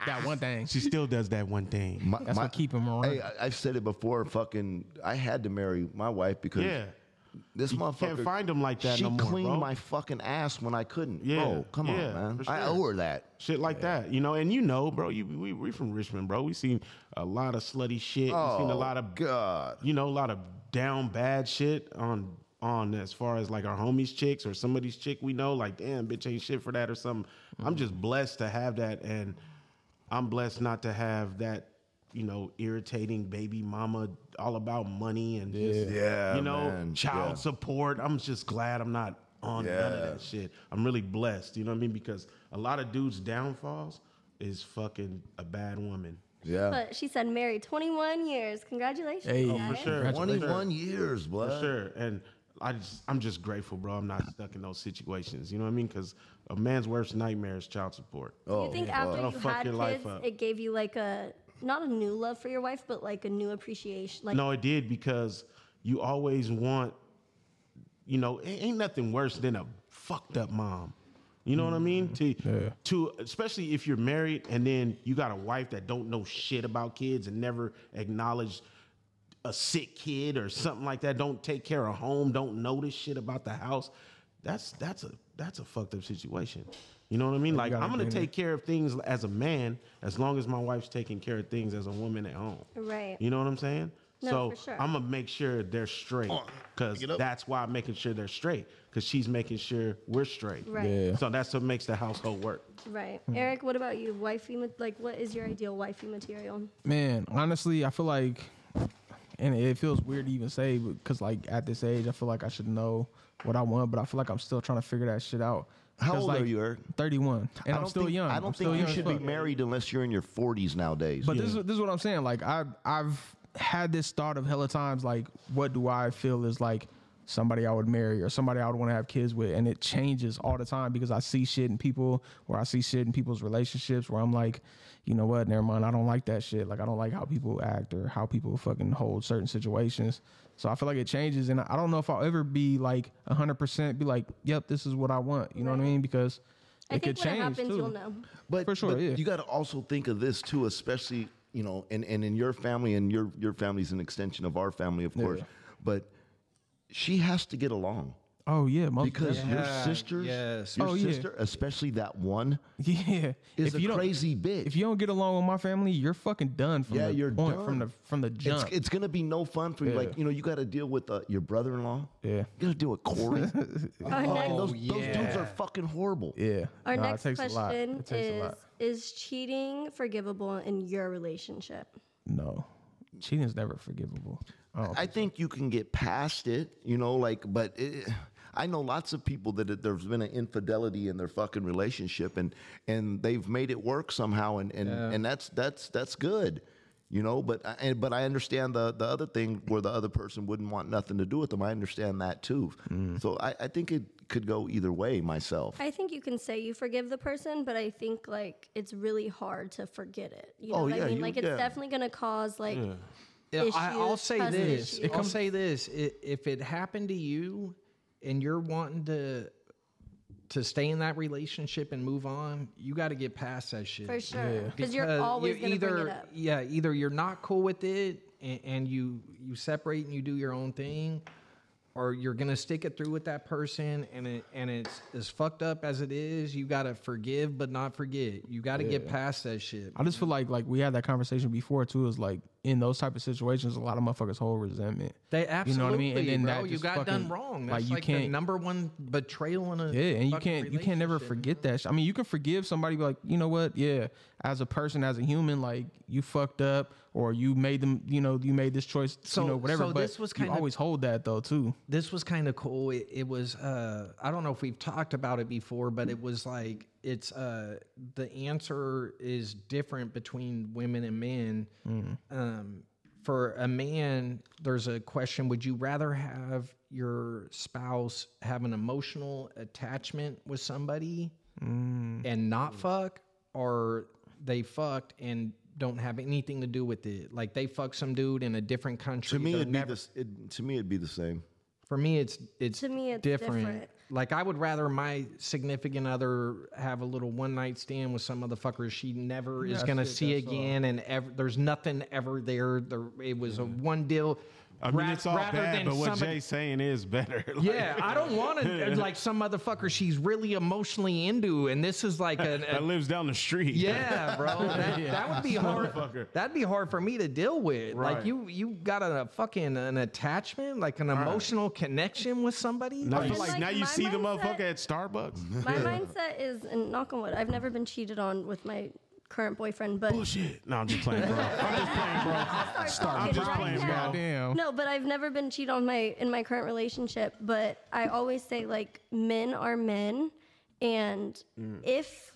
[SPEAKER 4] That one thing.
[SPEAKER 9] she still does that one thing.
[SPEAKER 1] My-
[SPEAKER 4] That's
[SPEAKER 1] my-
[SPEAKER 4] what keep him around.
[SPEAKER 1] Hey, I, I've said it before. Fucking, I had to marry my wife because
[SPEAKER 9] Yeah.
[SPEAKER 1] this
[SPEAKER 9] You
[SPEAKER 1] motherfucker
[SPEAKER 9] can't find 'em like that
[SPEAKER 1] She
[SPEAKER 9] no more,
[SPEAKER 1] cleaned
[SPEAKER 9] bro.
[SPEAKER 1] my fucking ass when I couldn't.
[SPEAKER 9] Yeah,
[SPEAKER 1] Bro, come
[SPEAKER 9] yeah,
[SPEAKER 1] on, man.
[SPEAKER 9] for
[SPEAKER 1] I
[SPEAKER 9] sure.
[SPEAKER 1] owe her that.
[SPEAKER 9] Shit like that, you know, and you know, bro. You we we from Richmond, bro. We seen a lot of slutty shit. we seen a
[SPEAKER 1] Oh,
[SPEAKER 9] lot of
[SPEAKER 1] God.
[SPEAKER 9] you know, a lot of down bad shit on on as far as like our homies chicks or somebody's chick we know, like damn, bitch ain't shit for that or something. I'm just blessed to have that, and I'm blessed not to have that. You know, irritating baby mama, all about money and just,
[SPEAKER 1] Yeah,
[SPEAKER 9] you know,
[SPEAKER 1] man.
[SPEAKER 9] child
[SPEAKER 1] Yeah.
[SPEAKER 9] support. I'm just glad I'm not on none of
[SPEAKER 1] Yeah.
[SPEAKER 9] that shit. I'm really blessed. You know what I mean? Because a lot of dudes' downfalls is fucking a bad woman.
[SPEAKER 1] Yeah.
[SPEAKER 7] But she said married 21 years. Congratulations.
[SPEAKER 4] Hey,
[SPEAKER 7] guys.
[SPEAKER 9] Sure.
[SPEAKER 1] 21 years, blood.
[SPEAKER 9] For sure. And I just, I'm just grateful, bro. I'm not stuck in those situations. You know what I mean? Because a man's worst nightmare is child support.
[SPEAKER 7] Do
[SPEAKER 4] Oh,
[SPEAKER 7] you think after
[SPEAKER 9] That'll
[SPEAKER 7] you
[SPEAKER 9] fuck
[SPEAKER 7] had
[SPEAKER 9] your life
[SPEAKER 7] kids,
[SPEAKER 9] up.
[SPEAKER 7] it gave you like a not a new love for your wife, but like a new appreciation? Like
[SPEAKER 9] No, it did because you always want, you know, it ain't nothing worse than a fucked up mom. You know what I mean? To
[SPEAKER 4] Mm,
[SPEAKER 9] to especially if you're married and then you got a wife that don't know shit about kids and never acknowledged a sick kid or something like that, don't take care of home, don't know this shit about the house. That's that's a that's a fucked up situation. You know what I mean? Like
[SPEAKER 4] gotta
[SPEAKER 9] I'm gonna
[SPEAKER 4] bring it.
[SPEAKER 9] take care of things as a man as long as my wife's taking care of things as a woman at home.
[SPEAKER 7] Right.
[SPEAKER 9] You know what I'm saying?
[SPEAKER 7] No,
[SPEAKER 9] so
[SPEAKER 7] for sure.
[SPEAKER 9] I'm gonna make sure they're straight because that's why I'm making sure they're straight because she's making sure we're straight.
[SPEAKER 7] right,
[SPEAKER 9] So that's what makes the household work.
[SPEAKER 7] right. Eric, what about you? Wifey, ma- like, what is your ideal wifey material?
[SPEAKER 4] man, honestly, I feel like, and it feels weird to even say because like at this age, I feel like I should know what I want, but I feel like I'm still trying to figure that shit out.
[SPEAKER 1] How
[SPEAKER 4] 'Cause,
[SPEAKER 1] old are
[SPEAKER 4] like,
[SPEAKER 1] you, Eric?
[SPEAKER 4] 31, and
[SPEAKER 1] I
[SPEAKER 4] I'm
[SPEAKER 1] don't
[SPEAKER 4] still
[SPEAKER 1] think-
[SPEAKER 4] young.
[SPEAKER 1] I
[SPEAKER 4] I'm
[SPEAKER 1] don't
[SPEAKER 4] still
[SPEAKER 1] think you
[SPEAKER 4] young as
[SPEAKER 1] should be
[SPEAKER 4] fuck.
[SPEAKER 1] married unless you're in your 40s nowadays.
[SPEAKER 4] But this is this is what I'm saying. Like I I've had this thought of hella times. Like what do I feel is like somebody I would marry or somebody I would want to have kids with, and it changes all the time because I see shit in people or I see shit in people's relationships where I'm like, you know what? Never mind. I don't like that shit. Like I don't like how people act or how people fucking hold certain situations. So I feel like it changes, and I don't know if I'll ever be like 100 percent be like, yep, this is what I want. You know what I mean? Because it
[SPEAKER 7] I think
[SPEAKER 4] could
[SPEAKER 7] when it
[SPEAKER 4] change
[SPEAKER 7] happens,
[SPEAKER 4] too.
[SPEAKER 7] you'll know.
[SPEAKER 1] but
[SPEAKER 4] for sure,
[SPEAKER 1] but
[SPEAKER 4] yeah.
[SPEAKER 1] you got to also think of this too, especially you know, and, and in your family, and your your family's an extension of our family, of course. But she has to get along
[SPEAKER 4] Oh yeah, most
[SPEAKER 1] because
[SPEAKER 4] definitely.
[SPEAKER 1] your sisters,
[SPEAKER 8] yes.
[SPEAKER 1] your
[SPEAKER 4] Oh, yeah.
[SPEAKER 1] sister, especially that one,
[SPEAKER 4] Yeah,
[SPEAKER 1] is a
[SPEAKER 4] you don't-
[SPEAKER 1] crazy bitch.
[SPEAKER 4] If you don't get along with my family, you're fucking done from
[SPEAKER 1] Yeah,
[SPEAKER 4] the
[SPEAKER 1] you're
[SPEAKER 4] point from the
[SPEAKER 1] done.
[SPEAKER 4] from the
[SPEAKER 1] it's,
[SPEAKER 4] jump.
[SPEAKER 1] it's gonna be no fun for you. Like you know, you got to deal with uh, your brother-in-law.
[SPEAKER 4] Yeah.
[SPEAKER 1] you got to deal with Corey. Oh,
[SPEAKER 7] Our next,
[SPEAKER 1] those, those dudes are fucking horrible.
[SPEAKER 4] yeah.
[SPEAKER 7] our
[SPEAKER 4] Nah,
[SPEAKER 7] next
[SPEAKER 4] it takes a lot.
[SPEAKER 7] question
[SPEAKER 4] It takes a
[SPEAKER 7] is:
[SPEAKER 4] lot.
[SPEAKER 7] Is cheating forgivable in your relationship?
[SPEAKER 4] No, cheating's never forgivable. Oh,
[SPEAKER 1] I think you can get past it, you know, like, but it, I know lots of people that it, there's been an infidelity in their fucking relationship and, and they've made it work somehow. And, and, and that's, that's, that's good, you know, but, I, and, but I understand the, the other thing where the other person wouldn't want nothing to do with them. I understand that too.
[SPEAKER 8] Mm.
[SPEAKER 1] So I, I think it could go either way myself.
[SPEAKER 7] I think you can say you forgive the person, but I think like it's really hard to forget it. You know
[SPEAKER 1] Oh,
[SPEAKER 7] what
[SPEAKER 1] yeah,
[SPEAKER 7] I mean?
[SPEAKER 1] you-
[SPEAKER 7] like it's
[SPEAKER 1] yeah.
[SPEAKER 7] definitely gonna cause like
[SPEAKER 8] Yeah, I, I'll
[SPEAKER 7] issues,
[SPEAKER 8] say
[SPEAKER 7] cousin
[SPEAKER 8] this.
[SPEAKER 7] issues.
[SPEAKER 8] I'll say this. I- If it happened to you, and you're wanting to to stay in that relationship and move on, you got to get past that shit.
[SPEAKER 7] for sure. Because you're
[SPEAKER 8] Because
[SPEAKER 7] always
[SPEAKER 8] you're
[SPEAKER 7] gonna
[SPEAKER 8] either
[SPEAKER 7] bring it up.
[SPEAKER 8] yeah, either you're not cool with it and, and you you separate and you do your own thing, or you're gonna stick it through with that person and it and it's as fucked up as it is. You gotta forgive but not forget. You gotta get past that shit.
[SPEAKER 4] I just feel like like we had that conversation before too. Is like in those type of situations, a lot of motherfuckers hold resentment.
[SPEAKER 8] They
[SPEAKER 4] You know what I
[SPEAKER 8] absolutely,
[SPEAKER 4] mean? And then
[SPEAKER 8] bro.
[SPEAKER 4] that
[SPEAKER 8] you
[SPEAKER 4] just
[SPEAKER 8] got
[SPEAKER 4] fucking-
[SPEAKER 8] done wrong.
[SPEAKER 4] like,
[SPEAKER 8] That's like,
[SPEAKER 4] you
[SPEAKER 8] the
[SPEAKER 4] can't-
[SPEAKER 8] number one betrayal in a
[SPEAKER 4] Yeah, and you
[SPEAKER 8] fucking
[SPEAKER 4] can't you can't never
[SPEAKER 8] relationship.
[SPEAKER 4] forget that. sh- I mean, you can forgive somebody, be like, you know what? Yeah, as a person, as a human, like you fucked up, or you made them, you know, you made this choice,
[SPEAKER 8] So-
[SPEAKER 4] you know, whatever.
[SPEAKER 8] so
[SPEAKER 4] but
[SPEAKER 8] this was
[SPEAKER 4] you
[SPEAKER 8] kinda-
[SPEAKER 4] always hold that though too.
[SPEAKER 8] this was kind of cool. It, it was uh, I don't know if we've talked about it before, but it was like it's uh, the answer is different between women and men. Um, for a man, there's a question: Would you rather have your spouse have an emotional attachment with somebody and not fuck, or they fucked and don't have anything to do with it. Like they fuck some dude in a different country.
[SPEAKER 1] To me,
[SPEAKER 8] They're
[SPEAKER 1] it'd
[SPEAKER 8] never-
[SPEAKER 1] be this. It, to me, it'd be the same.
[SPEAKER 8] For me, it's it's
[SPEAKER 7] To me, it's
[SPEAKER 8] different.
[SPEAKER 7] different.
[SPEAKER 8] Like I would rather my significant other have a little one night stand with some motherfucker she never is
[SPEAKER 4] Yeah,
[SPEAKER 8] gonna
[SPEAKER 4] shit,
[SPEAKER 8] see
[SPEAKER 4] that's all.
[SPEAKER 8] again, and ever there's nothing ever there. There, it was a one deal.
[SPEAKER 9] Mm-hmm. I mean,
[SPEAKER 8] ra-
[SPEAKER 9] it's all
[SPEAKER 8] rather
[SPEAKER 9] bad,
[SPEAKER 8] than
[SPEAKER 9] but what
[SPEAKER 8] somebody-
[SPEAKER 9] Jay's saying is better. Like,
[SPEAKER 8] Yeah, I don't want to like some motherfucker she's really emotionally into, and this is like an.
[SPEAKER 9] that lives down the street.
[SPEAKER 8] yeah, bro, that, that would be hard. That'd be hard for me to deal with. Like
[SPEAKER 9] Right.
[SPEAKER 8] you, you got a, fucking an attachment, like an emotional connection with somebody.
[SPEAKER 9] Now
[SPEAKER 8] Like,
[SPEAKER 9] you,
[SPEAKER 7] feel like
[SPEAKER 9] now you
[SPEAKER 7] my
[SPEAKER 9] see the
[SPEAKER 7] mindset-
[SPEAKER 9] motherfucker at Starbucks.
[SPEAKER 7] My mindset is, and knock on wood, I've never been cheated on with my current boyfriend, but
[SPEAKER 9] Bullshit. No, I'm just playing, bro. I'm just playing, bro. I'm
[SPEAKER 7] talking
[SPEAKER 9] just
[SPEAKER 7] right
[SPEAKER 9] playing,
[SPEAKER 7] now.
[SPEAKER 9] bro.
[SPEAKER 4] Damn.
[SPEAKER 7] No, but I've never been cheated on my in my current relationship. But I always say like men are men, and
[SPEAKER 9] Mm.
[SPEAKER 7] if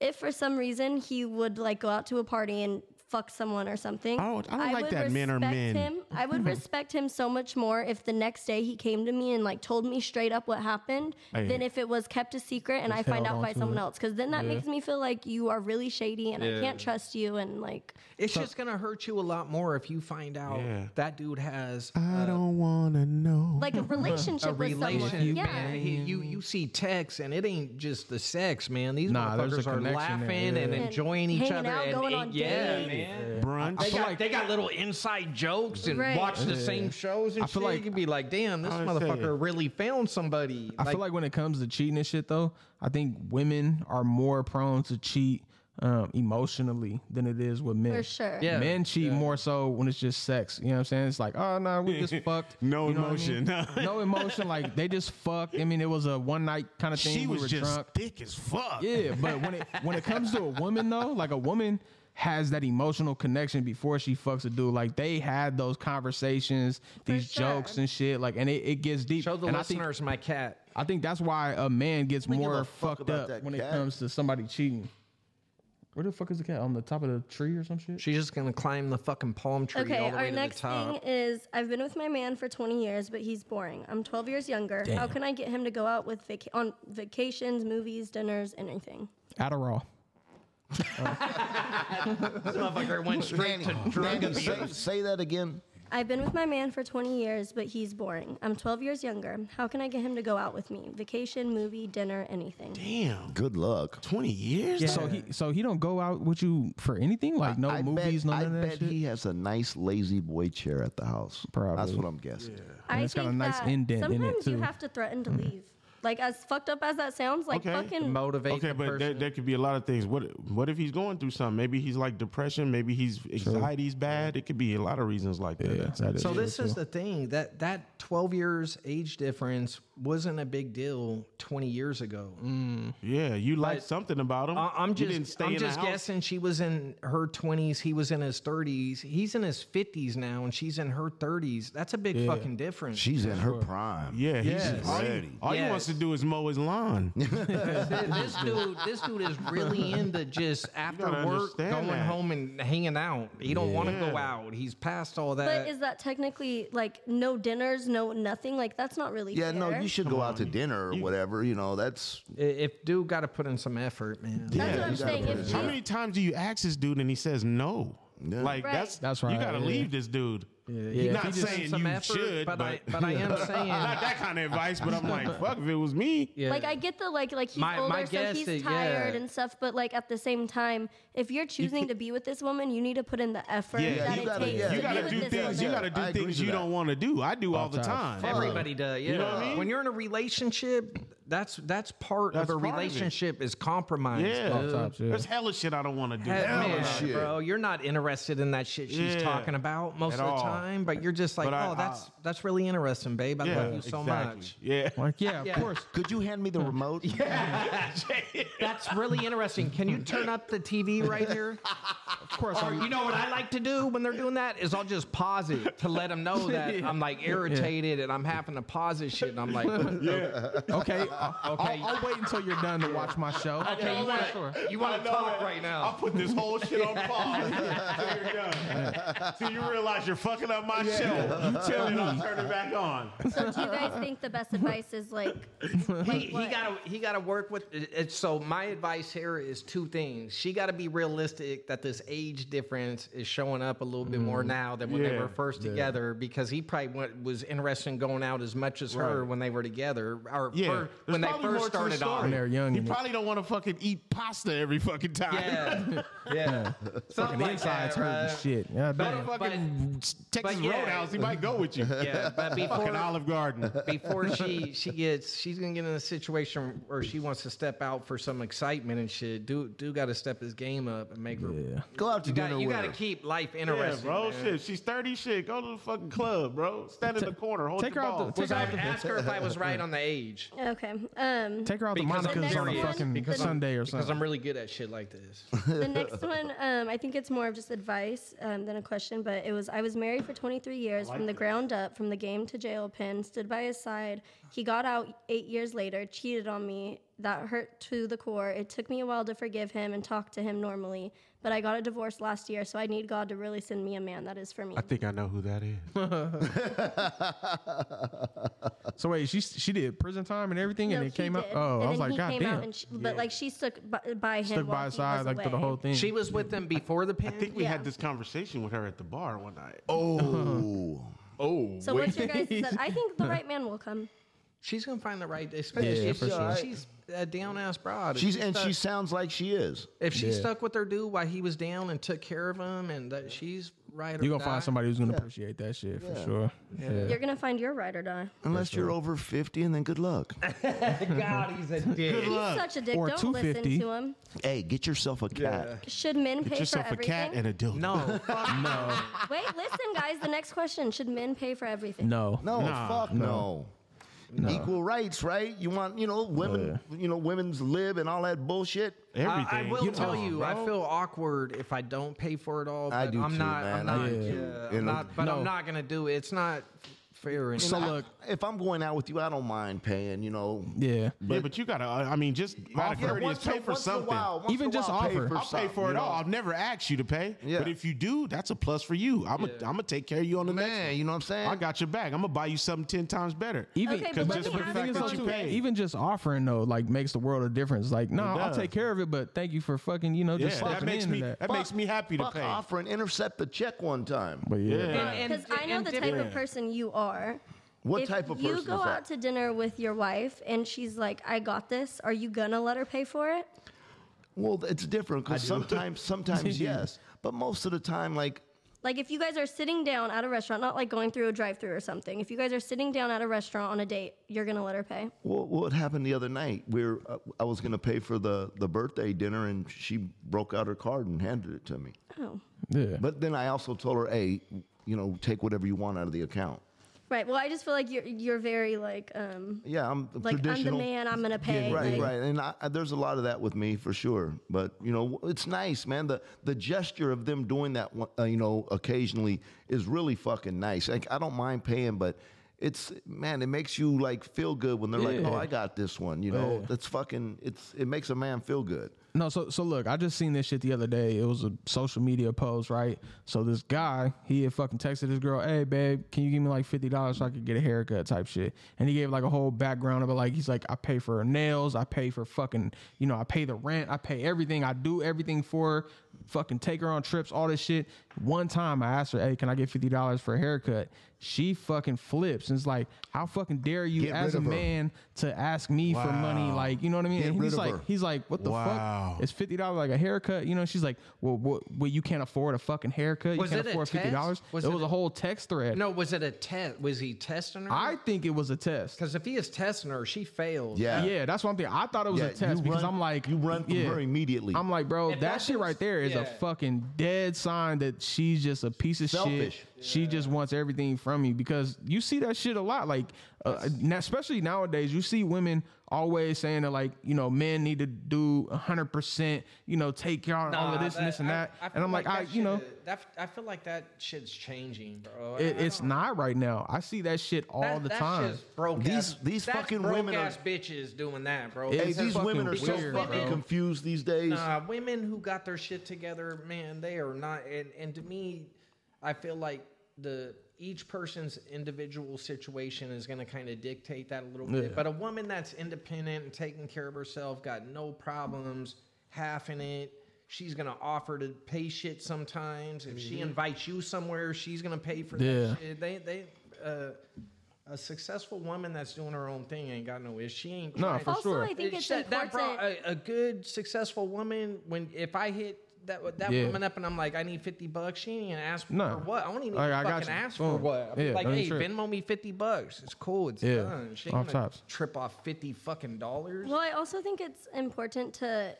[SPEAKER 7] if for some reason he would like go out to a party and fuck someone or something,
[SPEAKER 9] Oh, I don't- I don't like that men are
[SPEAKER 7] respect
[SPEAKER 9] men.
[SPEAKER 7] Him, I would respect him so much more if the next day he came to me and like told me straight up what happened
[SPEAKER 9] Hey.
[SPEAKER 7] than if it was kept a secret and I find
[SPEAKER 4] held
[SPEAKER 7] out by
[SPEAKER 4] onto
[SPEAKER 7] someone
[SPEAKER 4] it.
[SPEAKER 7] else. Because then that makes me feel like you are really shady and I can't trust you and like.
[SPEAKER 8] It's just gonna hurt you a lot more if you find out
[SPEAKER 9] Yeah.
[SPEAKER 8] that dude has
[SPEAKER 4] Uh,
[SPEAKER 9] I don't wanna know.
[SPEAKER 7] Like a relationship
[SPEAKER 8] a
[SPEAKER 7] with
[SPEAKER 8] relationship.
[SPEAKER 7] someone, yeah.
[SPEAKER 8] Man. He, you you see texts, and it ain't just the sex, man. These
[SPEAKER 4] Nah, there's a
[SPEAKER 8] motherfuckers are
[SPEAKER 4] connection there,
[SPEAKER 8] laughing and
[SPEAKER 7] yeah.
[SPEAKER 8] enjoying each
[SPEAKER 7] Hanging
[SPEAKER 8] other.
[SPEAKER 7] out,
[SPEAKER 8] and,
[SPEAKER 7] going
[SPEAKER 8] and-
[SPEAKER 7] on
[SPEAKER 8] yeah,
[SPEAKER 7] dates.
[SPEAKER 8] man.
[SPEAKER 9] Brunch.
[SPEAKER 8] They got, they got little inside jokes and
[SPEAKER 7] Right.
[SPEAKER 8] watch the same shows and
[SPEAKER 4] I feel
[SPEAKER 8] shit.
[SPEAKER 4] like-
[SPEAKER 8] you could be like, damn, this
[SPEAKER 9] I was saying.
[SPEAKER 8] motherfucker really found somebody.
[SPEAKER 4] I feel like when it comes to cheating and shit, though, I think women are more prone to cheat um, emotionally than it is with men.
[SPEAKER 7] For sure.
[SPEAKER 8] Yeah.
[SPEAKER 4] Men cheat more so when it's just sex. You know what I'm saying? It's like, oh no, we just fucked.
[SPEAKER 9] No
[SPEAKER 4] You know what I
[SPEAKER 9] emotion.
[SPEAKER 4] mean? no emotion. Like they just fucked. I mean, it was a one night kind of thing.
[SPEAKER 9] She
[SPEAKER 4] we
[SPEAKER 9] was
[SPEAKER 4] were
[SPEAKER 9] just
[SPEAKER 4] drunk.
[SPEAKER 9] thick as fuck.
[SPEAKER 4] Yeah, but when it when it comes to a woman though, like a woman has that emotional connection before she fucks a dude. Like they had those conversations, these
[SPEAKER 7] sure.
[SPEAKER 4] jokes and shit. Like and it, it gets deep.
[SPEAKER 8] show the
[SPEAKER 4] and I think
[SPEAKER 8] listeners my cat.
[SPEAKER 4] I think that's why a man gets
[SPEAKER 1] give
[SPEAKER 4] more
[SPEAKER 1] a fuck
[SPEAKER 4] fucked
[SPEAKER 1] about
[SPEAKER 4] up
[SPEAKER 1] that
[SPEAKER 4] when it
[SPEAKER 1] cat.
[SPEAKER 4] comes to somebody cheating. Where the fuck is the cat? On the top of the tree or some shit?
[SPEAKER 8] She's just gonna climb the fucking palm tree all
[SPEAKER 7] Okay,
[SPEAKER 8] the
[SPEAKER 7] our
[SPEAKER 8] way to the
[SPEAKER 7] next thing
[SPEAKER 8] top.
[SPEAKER 7] is I've been with my man for 20 years, but he's boring. I'm 12 years younger. How can I get him to go out with vac- on vacations, movies, dinners, anything?
[SPEAKER 4] Adderall.
[SPEAKER 8] This motherfucker went straight to drug
[SPEAKER 1] Nanny,
[SPEAKER 8] abuse.
[SPEAKER 1] say, say that again.
[SPEAKER 7] I've been with my man for 20 years, but he's boring. I'm 12 years younger. How can I get him to go out with me? Vacation, movie, dinner, anything.
[SPEAKER 9] Damn.
[SPEAKER 1] Good luck.
[SPEAKER 9] 20 years?
[SPEAKER 4] So he so he don't go out with you for anything? Like no
[SPEAKER 1] I
[SPEAKER 4] movies,
[SPEAKER 1] bet,
[SPEAKER 4] no
[SPEAKER 1] I
[SPEAKER 4] none of that
[SPEAKER 1] bet
[SPEAKER 4] shit?
[SPEAKER 1] he has a nice lazy boy chair at the house.
[SPEAKER 4] Probably.
[SPEAKER 1] That's what I'm guessing.
[SPEAKER 7] I
[SPEAKER 4] it's got a
[SPEAKER 7] think
[SPEAKER 4] nice
[SPEAKER 7] that
[SPEAKER 4] indent in it,
[SPEAKER 7] sometimes
[SPEAKER 4] too. Hmm.
[SPEAKER 7] you have to threaten to leave. Like as fucked up as that sounds, like
[SPEAKER 9] Okay.
[SPEAKER 7] fucking
[SPEAKER 8] Motivate
[SPEAKER 9] Okay,
[SPEAKER 8] the
[SPEAKER 9] but there,
[SPEAKER 8] person.
[SPEAKER 9] there could be a lot of things. What what if he's going through something? Maybe he's like depression. Maybe he's anxiety's bad. It could be a lot of reasons like that. That's-
[SPEAKER 4] That is
[SPEAKER 8] So
[SPEAKER 4] true,
[SPEAKER 8] this is the thing that that 12 years age difference wasn't a big deal 20 years ago.
[SPEAKER 9] yeah, you liked something about him.
[SPEAKER 8] I,
[SPEAKER 9] Mm.
[SPEAKER 8] I'm
[SPEAKER 9] You
[SPEAKER 8] just
[SPEAKER 9] didn't stay
[SPEAKER 8] I'm
[SPEAKER 9] in the
[SPEAKER 8] just
[SPEAKER 9] house.
[SPEAKER 8] guessing she was in her 20s, he was in his 30s. He's in his 50s now and she's in her 30s. That's a big fucking difference.
[SPEAKER 1] She's in her prime.
[SPEAKER 9] Yeah, he's
[SPEAKER 8] Yes.
[SPEAKER 9] all, he,
[SPEAKER 1] Ready.
[SPEAKER 9] all he
[SPEAKER 8] Yes.
[SPEAKER 9] wants to do is mow his lawn.
[SPEAKER 8] Th- this dude this dude is really into just after
[SPEAKER 9] gotta
[SPEAKER 8] work
[SPEAKER 9] understand
[SPEAKER 8] going
[SPEAKER 9] that.
[SPEAKER 8] home and hanging out. He don't want to go
[SPEAKER 9] Yeah.
[SPEAKER 8] out. He's past all
[SPEAKER 7] But
[SPEAKER 8] that.
[SPEAKER 7] is that technically like no dinners, no nothing? Like that's not really
[SPEAKER 1] Yeah, no,
[SPEAKER 7] fair.
[SPEAKER 1] you should go out to dinner or whatever. You know, that's
[SPEAKER 8] I- if dude got to put in some effort, man.
[SPEAKER 7] That's
[SPEAKER 9] Yeah,
[SPEAKER 7] what
[SPEAKER 9] you
[SPEAKER 7] I'm saying. If
[SPEAKER 9] How
[SPEAKER 7] you-
[SPEAKER 9] many times do you ask this dude and he says no? Like
[SPEAKER 7] Right.
[SPEAKER 9] that's
[SPEAKER 4] That's
[SPEAKER 9] You
[SPEAKER 4] right,
[SPEAKER 9] gotta
[SPEAKER 4] yeah.
[SPEAKER 9] leave this dude.
[SPEAKER 8] Yeah,
[SPEAKER 9] You're
[SPEAKER 8] if
[SPEAKER 9] not
[SPEAKER 8] he just-
[SPEAKER 9] saying
[SPEAKER 8] some
[SPEAKER 9] you
[SPEAKER 8] effort,
[SPEAKER 9] should,
[SPEAKER 8] but,
[SPEAKER 9] but,
[SPEAKER 8] I, but I am saying
[SPEAKER 9] not that kind of advice. But I'm like, fuck, if it was me,
[SPEAKER 8] Yeah.
[SPEAKER 7] Like I get the like like he's
[SPEAKER 8] My- my
[SPEAKER 7] older, so
[SPEAKER 8] guess
[SPEAKER 7] he's
[SPEAKER 8] is-
[SPEAKER 7] tired
[SPEAKER 8] yeah.
[SPEAKER 7] and stuff. But like at the same time, if you're choosing to be with this woman, you need to put in the effort
[SPEAKER 9] Yeah,
[SPEAKER 7] that
[SPEAKER 1] you
[SPEAKER 7] it
[SPEAKER 1] gotta-
[SPEAKER 7] takes.
[SPEAKER 1] yeah,
[SPEAKER 9] you
[SPEAKER 7] to
[SPEAKER 1] you
[SPEAKER 7] be
[SPEAKER 9] gotta
[SPEAKER 7] with
[SPEAKER 9] do
[SPEAKER 7] this
[SPEAKER 9] things.
[SPEAKER 7] woman.
[SPEAKER 9] You gotta do
[SPEAKER 1] I agree
[SPEAKER 9] things
[SPEAKER 1] to
[SPEAKER 9] you
[SPEAKER 1] that.
[SPEAKER 9] don't want to do. I do all, the
[SPEAKER 4] times.
[SPEAKER 9] time.
[SPEAKER 8] Everybody does. Yeah.
[SPEAKER 9] know what I mean?
[SPEAKER 8] When you're in a relationship, that's that's part
[SPEAKER 9] That's
[SPEAKER 8] of a
[SPEAKER 9] part of it.
[SPEAKER 8] relationship is compromise.
[SPEAKER 9] Yeah.
[SPEAKER 4] Off tops, yeah.
[SPEAKER 9] There's hella shit I don't want to do.
[SPEAKER 8] Heck,
[SPEAKER 9] Hella
[SPEAKER 8] man,
[SPEAKER 9] shit.
[SPEAKER 8] bro, you're not interested in that shit she's
[SPEAKER 9] Yeah.
[SPEAKER 8] talking about most
[SPEAKER 9] At
[SPEAKER 8] of
[SPEAKER 9] all.
[SPEAKER 8] the time, but you're just like,
[SPEAKER 9] But I-
[SPEAKER 8] oh, that's that's really interesting, babe. I
[SPEAKER 9] Yeah,
[SPEAKER 8] love you so
[SPEAKER 9] exactly.
[SPEAKER 8] much.
[SPEAKER 9] Yeah.
[SPEAKER 4] Like, yeah, of
[SPEAKER 8] Yeah.
[SPEAKER 4] course.
[SPEAKER 1] Could you hand me the remote?
[SPEAKER 8] That's really interesting. Can you turn up the TV right here?
[SPEAKER 4] Of course.
[SPEAKER 8] Or
[SPEAKER 4] I'm-
[SPEAKER 8] you know what I like to do when they're doing that is I'll just pause it to let them know that I'm like irritated and I'm having to pause this shit and I'm like,
[SPEAKER 4] okay. I'll, okay. I'll, I'll wait until you're done to watch my show.
[SPEAKER 8] okay, you want to you want to talk right now?
[SPEAKER 9] I'll put this whole shit on pause. Here we go.
[SPEAKER 3] See, you realize you're fucking up my show. You tell me. I'll turn it back on.
[SPEAKER 7] So do you guys think the best advice is like
[SPEAKER 8] he, he
[SPEAKER 7] what?
[SPEAKER 8] gotta he gotta work with it- it. So my advice here is two things. She gotta be realistic that this age difference is showing up a little bit more now than when they
[SPEAKER 9] Mm-hmm. Yeah.
[SPEAKER 8] were first together because he probably went, was interested in going out as much as her
[SPEAKER 9] Right.
[SPEAKER 8] when they were together or
[SPEAKER 9] Yeah,
[SPEAKER 8] fir-
[SPEAKER 9] there's
[SPEAKER 8] when they
[SPEAKER 9] probably
[SPEAKER 8] first
[SPEAKER 9] more to the
[SPEAKER 8] started off.
[SPEAKER 9] story.
[SPEAKER 4] They're young
[SPEAKER 9] He
[SPEAKER 4] and-
[SPEAKER 9] probably don't want to fucking eat pasta every fucking time.
[SPEAKER 8] Yeah, yeah. Something
[SPEAKER 4] Fucking
[SPEAKER 8] like
[SPEAKER 4] insides
[SPEAKER 8] that,
[SPEAKER 4] hurt and
[SPEAKER 8] right?
[SPEAKER 4] shit. Yeah, damn.
[SPEAKER 9] Motherfucking Texas
[SPEAKER 8] but yeah.
[SPEAKER 9] Roadhouse, he might go with you.
[SPEAKER 8] Yeah, but before
[SPEAKER 9] Fucking Olive Garden.
[SPEAKER 8] before she she gets she's gonna get in a situation where she wants to step out for some excitement and shit. Do do got to step his game up and make her.
[SPEAKER 4] Yeah.
[SPEAKER 1] Go out to
[SPEAKER 8] You got
[SPEAKER 1] dinner
[SPEAKER 8] you
[SPEAKER 1] with
[SPEAKER 8] got to
[SPEAKER 1] her.
[SPEAKER 8] keep life
[SPEAKER 3] Yeah,
[SPEAKER 8] interesting,
[SPEAKER 3] bro.
[SPEAKER 8] man.
[SPEAKER 3] Shit, she's thirty. Shit, go to the fucking club, bro. Stand in the corner, hold
[SPEAKER 4] take
[SPEAKER 3] your
[SPEAKER 4] her out
[SPEAKER 3] ball.
[SPEAKER 4] the- take
[SPEAKER 8] Was I asked her if I was right on the age?
[SPEAKER 7] okay? Um,
[SPEAKER 4] Take her out to
[SPEAKER 8] Because I'm
[SPEAKER 4] Monica's on a
[SPEAKER 7] curious.
[SPEAKER 4] fucking
[SPEAKER 7] Because I'm-
[SPEAKER 4] Sunday or
[SPEAKER 8] Because I'm
[SPEAKER 4] something.
[SPEAKER 8] really good at shit like this.
[SPEAKER 7] the next one, um, I think it's more of just advice um, than a question, but it was I was married for 23 years from the ground up, from the game to jail pen, stood by his side. He got out eight years later, cheated on me. That hurt to the core. It took me a while to forgive him and talk to him normally, but I got a divorce last year, so I need God to really send me a man that is for me.
[SPEAKER 9] I think I know who that is.
[SPEAKER 4] So wait, she she did prison time and everything,
[SPEAKER 7] No,
[SPEAKER 4] and it
[SPEAKER 7] he
[SPEAKER 4] came out.
[SPEAKER 7] did.
[SPEAKER 4] Oh,
[SPEAKER 7] and
[SPEAKER 4] I was
[SPEAKER 7] then
[SPEAKER 4] like,
[SPEAKER 7] he
[SPEAKER 4] God
[SPEAKER 7] came out
[SPEAKER 4] damn.
[SPEAKER 7] and she, But like she stuck by, by him.
[SPEAKER 4] Stuck by
[SPEAKER 7] while
[SPEAKER 4] his
[SPEAKER 7] he
[SPEAKER 4] side
[SPEAKER 7] was
[SPEAKER 4] like through the
[SPEAKER 7] away.
[SPEAKER 4] whole thing.
[SPEAKER 8] She was with them before the
[SPEAKER 9] I think
[SPEAKER 8] pen.
[SPEAKER 9] we
[SPEAKER 7] Yeah.
[SPEAKER 9] had this conversation with her at the bar one night.
[SPEAKER 1] Oh,
[SPEAKER 9] Oh,
[SPEAKER 7] So what's your guys? I think the right man will come.
[SPEAKER 8] She's gonna find the right, especially if
[SPEAKER 4] for
[SPEAKER 8] she-
[SPEAKER 4] sure.
[SPEAKER 8] she's a down ass broad. If
[SPEAKER 1] she's
[SPEAKER 8] she
[SPEAKER 1] and
[SPEAKER 8] stuck-
[SPEAKER 1] she sounds like she is.
[SPEAKER 8] if she
[SPEAKER 4] Yeah.
[SPEAKER 8] stuck with her dude while he was down and took care of him, and that she's right.
[SPEAKER 4] You
[SPEAKER 8] or
[SPEAKER 4] gonna find
[SPEAKER 8] die.
[SPEAKER 4] somebody who's gonna appreciate that shit for sure. Yeah.
[SPEAKER 7] You're gonna find your ride or die.
[SPEAKER 1] Unless you're over fifty, and then good luck.
[SPEAKER 8] God, he's a dick.
[SPEAKER 7] He's such a dick.
[SPEAKER 4] Or
[SPEAKER 7] Don't listen
[SPEAKER 4] 250.
[SPEAKER 7] to him.
[SPEAKER 1] hey, get yourself a cat.
[SPEAKER 7] Should men pay
[SPEAKER 9] Get
[SPEAKER 7] for
[SPEAKER 9] yourself a
[SPEAKER 7] everything?
[SPEAKER 9] cat and a dildo.
[SPEAKER 8] No, fuck no.
[SPEAKER 7] Wait, listen, guys. The next question: Should men pay for everything?
[SPEAKER 4] No.
[SPEAKER 1] No, fuck no. Equal rights, right? You want, you know, women, you know, women's lib and all that bullshit.
[SPEAKER 9] Everything.
[SPEAKER 8] I, I will
[SPEAKER 9] You
[SPEAKER 8] tell
[SPEAKER 9] know,
[SPEAKER 8] you, I
[SPEAKER 9] bro.
[SPEAKER 8] feel awkward if I don't pay for it all. But
[SPEAKER 1] I do
[SPEAKER 8] I'm
[SPEAKER 1] too,
[SPEAKER 8] not, I'm
[SPEAKER 1] man. I
[SPEAKER 8] not,
[SPEAKER 1] do
[SPEAKER 8] yeah,
[SPEAKER 1] too.
[SPEAKER 8] I'm
[SPEAKER 1] You know,
[SPEAKER 8] not- but
[SPEAKER 4] no.
[SPEAKER 8] I'm not gonna do it. It's not fair. And
[SPEAKER 1] So look, if I'm going out with you, I don't mind paying. You know,
[SPEAKER 4] Yeah.
[SPEAKER 9] Yeah, but you gotta. uh, I mean, just out of
[SPEAKER 1] Yeah,
[SPEAKER 9] courtesy,
[SPEAKER 1] once in a-
[SPEAKER 9] pay for
[SPEAKER 1] once in a
[SPEAKER 9] something.
[SPEAKER 1] while- once
[SPEAKER 4] Even
[SPEAKER 1] in a
[SPEAKER 4] just
[SPEAKER 1] while, pay
[SPEAKER 4] offer.
[SPEAKER 1] for
[SPEAKER 9] I'll pay
[SPEAKER 1] something,
[SPEAKER 9] for
[SPEAKER 1] you
[SPEAKER 9] it
[SPEAKER 1] know?
[SPEAKER 9] all. I've never asked you to pay,
[SPEAKER 1] Yeah.
[SPEAKER 9] but if you do, that's a plus for you. I'm gonna I'm take care of you on the next.
[SPEAKER 1] Man, you know what I'm saying?
[SPEAKER 9] I got your back. I'm gonna buy you something ten times better.
[SPEAKER 4] Even
[SPEAKER 7] Okay,
[SPEAKER 9] 'Cause
[SPEAKER 7] but let
[SPEAKER 9] just
[SPEAKER 7] me
[SPEAKER 9] for the
[SPEAKER 7] ask
[SPEAKER 9] fact
[SPEAKER 7] you
[SPEAKER 9] that you
[SPEAKER 7] something.
[SPEAKER 9] paid.
[SPEAKER 4] even just offering though, like makes the world a difference. Like, no,
[SPEAKER 9] It
[SPEAKER 4] I'll
[SPEAKER 9] does.
[SPEAKER 4] take care of it, but thank you for fucking, you know,
[SPEAKER 9] yeah,
[SPEAKER 4] just
[SPEAKER 9] that
[SPEAKER 4] stepping
[SPEAKER 9] makes
[SPEAKER 4] into
[SPEAKER 9] me
[SPEAKER 4] that.
[SPEAKER 9] that, makes me happy to
[SPEAKER 1] fuck
[SPEAKER 9] pay.
[SPEAKER 1] off and intercept the check one time.
[SPEAKER 4] But yeah.
[SPEAKER 9] Yeah.
[SPEAKER 7] Because I know the type of person you are.
[SPEAKER 1] What
[SPEAKER 7] if
[SPEAKER 1] type of
[SPEAKER 7] you
[SPEAKER 1] person
[SPEAKER 7] go
[SPEAKER 1] is that?
[SPEAKER 7] out to dinner with your wife and she's like, "I got this," are you gonna let her pay for it?
[SPEAKER 1] Well, it's different because sometimes, sometimes yes, but most of the time, like
[SPEAKER 7] Like if you guys are sitting down at a restaurant, not like going through a drive-through or something. If you guys are sitting down at a restaurant on a date, you're gonna let her pay.
[SPEAKER 1] what, what happened the other night? We were, uh, I was going to pay for the the birthday dinner, and she broke out her card and handed it to me.
[SPEAKER 7] Oh,
[SPEAKER 4] Yeah.
[SPEAKER 1] But then I also told her, hey, you know, take whatever you want out of the account.
[SPEAKER 7] right. Well, I just feel like you're you're very like um
[SPEAKER 1] Yeah, I'm
[SPEAKER 7] like I'm the
[SPEAKER 1] traditional.
[SPEAKER 7] man. I'm gonna pay.
[SPEAKER 1] Right,
[SPEAKER 7] like-
[SPEAKER 1] right, and I, I- there's a lot of that with me for sure. But you know, it's nice, man. The the gesture of them doing that, one- uh, you know, occasionally is really fucking nice. Like I don't mind paying, but it's man, it makes you like feel good when they're like,
[SPEAKER 4] Yeah.
[SPEAKER 1] oh, I got this one. You know, that's fucking. It's it makes a man feel good.
[SPEAKER 4] No, so so look, I just seen this shit the other day. It was a social media post, right? So this guy, he had fucking texted this girl, "Hey, babe, can you give me like fifty dollars so I could get a haircut?" Type shit, and he gave like a whole background about like he's like, "I pay for her nails, I pay for fucking, you know, I pay the rent, I pay everything, I do everything for her, fucking take her on trips, all this shit." One time, I asked her, "Hey, can I get fifty dollars for a haircut?" She fucking flips and it's like, "How fucking dare you,
[SPEAKER 1] Get
[SPEAKER 4] as
[SPEAKER 1] rid
[SPEAKER 4] a
[SPEAKER 1] of her.
[SPEAKER 4] man, to ask me for money?"
[SPEAKER 9] Wow.
[SPEAKER 4] Like, you know what I mean?
[SPEAKER 1] Get
[SPEAKER 4] and
[SPEAKER 1] rid
[SPEAKER 4] he's
[SPEAKER 1] of
[SPEAKER 4] like,
[SPEAKER 1] her.
[SPEAKER 4] he's like, "What the
[SPEAKER 9] Wow.
[SPEAKER 4] fuck?" It's fifty dollars like a haircut, you know. She's like, well, well, well, you can't afford a fucking haircut. You
[SPEAKER 8] Was
[SPEAKER 4] can't
[SPEAKER 8] it a
[SPEAKER 4] afford fifty dollars.
[SPEAKER 8] test?
[SPEAKER 4] It was
[SPEAKER 8] Was it
[SPEAKER 4] a
[SPEAKER 8] a-
[SPEAKER 4] whole text thread.
[SPEAKER 8] No, was it a test? Was he testing her?
[SPEAKER 4] I think it was a test.
[SPEAKER 8] because if he is testing her, she fails.
[SPEAKER 1] Yeah.
[SPEAKER 4] Yeah, that's what I'm thinking. I thought it was
[SPEAKER 1] Yeah,
[SPEAKER 4] a test
[SPEAKER 1] you
[SPEAKER 4] because
[SPEAKER 1] run-
[SPEAKER 4] I'm like,
[SPEAKER 1] you run from
[SPEAKER 4] yeah.
[SPEAKER 1] her immediately.
[SPEAKER 4] I'm like, bro,
[SPEAKER 8] If
[SPEAKER 4] that
[SPEAKER 8] that's
[SPEAKER 4] shit
[SPEAKER 8] just-
[SPEAKER 4] right there is a
[SPEAKER 8] yeah.
[SPEAKER 4] fucking dead sign that she's just a piece of
[SPEAKER 1] Selfish.
[SPEAKER 4] shit. She just wants everything from you because you see that shit a lot. Like, uh, now- especially nowadays, you see women always saying that, like, you know, men need to do 100%, you know, take care of all of
[SPEAKER 8] Nah,
[SPEAKER 4] this and this and
[SPEAKER 8] I-
[SPEAKER 4] that.
[SPEAKER 8] I feel
[SPEAKER 4] and I'm like, I,
[SPEAKER 8] that
[SPEAKER 4] you know.
[SPEAKER 8] shit- that I feel like that shit's changing, bro. I-
[SPEAKER 4] It,
[SPEAKER 8] I
[SPEAKER 4] it's
[SPEAKER 8] don't-
[SPEAKER 4] not right now. I see that shit all
[SPEAKER 8] that-
[SPEAKER 4] the
[SPEAKER 8] that
[SPEAKER 4] time.
[SPEAKER 8] shit's broke
[SPEAKER 1] These-
[SPEAKER 8] ass-
[SPEAKER 1] these
[SPEAKER 8] that's
[SPEAKER 1] fucking
[SPEAKER 8] broke
[SPEAKER 1] women are-
[SPEAKER 8] ass bitches doing that, bro.
[SPEAKER 4] Hey,
[SPEAKER 1] Hey,
[SPEAKER 4] It's
[SPEAKER 1] these
[SPEAKER 4] fucking
[SPEAKER 1] women are so
[SPEAKER 4] weird,
[SPEAKER 1] fucking
[SPEAKER 8] bro.
[SPEAKER 1] confused these days.
[SPEAKER 8] Nah, women who got their shit together, man, they are not. And, and to me, I feel like the each person's individual situation is going to kind of dictate that a little bit. But a woman that's independent and taking care of herself, got no problems, half in it. She's gonna offer to pay shit sometimes. If she invites you somewhere, she's gonna pay for
[SPEAKER 4] Mm-hmm. Yeah.
[SPEAKER 8] that shit. They they uh, a successful woman that's doing her own thing ain't got no issue. She ain't
[SPEAKER 4] No,
[SPEAKER 8] trying-
[SPEAKER 4] for
[SPEAKER 7] also,
[SPEAKER 4] sure.
[SPEAKER 7] I think it's
[SPEAKER 8] that, that
[SPEAKER 7] important.
[SPEAKER 8] brought a, a good successful woman when if I hit that that
[SPEAKER 4] Yeah.
[SPEAKER 8] woman up and I'm like I need fifty bucks, she ain't gonna ask
[SPEAKER 4] No.
[SPEAKER 8] for what. I don't even
[SPEAKER 4] Like, I got
[SPEAKER 8] fucking
[SPEAKER 4] you.
[SPEAKER 8] ask for
[SPEAKER 4] Boom.
[SPEAKER 8] what. I'm
[SPEAKER 4] Yeah,
[SPEAKER 8] like,
[SPEAKER 4] no
[SPEAKER 8] hey,
[SPEAKER 4] shit.
[SPEAKER 8] Venmo me fifty bucks. It's cool. It's
[SPEAKER 4] Yeah.
[SPEAKER 8] done. She ain't
[SPEAKER 4] Off
[SPEAKER 8] gonna
[SPEAKER 4] tops.
[SPEAKER 8] trip off fifty fucking dollars.
[SPEAKER 7] Well, I also think it's important to.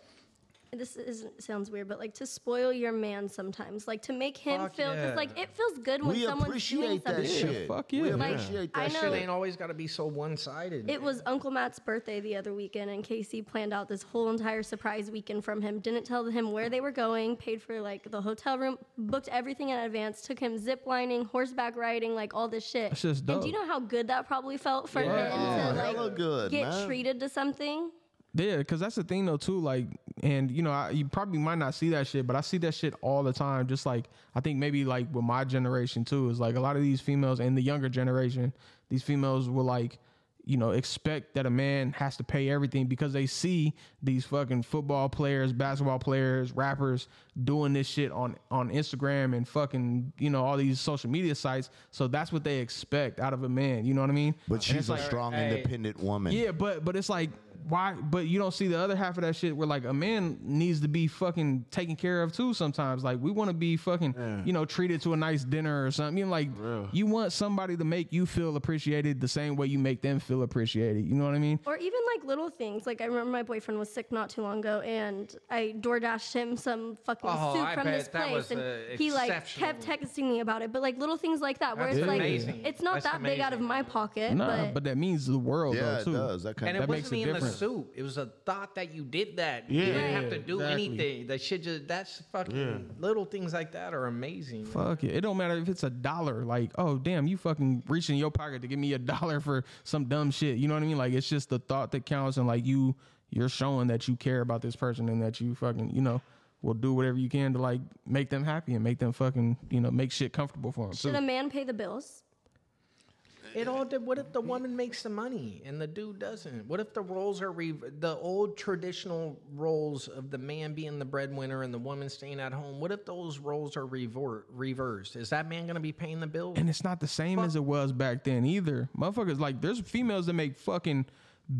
[SPEAKER 7] This is sounds weird, but like to spoil your man sometimes, like to make him
[SPEAKER 8] Fuck
[SPEAKER 7] feel
[SPEAKER 8] yeah.
[SPEAKER 7] because like it feels good when
[SPEAKER 1] we
[SPEAKER 7] someone's doing
[SPEAKER 1] appreciate that
[SPEAKER 7] something.
[SPEAKER 1] shit.
[SPEAKER 4] fuck
[SPEAKER 1] We
[SPEAKER 4] yeah. Like,
[SPEAKER 1] appreciate
[SPEAKER 7] I
[SPEAKER 1] that
[SPEAKER 7] know-
[SPEAKER 8] Shit
[SPEAKER 1] shit.
[SPEAKER 8] ain't always got to be so one sided.
[SPEAKER 7] It was Uncle Matt's birthday the other weekend, and Casey planned out this whole entire surprise weekend from him. Didn't tell him where they were going, paid for like the hotel room, booked everything in advance, took him zip lining, horseback riding, like all this shit.
[SPEAKER 4] That's just
[SPEAKER 7] And do you
[SPEAKER 4] dope.
[SPEAKER 7] know how good that probably felt for him
[SPEAKER 1] Yeah,
[SPEAKER 7] to
[SPEAKER 1] hella
[SPEAKER 7] like
[SPEAKER 1] good,
[SPEAKER 7] get
[SPEAKER 1] man.
[SPEAKER 7] treated to something?
[SPEAKER 4] Yeah, because that's the thing though too. Like, and you know, I, you probably might not see that shit, but I see that shit all the time. Just like I think maybe like with my generation too is like a lot of these females and the younger generation, these females will like, you know, expect that a man has to pay everything because they see these fucking football players, basketball players, rappers doing this shit on on Instagram and fucking you know all these social media sites. So that's what they expect out of a man. You know what I mean?
[SPEAKER 1] But she's a strong, independent woman.
[SPEAKER 4] Yeah, but but it's like why? But you don't see the other half of that shit where like a man needs to be fucking taken care of too. Sometimes like we want to be fucking you know treated to a nice dinner or something. You know, like you want somebody to make you feel appreciated the same way you make them feel appreciated. You know what I mean?
[SPEAKER 7] Or even like little things. Like I remember my boyfriend was sick not too long ago, and I door dashed him some fucking
[SPEAKER 8] Oh,
[SPEAKER 7] soup
[SPEAKER 8] I
[SPEAKER 7] from this
[SPEAKER 8] bet that
[SPEAKER 7] place,
[SPEAKER 8] was,
[SPEAKER 7] and
[SPEAKER 8] uh,
[SPEAKER 7] he like
[SPEAKER 8] exceptional.
[SPEAKER 7] kept texting me about it. But like little things like that, where
[SPEAKER 8] That's
[SPEAKER 7] it's like
[SPEAKER 8] amazing.
[SPEAKER 7] it's not
[SPEAKER 8] That's
[SPEAKER 7] that big out of
[SPEAKER 8] amazing.
[SPEAKER 7] my pocket,
[SPEAKER 4] Nah,
[SPEAKER 7] but,
[SPEAKER 4] but, that means the world
[SPEAKER 1] Yeah,
[SPEAKER 4] though
[SPEAKER 1] it
[SPEAKER 4] too.
[SPEAKER 1] does. That kind
[SPEAKER 8] And it
[SPEAKER 1] of
[SPEAKER 4] That makes
[SPEAKER 8] wasn't
[SPEAKER 4] a
[SPEAKER 8] even
[SPEAKER 4] difference.
[SPEAKER 8] the soup. It was a thought that you did that.
[SPEAKER 9] Yeah.
[SPEAKER 8] You didn't
[SPEAKER 9] Yeah,
[SPEAKER 8] have to do
[SPEAKER 4] exactly.
[SPEAKER 8] anything. That shit just that's fucking little things like that are amazing.
[SPEAKER 4] Fuck it. It don't matter if it's a dollar. Like, oh damn, you fucking reach in your pocket to give me a dollar for some dumb shit. You know what I mean? Like it's just the thought that counts and like you you're showing that you care about this person and that you fucking, you know, will do whatever you can to like make them happy and make them fucking, you know, make shit comfortable for them.
[SPEAKER 7] should a man pay the bills?
[SPEAKER 8] It all did. What if the woman makes the money and the dude doesn't? What if the roles are re- the old traditional roles of the man being the breadwinner and the woman staying at home? What if those roles are revor- reversed? Is that man going to be paying the bill?
[SPEAKER 4] and it's not the same as it was back then either. Motherfuckers like there's females that make fucking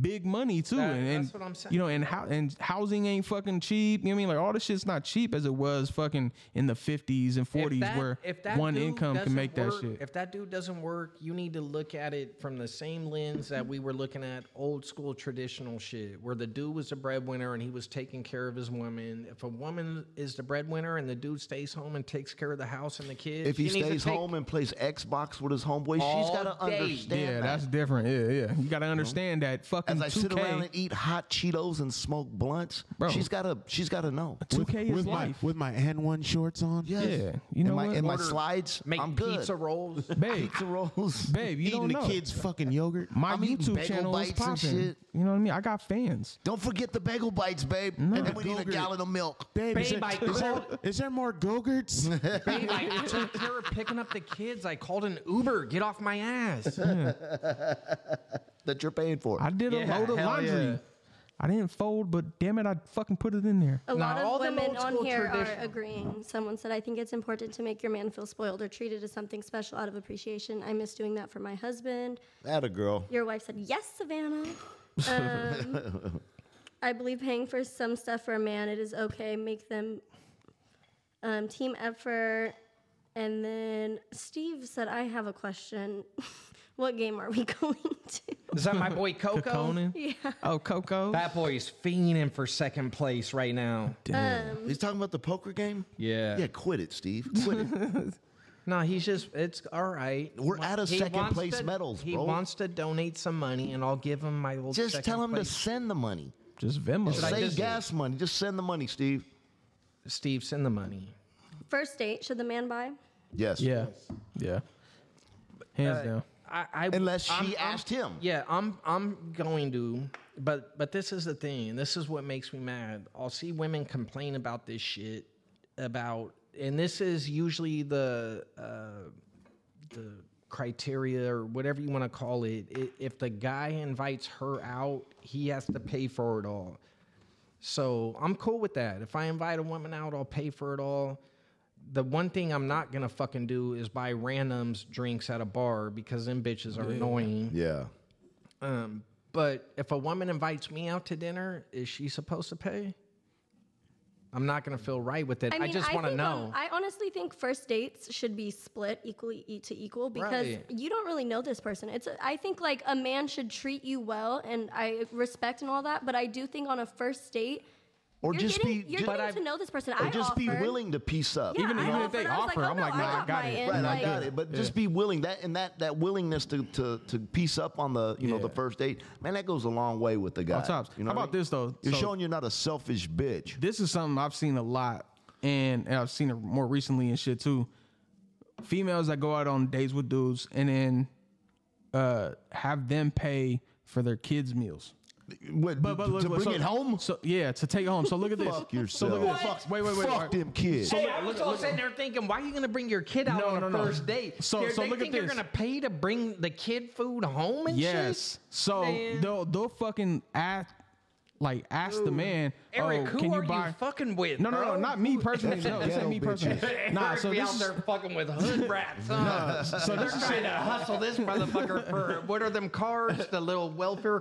[SPEAKER 4] big money too,
[SPEAKER 8] That-
[SPEAKER 4] and, and
[SPEAKER 8] that's what I'm saying.
[SPEAKER 4] You know, and how and housing ain't fucking cheap. You know what I mean? Like all this shit's not cheap as it was fucking in the 50s and 40s, where one
[SPEAKER 8] dude
[SPEAKER 4] income can
[SPEAKER 8] doesn't
[SPEAKER 4] make
[SPEAKER 8] work-
[SPEAKER 4] that shit.
[SPEAKER 8] If that dude doesn't work, you need to look at it from the same lens that we were looking at old school traditional shit, where the dude was the breadwinner and he was taking care of his woman. If a woman is the breadwinner and the dude stays home and takes care of the house and the kids,
[SPEAKER 1] If he
[SPEAKER 8] she needs to
[SPEAKER 1] stays
[SPEAKER 8] take-
[SPEAKER 1] home and plays Xbox with his homeboy, she's
[SPEAKER 8] All
[SPEAKER 1] got to
[SPEAKER 8] day.
[SPEAKER 1] understand
[SPEAKER 4] yeah,
[SPEAKER 1] that.
[SPEAKER 4] that's different. Yeah, yeah. You got to understand that fucking
[SPEAKER 1] As I sit around
[SPEAKER 4] 2K.
[SPEAKER 1] and eat hot Cheetos and smoke blunts,
[SPEAKER 4] Bro.
[SPEAKER 1] she's got to she's got to know.
[SPEAKER 4] 2K is
[SPEAKER 9] with my
[SPEAKER 4] life.
[SPEAKER 9] with my and one shorts on.
[SPEAKER 1] Yes.
[SPEAKER 4] Yeah, you know
[SPEAKER 1] and my,
[SPEAKER 4] what?
[SPEAKER 1] and my
[SPEAKER 4] Order-
[SPEAKER 1] slides,
[SPEAKER 8] make
[SPEAKER 1] I'm good.
[SPEAKER 8] pizza rolls.
[SPEAKER 4] babe,
[SPEAKER 1] Pizza rolls,
[SPEAKER 4] babe, you
[SPEAKER 9] eating
[SPEAKER 4] don't
[SPEAKER 9] the
[SPEAKER 4] know.
[SPEAKER 9] kids fucking yogurt.
[SPEAKER 4] My
[SPEAKER 1] I'm eating
[SPEAKER 4] YouTube
[SPEAKER 1] bagel
[SPEAKER 4] channel is
[SPEAKER 1] bites and
[SPEAKER 4] popping. You
[SPEAKER 1] shit.
[SPEAKER 4] know what I mean? I got fans.
[SPEAKER 1] Don't forget the bagel bites, babe. And then we need a
[SPEAKER 9] Yogurt.
[SPEAKER 1] gallon of milk.
[SPEAKER 9] Babe, is,
[SPEAKER 8] Babe,
[SPEAKER 9] there-
[SPEAKER 8] I
[SPEAKER 9] is there-
[SPEAKER 8] called-
[SPEAKER 9] is there more gogurts?
[SPEAKER 8] Babe, I took care of picking up the kids. I called an Uber. Get off my ass.
[SPEAKER 1] that you're paying for.
[SPEAKER 4] I did
[SPEAKER 8] Yeah,
[SPEAKER 4] a load of
[SPEAKER 8] hell
[SPEAKER 4] laundry.
[SPEAKER 8] yeah.
[SPEAKER 4] I didn't fold, but damn it, I fucking put it in there.
[SPEAKER 7] A
[SPEAKER 8] Nah,
[SPEAKER 7] lot
[SPEAKER 8] all
[SPEAKER 7] of
[SPEAKER 8] them
[SPEAKER 7] women
[SPEAKER 8] old
[SPEAKER 7] on
[SPEAKER 8] school
[SPEAKER 7] here
[SPEAKER 8] traditional-
[SPEAKER 7] are agreeing. Someone said, I think it's important to make your man feel spoiled or treated as something special out of appreciation. I miss doing that for my husband.
[SPEAKER 1] That a girl.
[SPEAKER 7] Your wife said, Yes, Savannah. Um, I believe paying for some stuff for a man, it is okay. Make them um, team effort. And then Steve said, I have a question. what game are we going to?
[SPEAKER 8] Is that my boy Coco?
[SPEAKER 4] Conan. Yeah. Oh, Coco.
[SPEAKER 8] That boy's fiending for second place right now.
[SPEAKER 1] He's talking about the poker game?
[SPEAKER 8] Yeah.
[SPEAKER 1] Yeah, quit it, Steve. Quit it.
[SPEAKER 8] No, he's just it's all right.
[SPEAKER 1] We're
[SPEAKER 8] He wa-
[SPEAKER 1] out of
[SPEAKER 8] he
[SPEAKER 1] second
[SPEAKER 8] wants
[SPEAKER 1] place
[SPEAKER 8] to-
[SPEAKER 1] medals,
[SPEAKER 8] He
[SPEAKER 1] bro.
[SPEAKER 8] wants to donate some money, and I'll give him my old.
[SPEAKER 1] Just tell him to
[SPEAKER 8] place.
[SPEAKER 1] send the money.
[SPEAKER 4] Just Venmo.
[SPEAKER 8] I
[SPEAKER 1] Say
[SPEAKER 8] just-
[SPEAKER 1] gas money. Just send the money, Steve.
[SPEAKER 8] to Steve send the money.
[SPEAKER 7] First date, should the man buy?
[SPEAKER 1] Yes.
[SPEAKER 4] Yeah. Yeah. Hands down.
[SPEAKER 8] I, I
[SPEAKER 1] Unless she
[SPEAKER 8] I'm- I'm-
[SPEAKER 1] asked him.
[SPEAKER 8] Yeah, I'm I'm going to, but but this is the thing. This is what makes me mad. I'll see women complain about this shit about and this is usually the uh, the criteria or whatever you want to call it. I if the guy invites her out, he has to pay for it all. So I'm cool with that. If I invite a woman out, I'll pay for it all. The one thing I'm not gonna fucking do is buy randoms drinks at a bar because them bitches are annoying.
[SPEAKER 1] Yeah.
[SPEAKER 8] Um, but if a woman invites me out to dinner, is she supposed to pay? I'm not gonna feel right with it. I, just want to
[SPEAKER 7] think, um,
[SPEAKER 8] know.
[SPEAKER 7] I honestly think first dates should be split equally e- to equal because
[SPEAKER 8] Right.
[SPEAKER 7] you don't really know this person. It's a, I think like a man should treat you well and I respect and all that, but I do think on a first date,
[SPEAKER 1] Or
[SPEAKER 7] you're
[SPEAKER 1] just
[SPEAKER 7] getting,
[SPEAKER 1] be
[SPEAKER 7] you're
[SPEAKER 1] just,
[SPEAKER 7] getting to know this person.
[SPEAKER 1] or
[SPEAKER 7] I
[SPEAKER 1] just be
[SPEAKER 7] offered-
[SPEAKER 1] willing to piece up.
[SPEAKER 7] Yeah,
[SPEAKER 4] Even-
[SPEAKER 7] I
[SPEAKER 4] even if
[SPEAKER 7] offered,
[SPEAKER 4] they
[SPEAKER 7] I was
[SPEAKER 4] offer,
[SPEAKER 7] oh,
[SPEAKER 4] I'm
[SPEAKER 7] no,
[SPEAKER 4] like, nah, I
[SPEAKER 7] got
[SPEAKER 4] got
[SPEAKER 7] my
[SPEAKER 4] it.
[SPEAKER 7] end,
[SPEAKER 1] Right, I
[SPEAKER 7] like-
[SPEAKER 1] got it. But just be willing that and that that willingness to to, to piece up on the you know the
[SPEAKER 4] Yeah.
[SPEAKER 1] first date, man, that goes a long way with the guy.
[SPEAKER 4] tops.
[SPEAKER 1] You know
[SPEAKER 4] How
[SPEAKER 1] what I
[SPEAKER 4] about
[SPEAKER 1] mean?
[SPEAKER 4] this, though?
[SPEAKER 1] You're
[SPEAKER 4] So-
[SPEAKER 1] showing you're not a selfish bitch.
[SPEAKER 4] this is something I've seen a lot, and, and I've seen it more recently and shit too. Females that go out on dates with dudes and then uh, have them pay for their kids' meals.
[SPEAKER 1] What,
[SPEAKER 4] But, but look,
[SPEAKER 1] to
[SPEAKER 4] look,
[SPEAKER 1] bring
[SPEAKER 4] so-
[SPEAKER 1] it home.
[SPEAKER 4] So yeah, to take it home. So look at this.
[SPEAKER 1] Fuck
[SPEAKER 4] So look at
[SPEAKER 1] yourself.
[SPEAKER 4] this. Wait, wait, wait.
[SPEAKER 1] Fuck
[SPEAKER 4] wait.
[SPEAKER 1] them kids.
[SPEAKER 8] Hey, I was all sitting there thinking, why are you gonna bring your kid out
[SPEAKER 4] No,
[SPEAKER 8] on a
[SPEAKER 4] no, no.
[SPEAKER 8] first date?
[SPEAKER 4] So-
[SPEAKER 8] They're-
[SPEAKER 4] so
[SPEAKER 8] they
[SPEAKER 4] look at
[SPEAKER 8] think you're
[SPEAKER 4] this.
[SPEAKER 8] gonna pay to bring the kid food home and
[SPEAKER 4] Yes.
[SPEAKER 8] shit.
[SPEAKER 4] So
[SPEAKER 8] Man.
[SPEAKER 4] they'll they'll fucking ask, like ask the man.
[SPEAKER 8] Eric,
[SPEAKER 4] oh,
[SPEAKER 8] who
[SPEAKER 4] can
[SPEAKER 8] are
[SPEAKER 4] you buy?
[SPEAKER 8] you fucking with?
[SPEAKER 4] no, no, no,
[SPEAKER 8] bro?
[SPEAKER 4] not me
[SPEAKER 8] Who-
[SPEAKER 4] personally. No, this ain't me
[SPEAKER 1] Ghetto bitches.
[SPEAKER 4] personally. Nah,
[SPEAKER 8] Eric
[SPEAKER 4] so
[SPEAKER 8] be
[SPEAKER 4] this
[SPEAKER 8] out
[SPEAKER 4] is-
[SPEAKER 8] there fucking with hood rats. Huh? so they're trying to hustle this motherfucker for what are them cards? The little welfare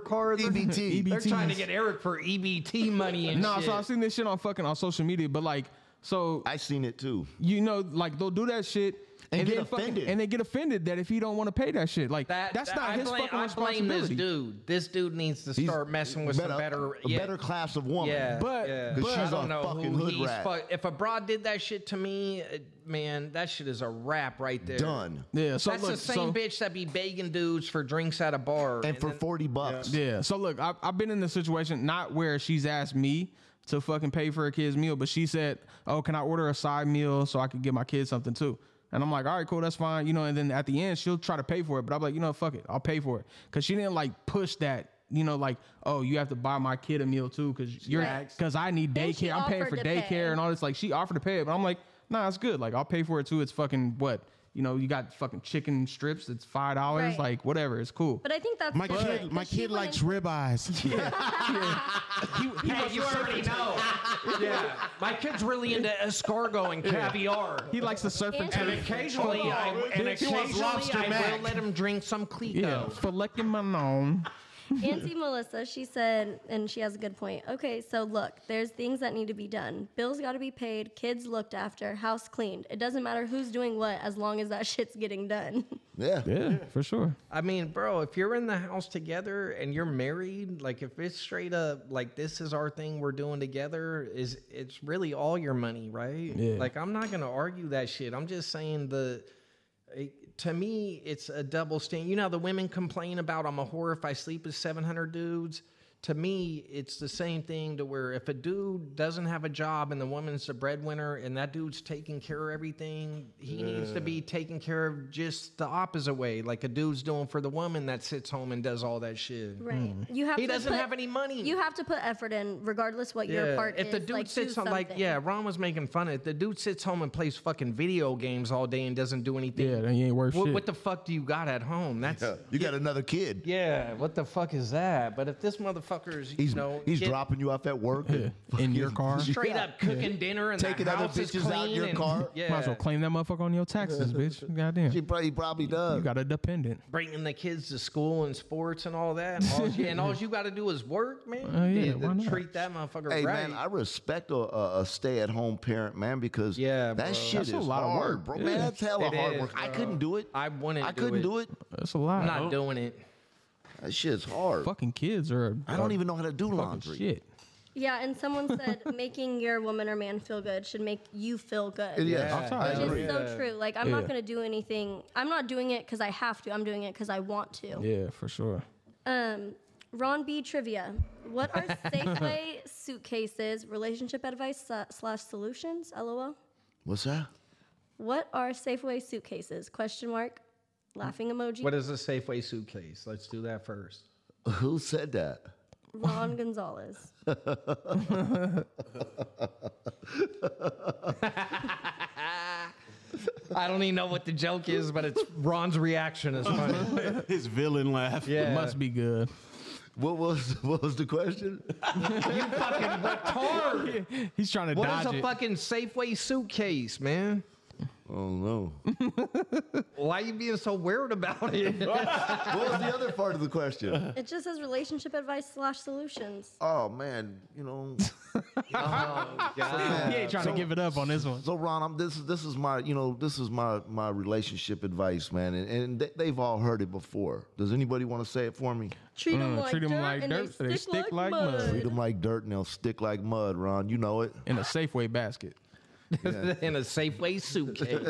[SPEAKER 8] cards?
[SPEAKER 1] E
[SPEAKER 4] E
[SPEAKER 1] EBT.
[SPEAKER 8] They're trying to
[SPEAKER 4] EBTs.
[SPEAKER 8] get Eric for E EBT money and
[SPEAKER 4] No,
[SPEAKER 8] shit.
[SPEAKER 4] so I've seen this shit on fucking on social media, but like, so
[SPEAKER 1] I seen it too.
[SPEAKER 4] you know, like they'll do that shit
[SPEAKER 1] And get
[SPEAKER 4] then fucking-
[SPEAKER 1] offended.
[SPEAKER 4] and they get offended that if he don't want to pay that shit, like
[SPEAKER 8] That-
[SPEAKER 4] that's
[SPEAKER 8] that-
[SPEAKER 4] not
[SPEAKER 8] I
[SPEAKER 4] his
[SPEAKER 8] blame,
[SPEAKER 4] fucking
[SPEAKER 8] I blame
[SPEAKER 4] responsibility.
[SPEAKER 8] this dude. This dude needs to start messing with some better,
[SPEAKER 1] a
[SPEAKER 8] yeah,
[SPEAKER 1] better class of woman.
[SPEAKER 8] Yeah,
[SPEAKER 4] But-
[SPEAKER 8] yeah.
[SPEAKER 4] but-
[SPEAKER 8] I
[SPEAKER 1] she's
[SPEAKER 8] don't
[SPEAKER 1] a
[SPEAKER 8] know
[SPEAKER 1] fucking
[SPEAKER 8] who
[SPEAKER 1] hood
[SPEAKER 8] he's
[SPEAKER 1] rat.
[SPEAKER 8] fuck- if a broad did that shit to me, uh, man, that shit is a wrap right there.
[SPEAKER 1] Done.
[SPEAKER 4] Yeah, so
[SPEAKER 8] That's
[SPEAKER 4] look,
[SPEAKER 8] the same
[SPEAKER 4] so,
[SPEAKER 8] bitch that be begging dudes for drinks at a bar.
[SPEAKER 1] And for
[SPEAKER 8] then-
[SPEAKER 1] forty bucks.
[SPEAKER 4] Yeah, so look, I've, I've been in the situation not where she's asked me to fucking pay for her kid's meal, but she said, "Oh, can I order a side meal so I can get my kids something too?" And I'm like, "All right, cool, that's fine," you know. And then at the end, she'll try to pay for it, but I'm like, you know, fuck it, I'll pay for it because she didn't like push that. You know, like, oh, you have to buy my kid a meal too, because you're, because I need
[SPEAKER 7] And she
[SPEAKER 4] daycare. I'm paying
[SPEAKER 7] offered
[SPEAKER 4] for
[SPEAKER 7] to
[SPEAKER 4] daycare
[SPEAKER 7] pay.
[SPEAKER 4] and and all this. Like she offered to pay it, but I'm like, nah, it's good. Like I'll pay for it too. It's fucking what you know. You got fucking chicken strips. It's five dollars.
[SPEAKER 7] Right.
[SPEAKER 4] Like whatever. It's cool.
[SPEAKER 7] But I think that's
[SPEAKER 9] My
[SPEAKER 7] good,
[SPEAKER 9] kid,
[SPEAKER 7] 'cause
[SPEAKER 9] my
[SPEAKER 7] she
[SPEAKER 9] kid
[SPEAKER 7] went
[SPEAKER 9] likes
[SPEAKER 7] in-
[SPEAKER 9] ribeyes.
[SPEAKER 8] Hey, you already know. yeah, my kid's really into escargot and caviar.
[SPEAKER 4] he likes to surf and
[SPEAKER 7] And-
[SPEAKER 8] And
[SPEAKER 4] turf.
[SPEAKER 8] occasionally, I, and
[SPEAKER 9] He wants
[SPEAKER 8] occasionally
[SPEAKER 9] lobster
[SPEAKER 8] I will
[SPEAKER 9] mac.
[SPEAKER 8] let him drink some Clico.
[SPEAKER 4] Yeah, for licking my nose.
[SPEAKER 7] Auntie Melissa, she said, and she has a good point. Okay, so look, there's things that need to be done. Bills got to be paid, kids looked after, house cleaned. It doesn't matter who's doing what as long as that shit's getting done.
[SPEAKER 1] Yeah.
[SPEAKER 4] Yeah, for sure.
[SPEAKER 8] I mean, bro, if you're in the house together and you're married, like if it's straight up like this is our thing we're doing together, is it's really all your money, right?
[SPEAKER 4] Yeah.
[SPEAKER 8] Like I'm not gonna argue that shit. I'm just saying the it- to me it's a double stand. You know, how the women complain about I'm a whore if I sleep with 700 dudes. To me, it's the same thing to where if a dude doesn't have a job and the woman's the breadwinner and that dude's taking care of everything, he needs to be taken care of just the opposite way, like a dude's doing for the woman that sits home and does all that shit.
[SPEAKER 7] Right. You have
[SPEAKER 8] He
[SPEAKER 7] to
[SPEAKER 8] doesn't
[SPEAKER 7] put-
[SPEAKER 8] have any money.
[SPEAKER 7] You have to put effort in, regardless what your part
[SPEAKER 8] if
[SPEAKER 7] is.
[SPEAKER 8] the dude
[SPEAKER 7] like, do
[SPEAKER 8] sits home, like
[SPEAKER 7] something.
[SPEAKER 8] yeah, Ron was making fun of it. The dude sits home and plays fucking video games all day and doesn't do anything.
[SPEAKER 4] Yeah, then you ain't worth
[SPEAKER 8] what,
[SPEAKER 4] shit.
[SPEAKER 8] What the fuck do you got at home? That's yeah.
[SPEAKER 1] You got another kid.
[SPEAKER 8] what the fuck is that? But if this motherfucker's, you
[SPEAKER 1] He's
[SPEAKER 8] know,
[SPEAKER 1] he's
[SPEAKER 8] get
[SPEAKER 1] dropping you off at work and
[SPEAKER 4] In your
[SPEAKER 1] fucking-
[SPEAKER 4] car?
[SPEAKER 8] straight up cooking dinner and
[SPEAKER 1] Taking
[SPEAKER 8] the
[SPEAKER 1] other
[SPEAKER 8] house is
[SPEAKER 1] bitches out
[SPEAKER 8] clean
[SPEAKER 1] your
[SPEAKER 8] and-
[SPEAKER 1] car?
[SPEAKER 8] yeah,
[SPEAKER 4] Might as well claim that motherfucker on your taxes, bitch. Goddamn.
[SPEAKER 1] She probably probably does.
[SPEAKER 4] You got a dependent.
[SPEAKER 8] bringing the kids to school and sports and all that. And all, you- and all you got to do is work, man.
[SPEAKER 4] Oh, yeah,
[SPEAKER 8] You
[SPEAKER 4] why not?
[SPEAKER 8] treat that motherfucker
[SPEAKER 1] Hey
[SPEAKER 8] right.
[SPEAKER 1] man, I respect a, a, a stay-at-home parent, man, because
[SPEAKER 8] Yeah,
[SPEAKER 1] that
[SPEAKER 8] bro.
[SPEAKER 1] shit
[SPEAKER 4] That's
[SPEAKER 1] is
[SPEAKER 4] a lot of
[SPEAKER 1] hard,
[SPEAKER 4] work.
[SPEAKER 1] bro.
[SPEAKER 4] Yeah.
[SPEAKER 1] Man, that's hella
[SPEAKER 8] It
[SPEAKER 1] hard
[SPEAKER 8] is,
[SPEAKER 1] work. I
[SPEAKER 8] bro.
[SPEAKER 1] couldn't do it.
[SPEAKER 8] I wouldn't
[SPEAKER 1] I
[SPEAKER 8] do
[SPEAKER 1] couldn't
[SPEAKER 8] it.
[SPEAKER 1] do it.
[SPEAKER 4] That's a lot.
[SPEAKER 8] I'm not doing it.
[SPEAKER 1] That shit's hard.
[SPEAKER 4] Fucking kids are.
[SPEAKER 1] I don't even know how to do
[SPEAKER 4] fucking
[SPEAKER 1] laundry.
[SPEAKER 4] shit.
[SPEAKER 7] Yeah, and someone said making your woman or man feel good should make you feel good.
[SPEAKER 1] Yeah.
[SPEAKER 8] Yeah.
[SPEAKER 1] I
[SPEAKER 7] Which
[SPEAKER 1] agree.
[SPEAKER 7] is so true. Like, I'm
[SPEAKER 4] Yeah.
[SPEAKER 7] not going to do anything. I'm not doing it because I have to. I'm doing it because I want to.
[SPEAKER 4] Yeah, for sure.
[SPEAKER 7] Um, Ron B. Trivia. What are Safeway suitcases, relationship advice sla- slash solutions? LOL.
[SPEAKER 1] What's that?
[SPEAKER 7] What are Safeway suitcases? Question mark. Laughing emoji.
[SPEAKER 8] What is a Safeway suitcase? Let's do that first.
[SPEAKER 1] Who said that?
[SPEAKER 7] Ron Gonzalez.
[SPEAKER 8] I don't even know what the joke is, but it's Ron's reaction is funny.
[SPEAKER 9] His villain laugh.
[SPEAKER 8] Yeah,
[SPEAKER 4] Must be good.
[SPEAKER 1] What was what was the question?
[SPEAKER 8] fucking retard.
[SPEAKER 4] He's trying to
[SPEAKER 8] What
[SPEAKER 4] dodge
[SPEAKER 8] is a
[SPEAKER 4] it.
[SPEAKER 8] fucking Safeway suitcase, man?
[SPEAKER 1] Oh no.
[SPEAKER 8] Why you being so weird about it?
[SPEAKER 1] What was the other part of the question?
[SPEAKER 7] It just says relationship advice slash solutions.
[SPEAKER 1] Oh man, you know.
[SPEAKER 4] he ain't trying to give it up on this one.
[SPEAKER 1] So Ron, I'm, this is this is my you know this is my my relationship advice, man, and, and they, they've all heard it before. Does anybody want to say it for me?
[SPEAKER 7] Treat them
[SPEAKER 4] Mm,
[SPEAKER 7] like
[SPEAKER 4] treat 'em
[SPEAKER 7] dirt,
[SPEAKER 4] like
[SPEAKER 7] and
[SPEAKER 4] dirt,
[SPEAKER 7] They, stick, like, mud.
[SPEAKER 1] Treat them like dirt and they'll stick like mud, Ron. You know it.
[SPEAKER 4] In a Safeway basket.
[SPEAKER 8] In a Safeway suitcase.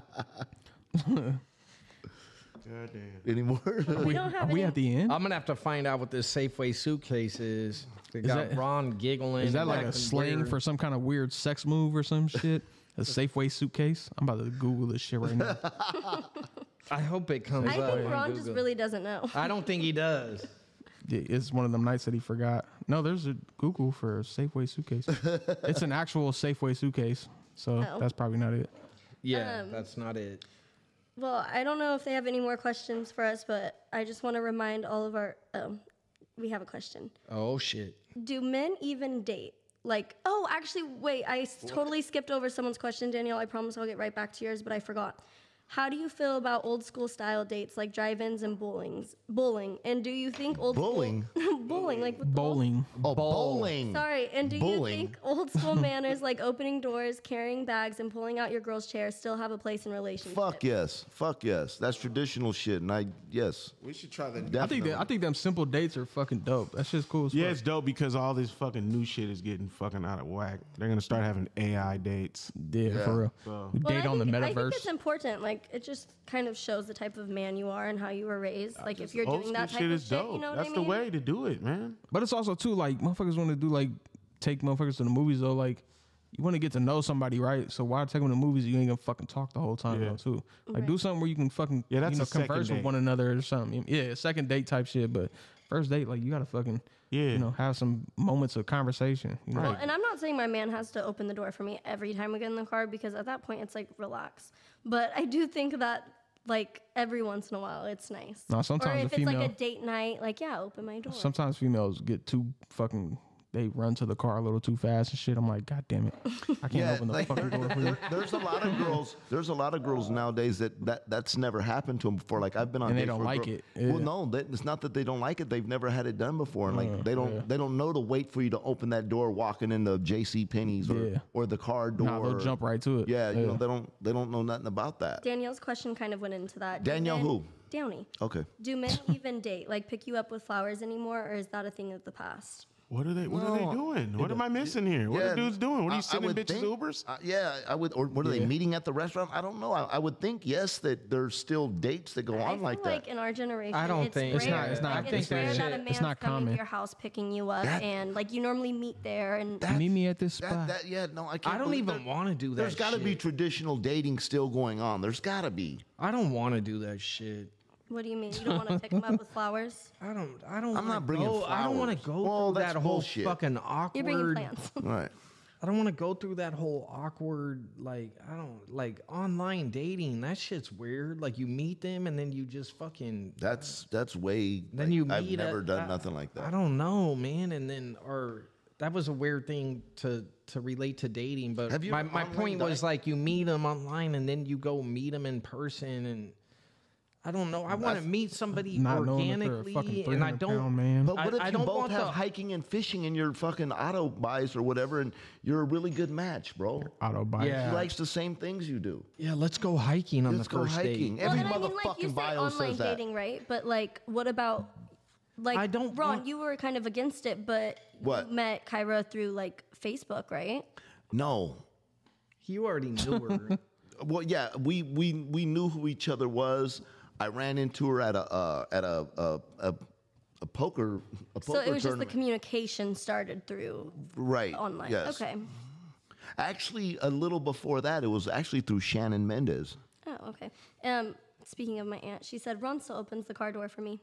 [SPEAKER 1] Anymore?
[SPEAKER 7] We don't have
[SPEAKER 4] we
[SPEAKER 7] any.
[SPEAKER 4] at the end?
[SPEAKER 8] I'm gonna have to find out what this Safeway suitcase is. They got
[SPEAKER 4] that-
[SPEAKER 8] Ron giggling.
[SPEAKER 4] Is that like
[SPEAKER 8] acting
[SPEAKER 4] a slang
[SPEAKER 8] weird.
[SPEAKER 4] for some kind of weird sex move or some shit? A Safeway suitcase? I'm about to Google this shit right now.
[SPEAKER 8] I hope it comes
[SPEAKER 7] I
[SPEAKER 8] up.
[SPEAKER 7] think
[SPEAKER 8] on
[SPEAKER 7] Ron just
[SPEAKER 8] Google.
[SPEAKER 7] really doesn't know.
[SPEAKER 8] I don't think he does.
[SPEAKER 4] Yeah, It's one of them nights that he forgot. No, there's a Google for Safeway suitcase. it's an actual Safeway suitcase, so
[SPEAKER 7] Oh.
[SPEAKER 4] that's probably not it.
[SPEAKER 8] Yeah,
[SPEAKER 7] Um,
[SPEAKER 8] that's not it.
[SPEAKER 7] Well, I don't know if they have any more questions for us, but I just want to remind all of our. Um, we have a question.
[SPEAKER 8] Oh shit.
[SPEAKER 7] Do men even date? Like, oh, actually, wait, I s- totally skipped over someone's question, Danielle. I promise I'll get right back to yours, but I forgot. How do you feel about old school style dates like drive-ins and bowlings? Bowling, and do you think old
[SPEAKER 1] Bowling?
[SPEAKER 7] school, bowling like with the ball?
[SPEAKER 4] Bowling.
[SPEAKER 1] Oh, bowling.
[SPEAKER 7] Sorry, and do
[SPEAKER 1] Bowling.
[SPEAKER 7] you think old school manners like opening doors, carrying bags, and pulling out your girl's chair still have a place in relationships?
[SPEAKER 1] Fuck yes. Fuck yes. That's traditional shit, and I yes.
[SPEAKER 2] We should try that.
[SPEAKER 4] I think
[SPEAKER 1] Definitely.
[SPEAKER 4] that, I think them simple dates are fucking dope. That shit's cool. As
[SPEAKER 9] Yeah,
[SPEAKER 4] fuck.
[SPEAKER 9] it's dope because all this fucking new shit is getting fucking out of whack. They're gonna start having AI dates.
[SPEAKER 4] yeah, for real.
[SPEAKER 7] Well,
[SPEAKER 4] Date
[SPEAKER 7] I
[SPEAKER 4] on the
[SPEAKER 7] think- I think it's
[SPEAKER 4] metaverse.
[SPEAKER 7] important. Like, it just kind of shows the type of man you are and how you were raised. Like, if you're
[SPEAKER 9] Old
[SPEAKER 7] doing
[SPEAKER 9] school
[SPEAKER 7] that type
[SPEAKER 9] shit
[SPEAKER 7] of
[SPEAKER 9] is
[SPEAKER 7] shit,
[SPEAKER 9] dope.
[SPEAKER 7] you know
[SPEAKER 9] That's
[SPEAKER 7] what I mean?
[SPEAKER 9] the way to do it, man.
[SPEAKER 4] But it's also too like motherfuckers want to do like take motherfuckers to the movies though. Like you want to get to know somebody, right? So why take them to movies? You ain't gonna fucking talk the whole time
[SPEAKER 9] Yeah.
[SPEAKER 4] though, too. Like do something where you can fucking
[SPEAKER 9] Yeah, that's
[SPEAKER 4] you know,
[SPEAKER 9] a second
[SPEAKER 4] converse with
[SPEAKER 9] date.
[SPEAKER 4] one another or something. Yeah, second date type shit. But first date, like you gotta fucking
[SPEAKER 9] Yeah.
[SPEAKER 4] you know have some moments of conversation. You know?
[SPEAKER 7] Well, and I'm not saying my man has to open the door for me every time we get in the car because at that point it's like relax. But I do think that like every once in a while it's nice.
[SPEAKER 4] No, sometimes
[SPEAKER 7] or
[SPEAKER 4] a
[SPEAKER 7] if it's like a
[SPEAKER 4] female-
[SPEAKER 7] date night, like yeah, open my door.
[SPEAKER 4] Sometimes females get too fucking. They run to the car a little too fast and shit. I'm like, God damn it, I can't open the
[SPEAKER 1] like,
[SPEAKER 4] fucking door for you.
[SPEAKER 1] there- there's a lot of girls. There's a lot of girls nowadays that, that that's never happened to them before. Like I've been on.
[SPEAKER 4] And they
[SPEAKER 1] dates
[SPEAKER 4] don't
[SPEAKER 1] where a
[SPEAKER 4] like
[SPEAKER 1] girl-
[SPEAKER 4] it, yeah. Uh,
[SPEAKER 1] Well, no, that, it's not that they don't like it. They've never had it done before, and like they don't they don't know to wait for you to open that door, walking into J.C. Penney's or,
[SPEAKER 4] Yeah.
[SPEAKER 1] or the car door.
[SPEAKER 4] Nah, they'll jump right to it.
[SPEAKER 1] Yeah, you know they don't they don't know nothing about that.
[SPEAKER 7] Danielle's question kind of went into that. Do
[SPEAKER 1] Danielle
[SPEAKER 7] men-
[SPEAKER 1] who?
[SPEAKER 7] Downey.
[SPEAKER 9] Oh.
[SPEAKER 1] Okay.
[SPEAKER 7] Do men even date? Like pick you up with flowers anymore, or is that a thing of the past?
[SPEAKER 9] What are they? What are
[SPEAKER 1] No,
[SPEAKER 9] they doing? What am I missing here? What are dudes doing? What are
[SPEAKER 1] I-
[SPEAKER 9] you
[SPEAKER 1] I
[SPEAKER 9] sending
[SPEAKER 1] would
[SPEAKER 9] bitches
[SPEAKER 1] think-
[SPEAKER 9] Ubers?
[SPEAKER 1] I- yeah, I would. Or what are they meeting at the restaurant? I don't know. I, I would think yes that there's still dates that go
[SPEAKER 7] I
[SPEAKER 1] on
[SPEAKER 7] feel
[SPEAKER 1] like
[SPEAKER 7] like,
[SPEAKER 1] that.
[SPEAKER 7] in our generation,
[SPEAKER 8] I don't
[SPEAKER 7] it's
[SPEAKER 8] think-
[SPEAKER 7] rare.
[SPEAKER 8] It's not- it's not-
[SPEAKER 7] Like,
[SPEAKER 8] I think
[SPEAKER 7] it's rare
[SPEAKER 8] that
[SPEAKER 7] that a
[SPEAKER 4] shit-
[SPEAKER 7] man's
[SPEAKER 4] it's not
[SPEAKER 7] coming
[SPEAKER 4] common.
[SPEAKER 7] to your house picking you up,
[SPEAKER 1] That-
[SPEAKER 7] and like you normally meet there, and
[SPEAKER 4] Meet me at this
[SPEAKER 1] that,
[SPEAKER 4] spot.
[SPEAKER 1] that yeah no I can't.
[SPEAKER 8] I don't
[SPEAKER 1] believe
[SPEAKER 8] even
[SPEAKER 1] that-
[SPEAKER 8] want to do that.
[SPEAKER 1] There's got to be
[SPEAKER 8] shit.
[SPEAKER 1] traditional dating still going on. There's got to be.
[SPEAKER 8] I don't want to do that shit.
[SPEAKER 7] what do you mean you don't want to pick them up with flowers?
[SPEAKER 8] I don't. I don't.
[SPEAKER 1] I'm
[SPEAKER 8] wanna
[SPEAKER 1] not bringing
[SPEAKER 8] go, I don't want
[SPEAKER 1] flowers.
[SPEAKER 8] to go
[SPEAKER 1] Well,
[SPEAKER 8] through
[SPEAKER 1] that's
[SPEAKER 8] that whole
[SPEAKER 1] bullshit.
[SPEAKER 8] fucking
[SPEAKER 7] You're bringing
[SPEAKER 8] awkward.
[SPEAKER 7] plants.
[SPEAKER 1] All right.
[SPEAKER 8] I don't want to go through that whole awkward, like I don't like online dating. That shit's weird. Like you meet them and then you just fucking.
[SPEAKER 1] That's that's way.
[SPEAKER 8] Then
[SPEAKER 1] like,
[SPEAKER 8] you.
[SPEAKER 1] I've
[SPEAKER 8] meet
[SPEAKER 1] never
[SPEAKER 8] a-
[SPEAKER 1] done
[SPEAKER 8] I-
[SPEAKER 1] nothing like
[SPEAKER 8] I
[SPEAKER 1] that.
[SPEAKER 8] don't know, man. And then or that was a weird thing to to relate to dating. But
[SPEAKER 1] Have you
[SPEAKER 8] my
[SPEAKER 1] ever
[SPEAKER 8] my
[SPEAKER 1] online
[SPEAKER 8] point was
[SPEAKER 1] di-
[SPEAKER 8] like you meet them online and then you go meet them in person and. I don't know. I want to meet somebody
[SPEAKER 4] Not knowing that they're a
[SPEAKER 8] organically,
[SPEAKER 4] fucking
[SPEAKER 8] and I
[SPEAKER 4] 300
[SPEAKER 8] don't.
[SPEAKER 4] pound man.
[SPEAKER 1] But
[SPEAKER 8] I-
[SPEAKER 1] what if
[SPEAKER 8] I
[SPEAKER 1] you
[SPEAKER 8] don't
[SPEAKER 1] both
[SPEAKER 8] want
[SPEAKER 1] have
[SPEAKER 8] the-
[SPEAKER 1] hiking and fishing in your fucking auto buys or whatever, and you're a really good match, bro?
[SPEAKER 4] Auto buy.
[SPEAKER 8] Yeah.
[SPEAKER 1] He likes the same things you do.
[SPEAKER 8] Yeah, let's go hiking on
[SPEAKER 1] Let's
[SPEAKER 8] the
[SPEAKER 1] go
[SPEAKER 8] first
[SPEAKER 1] hiking.
[SPEAKER 8] date.
[SPEAKER 1] Every
[SPEAKER 7] but
[SPEAKER 1] motherfucking
[SPEAKER 7] you say
[SPEAKER 1] bio
[SPEAKER 7] online
[SPEAKER 1] says that.
[SPEAKER 7] dating, right? But like, what about like
[SPEAKER 8] I don't
[SPEAKER 7] Ron?
[SPEAKER 8] want-
[SPEAKER 7] You were kind of against it, but
[SPEAKER 1] What?
[SPEAKER 7] you met Kyra through like Facebook, right?
[SPEAKER 1] No.
[SPEAKER 8] You already knew her.
[SPEAKER 1] Well, yeah, we we we knew who each other was. I ran into her at a uh, at a a, a a poker a
[SPEAKER 7] So
[SPEAKER 1] poker
[SPEAKER 7] it was just the
[SPEAKER 1] tournament.
[SPEAKER 7] communication started through
[SPEAKER 1] right
[SPEAKER 7] online.
[SPEAKER 1] Yes.
[SPEAKER 7] Okay.
[SPEAKER 1] Actually, a little before that, it was actually through Shannon Mendez.
[SPEAKER 7] Oh, okay. Um, speaking of my aunt, she said Ron still opens the car door for me.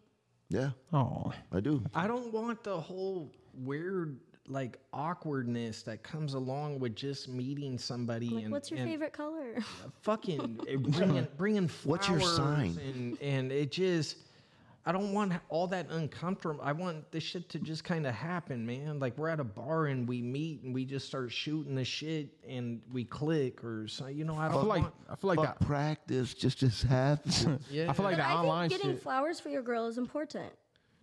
[SPEAKER 1] Yeah,
[SPEAKER 4] Oh,
[SPEAKER 1] I do.
[SPEAKER 8] I don't want the whole weird like awkwardness that comes along with just meeting somebody
[SPEAKER 7] Like,
[SPEAKER 8] and
[SPEAKER 7] what's your
[SPEAKER 8] and
[SPEAKER 7] favorite color?
[SPEAKER 8] fucking eh, bringing bringing flowers
[SPEAKER 1] What's your sign?
[SPEAKER 8] and and it just I don't want all that uncomfortable. I want this shit to just kind of happen, man. Like we're at a bar and we meet and we just start shooting the shit and we click or so. You know, I
[SPEAKER 4] I
[SPEAKER 8] don't
[SPEAKER 4] feel like
[SPEAKER 8] want-
[SPEAKER 4] I feel like that.
[SPEAKER 1] But practice just as happens.
[SPEAKER 8] yeah.
[SPEAKER 4] I feel like
[SPEAKER 7] But
[SPEAKER 4] that
[SPEAKER 7] I
[SPEAKER 4] online
[SPEAKER 7] think getting
[SPEAKER 4] shit.
[SPEAKER 7] flowers for your girl is important.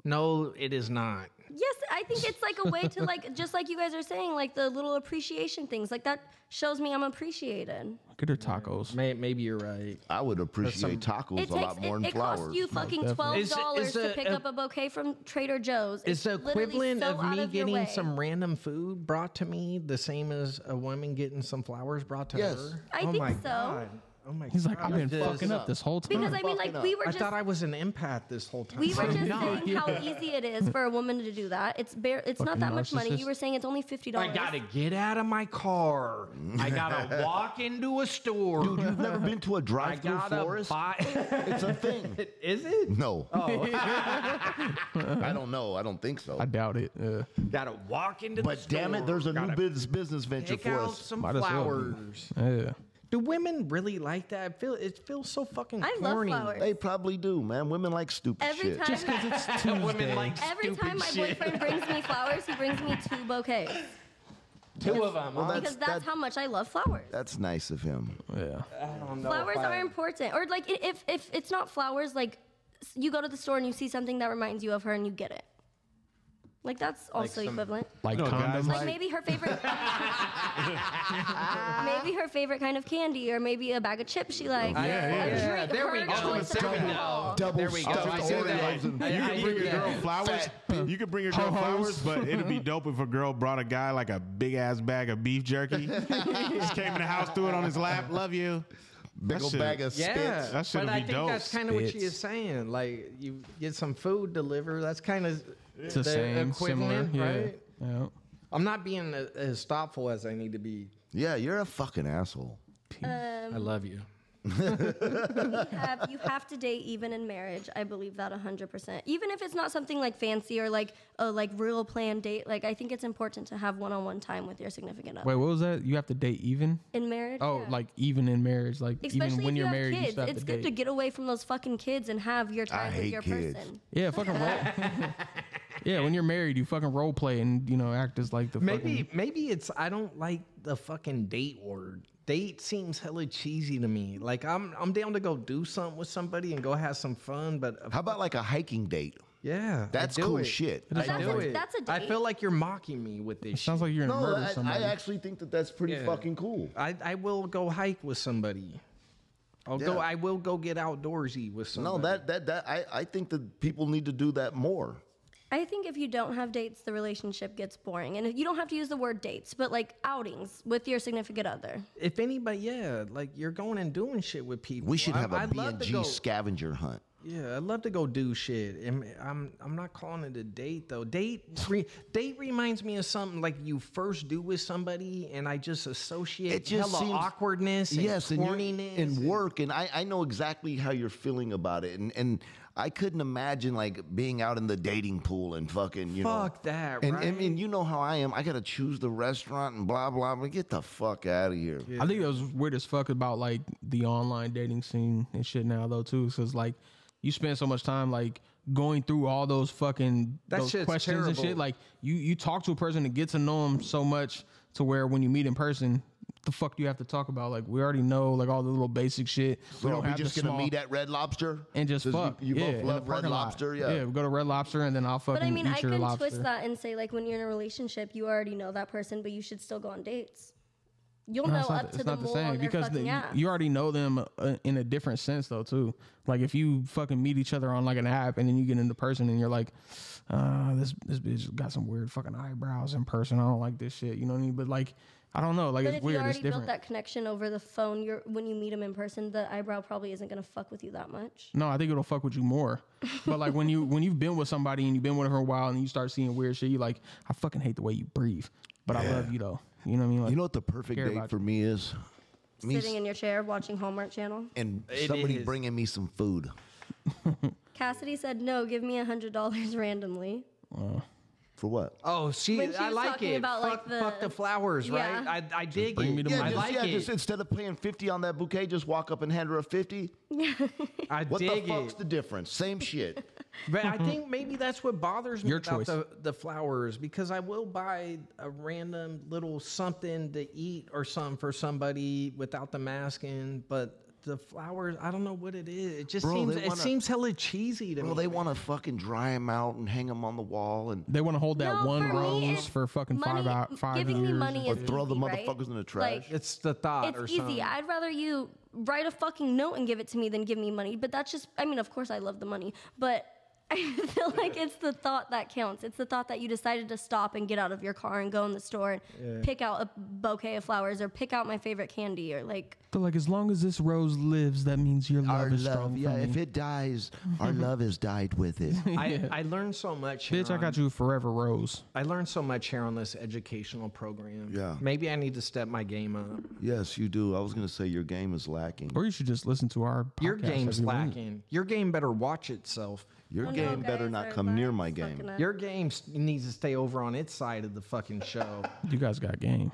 [SPEAKER 8] no, it is not.
[SPEAKER 7] Yes, I think it's like a way to like just like you guys are saying, like the little appreciation things. Like that shows me I'm appreciated.
[SPEAKER 4] Get her tacos.
[SPEAKER 8] May, maybe you're right.
[SPEAKER 1] I would appreciate tacos
[SPEAKER 7] It
[SPEAKER 1] a lot
[SPEAKER 7] takes
[SPEAKER 1] more
[SPEAKER 7] it,
[SPEAKER 1] than
[SPEAKER 7] it costs
[SPEAKER 1] flowers.
[SPEAKER 7] you fucking
[SPEAKER 4] definitely.
[SPEAKER 7] twelve
[SPEAKER 8] It's-
[SPEAKER 7] dollars
[SPEAKER 8] it's
[SPEAKER 7] to
[SPEAKER 8] a-
[SPEAKER 7] pick
[SPEAKER 8] a-
[SPEAKER 7] up a bouquet from Trader Joe's.
[SPEAKER 8] It's the
[SPEAKER 7] literally
[SPEAKER 8] equivalent
[SPEAKER 7] so
[SPEAKER 8] of
[SPEAKER 7] out
[SPEAKER 8] me
[SPEAKER 7] your way.
[SPEAKER 8] getting some random food brought to me, the same as a woman getting some flowers brought to
[SPEAKER 1] Yes.
[SPEAKER 8] her.
[SPEAKER 7] I
[SPEAKER 8] oh
[SPEAKER 7] think
[SPEAKER 8] my
[SPEAKER 7] so.
[SPEAKER 8] god! Oh my
[SPEAKER 4] He's like, I've been
[SPEAKER 8] Just-
[SPEAKER 4] fucking up this whole time.
[SPEAKER 7] because I mean, like we were
[SPEAKER 8] I
[SPEAKER 7] just
[SPEAKER 8] thought I was an empath this whole time.
[SPEAKER 7] we were just
[SPEAKER 8] No.
[SPEAKER 7] saying how easy it is for a woman to do that. It's bare. It's not that much money.
[SPEAKER 4] narcissist.
[SPEAKER 7] You were saying it's only fifty
[SPEAKER 8] I
[SPEAKER 7] dollars.
[SPEAKER 8] gotta get out of my car. I gotta walk into a store.
[SPEAKER 1] Dude, you've never been to a
[SPEAKER 8] I
[SPEAKER 1] drive-through
[SPEAKER 8] gotta
[SPEAKER 1] florist?
[SPEAKER 8] buy.
[SPEAKER 1] It's a thing.
[SPEAKER 8] Is it?
[SPEAKER 1] No.
[SPEAKER 8] Oh.
[SPEAKER 1] I don't know. I don't think so.
[SPEAKER 4] I doubt it. Yeah.
[SPEAKER 8] Gotta walk into the
[SPEAKER 1] But
[SPEAKER 8] store.
[SPEAKER 1] damn it, there's a new
[SPEAKER 8] Gotta
[SPEAKER 1] business business venture
[SPEAKER 8] Pick
[SPEAKER 1] for
[SPEAKER 8] out
[SPEAKER 1] us.
[SPEAKER 8] some
[SPEAKER 4] Might as well.
[SPEAKER 8] flowers.
[SPEAKER 4] yeah.
[SPEAKER 8] Do women really like that? I feel it feels so fucking
[SPEAKER 7] I love
[SPEAKER 8] corny.
[SPEAKER 7] flowers.
[SPEAKER 1] They probably do, man. Women like stupid
[SPEAKER 7] Every
[SPEAKER 1] shit.
[SPEAKER 7] time,
[SPEAKER 4] Just because it's Tuesday.
[SPEAKER 8] Women like
[SPEAKER 7] every
[SPEAKER 8] stupid
[SPEAKER 7] time my
[SPEAKER 8] shit.
[SPEAKER 7] boyfriend brings me flowers, he brings me two bouquets
[SPEAKER 8] Two of them.
[SPEAKER 1] Well,
[SPEAKER 8] huh?
[SPEAKER 1] that's,
[SPEAKER 7] because that's
[SPEAKER 1] that-
[SPEAKER 7] how much I love flowers.
[SPEAKER 1] that's nice of him.
[SPEAKER 4] yeah.
[SPEAKER 8] I don't know if
[SPEAKER 7] flowers
[SPEAKER 8] I-
[SPEAKER 7] are important or like i- if if it's not flowers like s- you go to the store and you see something that reminds you of her and you get it like that's also
[SPEAKER 8] some-
[SPEAKER 7] equivalent
[SPEAKER 4] Like condoms.
[SPEAKER 7] like maybe her favorite maybe her favorite kind of candy or maybe a bag of chips she likes
[SPEAKER 8] yeah,
[SPEAKER 7] a
[SPEAKER 8] yeah.
[SPEAKER 7] drink,
[SPEAKER 8] There
[SPEAKER 7] her
[SPEAKER 8] we go.
[SPEAKER 7] choice of
[SPEAKER 8] There we go.
[SPEAKER 7] alcohol.
[SPEAKER 8] There we go. I see that. I-
[SPEAKER 9] You
[SPEAKER 8] I
[SPEAKER 9] can
[SPEAKER 8] see
[SPEAKER 9] bring your
[SPEAKER 8] that. Uh-huh.
[SPEAKER 9] girl flowers. You can bring your girl flowers, but it'd be dope if a girl brought a guy like a big ass bag of beef jerky. Just came in the house, threw it on his lap. Love you.
[SPEAKER 1] Big
[SPEAKER 9] That
[SPEAKER 1] old
[SPEAKER 9] shit-
[SPEAKER 1] bag of
[SPEAKER 8] Yeah,
[SPEAKER 1] spits.
[SPEAKER 9] That shit'll
[SPEAKER 8] but I
[SPEAKER 9] be
[SPEAKER 8] think
[SPEAKER 9] dope.
[SPEAKER 8] that's kind of what she
[SPEAKER 4] Spits.
[SPEAKER 8] is saying. Like you get some food delivered. That's kind of
[SPEAKER 4] It's the same, similar.
[SPEAKER 8] equivalent,
[SPEAKER 4] Yeah.
[SPEAKER 8] right?
[SPEAKER 4] yeah.
[SPEAKER 8] I'm not being a- as thoughtful as I need to be.
[SPEAKER 1] Yeah, you're a fucking asshole.
[SPEAKER 8] I love you.
[SPEAKER 7] have, you have to date even in marriage. I believe that 100%. Even if it's not something like fancy or like a like real planned date, like I think it's important to have one-on-one time with your significant other.
[SPEAKER 4] Wait, what was that? You have to date even?
[SPEAKER 7] in marriage?
[SPEAKER 4] Oh,
[SPEAKER 7] yeah.
[SPEAKER 4] like even in marriage, like
[SPEAKER 7] Especially
[SPEAKER 4] even when
[SPEAKER 7] if you
[SPEAKER 4] you're
[SPEAKER 7] have
[SPEAKER 4] married, you
[SPEAKER 7] kids,
[SPEAKER 4] still have
[SPEAKER 7] it's
[SPEAKER 4] to
[SPEAKER 7] good
[SPEAKER 4] date.
[SPEAKER 7] to get away from those fucking kids and have your time with
[SPEAKER 1] hate
[SPEAKER 7] your
[SPEAKER 1] kids.
[SPEAKER 7] person.
[SPEAKER 4] yeah, fucking role. yeah, when you're married, you fucking role play and you know act as like the
[SPEAKER 8] Maybe
[SPEAKER 4] fucking,
[SPEAKER 8] maybe it's I don't like the fucking date word. Date seems hella cheesy to me. Like I'm I'm down to go do something with somebody and go have some fun, but uh,
[SPEAKER 1] How about like a hiking date?
[SPEAKER 8] yeah, I
[SPEAKER 1] That's
[SPEAKER 8] do
[SPEAKER 1] cool
[SPEAKER 8] it.
[SPEAKER 1] shit.
[SPEAKER 8] I
[SPEAKER 7] That's
[SPEAKER 8] do
[SPEAKER 7] a-
[SPEAKER 8] it.
[SPEAKER 7] that's a
[SPEAKER 8] I
[SPEAKER 7] date.
[SPEAKER 8] feel like you're mocking me with this.
[SPEAKER 4] sounds
[SPEAKER 8] shit.
[SPEAKER 4] like you're in
[SPEAKER 1] No,
[SPEAKER 4] murder
[SPEAKER 1] I, I
[SPEAKER 4] somebody.
[SPEAKER 1] actually think that that's pretty
[SPEAKER 8] Yeah.
[SPEAKER 1] fucking cool.
[SPEAKER 8] I, I will go hike with somebody. I'll go.
[SPEAKER 1] Yeah.
[SPEAKER 8] I will go get outdoorsy with somebody.
[SPEAKER 1] No, that that that I, I think that people need to do that more.
[SPEAKER 7] I think if you don't have dates, the relationship gets boring. And you don't have to use the word dates, but like outings with your significant other.
[SPEAKER 8] If anybody, yeah, like you're going and doing shit with people.
[SPEAKER 1] We should
[SPEAKER 8] I-
[SPEAKER 1] have a
[SPEAKER 8] I'd
[SPEAKER 1] B
[SPEAKER 8] love
[SPEAKER 1] and
[SPEAKER 8] to
[SPEAKER 1] G
[SPEAKER 8] go-
[SPEAKER 1] scavenger hunt.
[SPEAKER 8] Yeah, I love to go do shit. And I'm I'm not calling it a date though. Date re, date reminds me of something like you first do with somebody, and I just associate
[SPEAKER 1] It just
[SPEAKER 8] hella
[SPEAKER 1] seems
[SPEAKER 8] awkwardness, and
[SPEAKER 1] yes, and, you're-
[SPEAKER 8] corniness,
[SPEAKER 1] and work, and I, I know exactly how you're feeling about it, and and I couldn't imagine like being out in the dating pool and fucking you know.
[SPEAKER 8] Fuck that,
[SPEAKER 1] And I
[SPEAKER 8] right?
[SPEAKER 1] mean, you know how I am. I gotta choose the restaurant and blah blah. blah. Get the fuck out of here.
[SPEAKER 4] I think that was weird as fuck about like the online dating scene and shit now though too, because like you spend so much time like going through all those fucking
[SPEAKER 8] That
[SPEAKER 4] those
[SPEAKER 8] shit's
[SPEAKER 4] questions and shit.
[SPEAKER 8] terrible.
[SPEAKER 4] Like you you talk to a person and get to know them so much to where when you meet in person, the fuck do you have to talk about? Like we already know like all the little basic shit.
[SPEAKER 1] So
[SPEAKER 4] we
[SPEAKER 1] are
[SPEAKER 4] don't
[SPEAKER 1] we
[SPEAKER 4] have
[SPEAKER 1] just
[SPEAKER 4] the
[SPEAKER 1] gonna
[SPEAKER 4] small-
[SPEAKER 1] meet at Red Lobster
[SPEAKER 4] and just
[SPEAKER 1] Does you-
[SPEAKER 4] fuck.
[SPEAKER 1] You,
[SPEAKER 4] yeah, in
[SPEAKER 1] both
[SPEAKER 4] the
[SPEAKER 1] love Red
[SPEAKER 4] parking lot.
[SPEAKER 1] Lobster, yeah.
[SPEAKER 4] we go to Red Lobster and then I'll fucking
[SPEAKER 7] But I mean,
[SPEAKER 4] eat
[SPEAKER 7] I
[SPEAKER 4] your
[SPEAKER 7] can
[SPEAKER 4] lobster.
[SPEAKER 7] twist that and say like when you're in a relationship, you already know that person, but you should still go on dates. You'll
[SPEAKER 4] No,
[SPEAKER 7] know
[SPEAKER 4] it's not,
[SPEAKER 7] up
[SPEAKER 4] it's
[SPEAKER 7] to the
[SPEAKER 4] not
[SPEAKER 7] mole
[SPEAKER 4] the same
[SPEAKER 7] on their
[SPEAKER 4] because the-
[SPEAKER 7] fucking
[SPEAKER 4] you-
[SPEAKER 7] ass.
[SPEAKER 4] you already know them uh, in a different sense though too. Like if you fucking meet each other on like an app and then you get into person and you're like, uh, this this bitch got some weird fucking eyebrows in person. I don't like this shit. You know what I mean? But like, I don't know. Like
[SPEAKER 7] But
[SPEAKER 4] it's
[SPEAKER 7] if
[SPEAKER 4] weird.
[SPEAKER 7] you
[SPEAKER 4] It's
[SPEAKER 7] already built
[SPEAKER 4] different.
[SPEAKER 7] that connection over the phone, you're when you meet them in person, the eyebrow probably isn't gonna fuck with you that much.
[SPEAKER 4] No, I think it'll fuck with you more. But like when you when you've been with somebody and you've been with her for a while and you start seeing weird shit, you like, I fucking hate the way you breathe, but I love you though. You know what I mean? Like,
[SPEAKER 1] You know what the perfect
[SPEAKER 4] care
[SPEAKER 1] date
[SPEAKER 4] about
[SPEAKER 1] for me is? Me
[SPEAKER 7] Sitting in your chair watching Hallmark Channel.
[SPEAKER 1] and somebody
[SPEAKER 8] is.
[SPEAKER 1] bringing me some food.
[SPEAKER 7] Cassidy said, "No, give me a hundred dollars randomly."
[SPEAKER 1] For what?
[SPEAKER 8] Oh, see,
[SPEAKER 7] When she
[SPEAKER 8] I
[SPEAKER 7] was
[SPEAKER 8] like
[SPEAKER 7] talking
[SPEAKER 8] it.
[SPEAKER 7] about,
[SPEAKER 8] fuck,
[SPEAKER 7] like, the-
[SPEAKER 8] fuck the flowers,
[SPEAKER 7] Yeah.
[SPEAKER 8] right? I, I dig
[SPEAKER 4] bring
[SPEAKER 8] it.
[SPEAKER 4] me to my-
[SPEAKER 8] I like
[SPEAKER 1] yeah,
[SPEAKER 8] it.
[SPEAKER 1] just instead of paying 50 on that bouquet, just walk up and hand her a 50.
[SPEAKER 8] I
[SPEAKER 1] What
[SPEAKER 8] dig
[SPEAKER 1] the fuck's
[SPEAKER 8] it.
[SPEAKER 1] the difference? Same shit.
[SPEAKER 8] But I think maybe that's what bothers me
[SPEAKER 4] Your
[SPEAKER 8] about
[SPEAKER 4] choice.
[SPEAKER 8] the, the flowers because I will buy a random little something to eat or something for somebody without the masking, but the flowers, I don't know what it is. It just
[SPEAKER 1] Bro,
[SPEAKER 8] seems
[SPEAKER 1] they
[SPEAKER 8] it
[SPEAKER 1] wanna-
[SPEAKER 8] seems hella cheesy to
[SPEAKER 1] Bro,
[SPEAKER 8] me.
[SPEAKER 1] they want to fucking dry them out and hang them on the wall and
[SPEAKER 4] They want to hold that
[SPEAKER 7] No,
[SPEAKER 4] one
[SPEAKER 7] for me,
[SPEAKER 4] rose
[SPEAKER 7] it's
[SPEAKER 4] for fucking five
[SPEAKER 7] money-
[SPEAKER 4] out five
[SPEAKER 7] giving
[SPEAKER 4] years.
[SPEAKER 7] me money
[SPEAKER 1] or
[SPEAKER 7] is
[SPEAKER 1] throw the
[SPEAKER 7] easy, right?
[SPEAKER 1] motherfuckers in the trash.
[SPEAKER 7] Like,
[SPEAKER 8] it's the thought or
[SPEAKER 7] it's easy.
[SPEAKER 8] something.
[SPEAKER 7] I'd rather you write a fucking note and give it to me than give me money. But that's just, I mean, of course I love the money, but I feel like it's the thought that counts. It's the thought that you decided to stop and get out of your car and go in the store and pick out a bouquet of flowers or pick out my favorite candy or like,
[SPEAKER 4] They're like, as long as this rose lives, that means your love
[SPEAKER 1] our
[SPEAKER 4] is strong.
[SPEAKER 1] love, yeah.
[SPEAKER 4] for me.
[SPEAKER 1] If it dies, our love has died with it.
[SPEAKER 8] I, I learned so much. Here
[SPEAKER 4] Bitch, I
[SPEAKER 8] on-
[SPEAKER 4] got you a forever rose.
[SPEAKER 8] I learned so much here on this educational program.
[SPEAKER 1] Yeah.
[SPEAKER 8] Maybe I need to step my game up.
[SPEAKER 1] yes, you do. I was gonna say your game is lacking.
[SPEAKER 4] Or you should just listen to our podcast
[SPEAKER 8] Your game's
[SPEAKER 4] every week.
[SPEAKER 8] lacking. Your game better watch itself.
[SPEAKER 1] Your
[SPEAKER 7] Oh, no,
[SPEAKER 1] game better
[SPEAKER 7] guys,
[SPEAKER 1] not
[SPEAKER 7] our
[SPEAKER 1] come near
[SPEAKER 7] line's
[SPEAKER 1] my
[SPEAKER 7] fucking
[SPEAKER 1] game.
[SPEAKER 7] up.
[SPEAKER 8] Your game s- needs to stay over on its side of the fucking show.
[SPEAKER 4] You guys got game.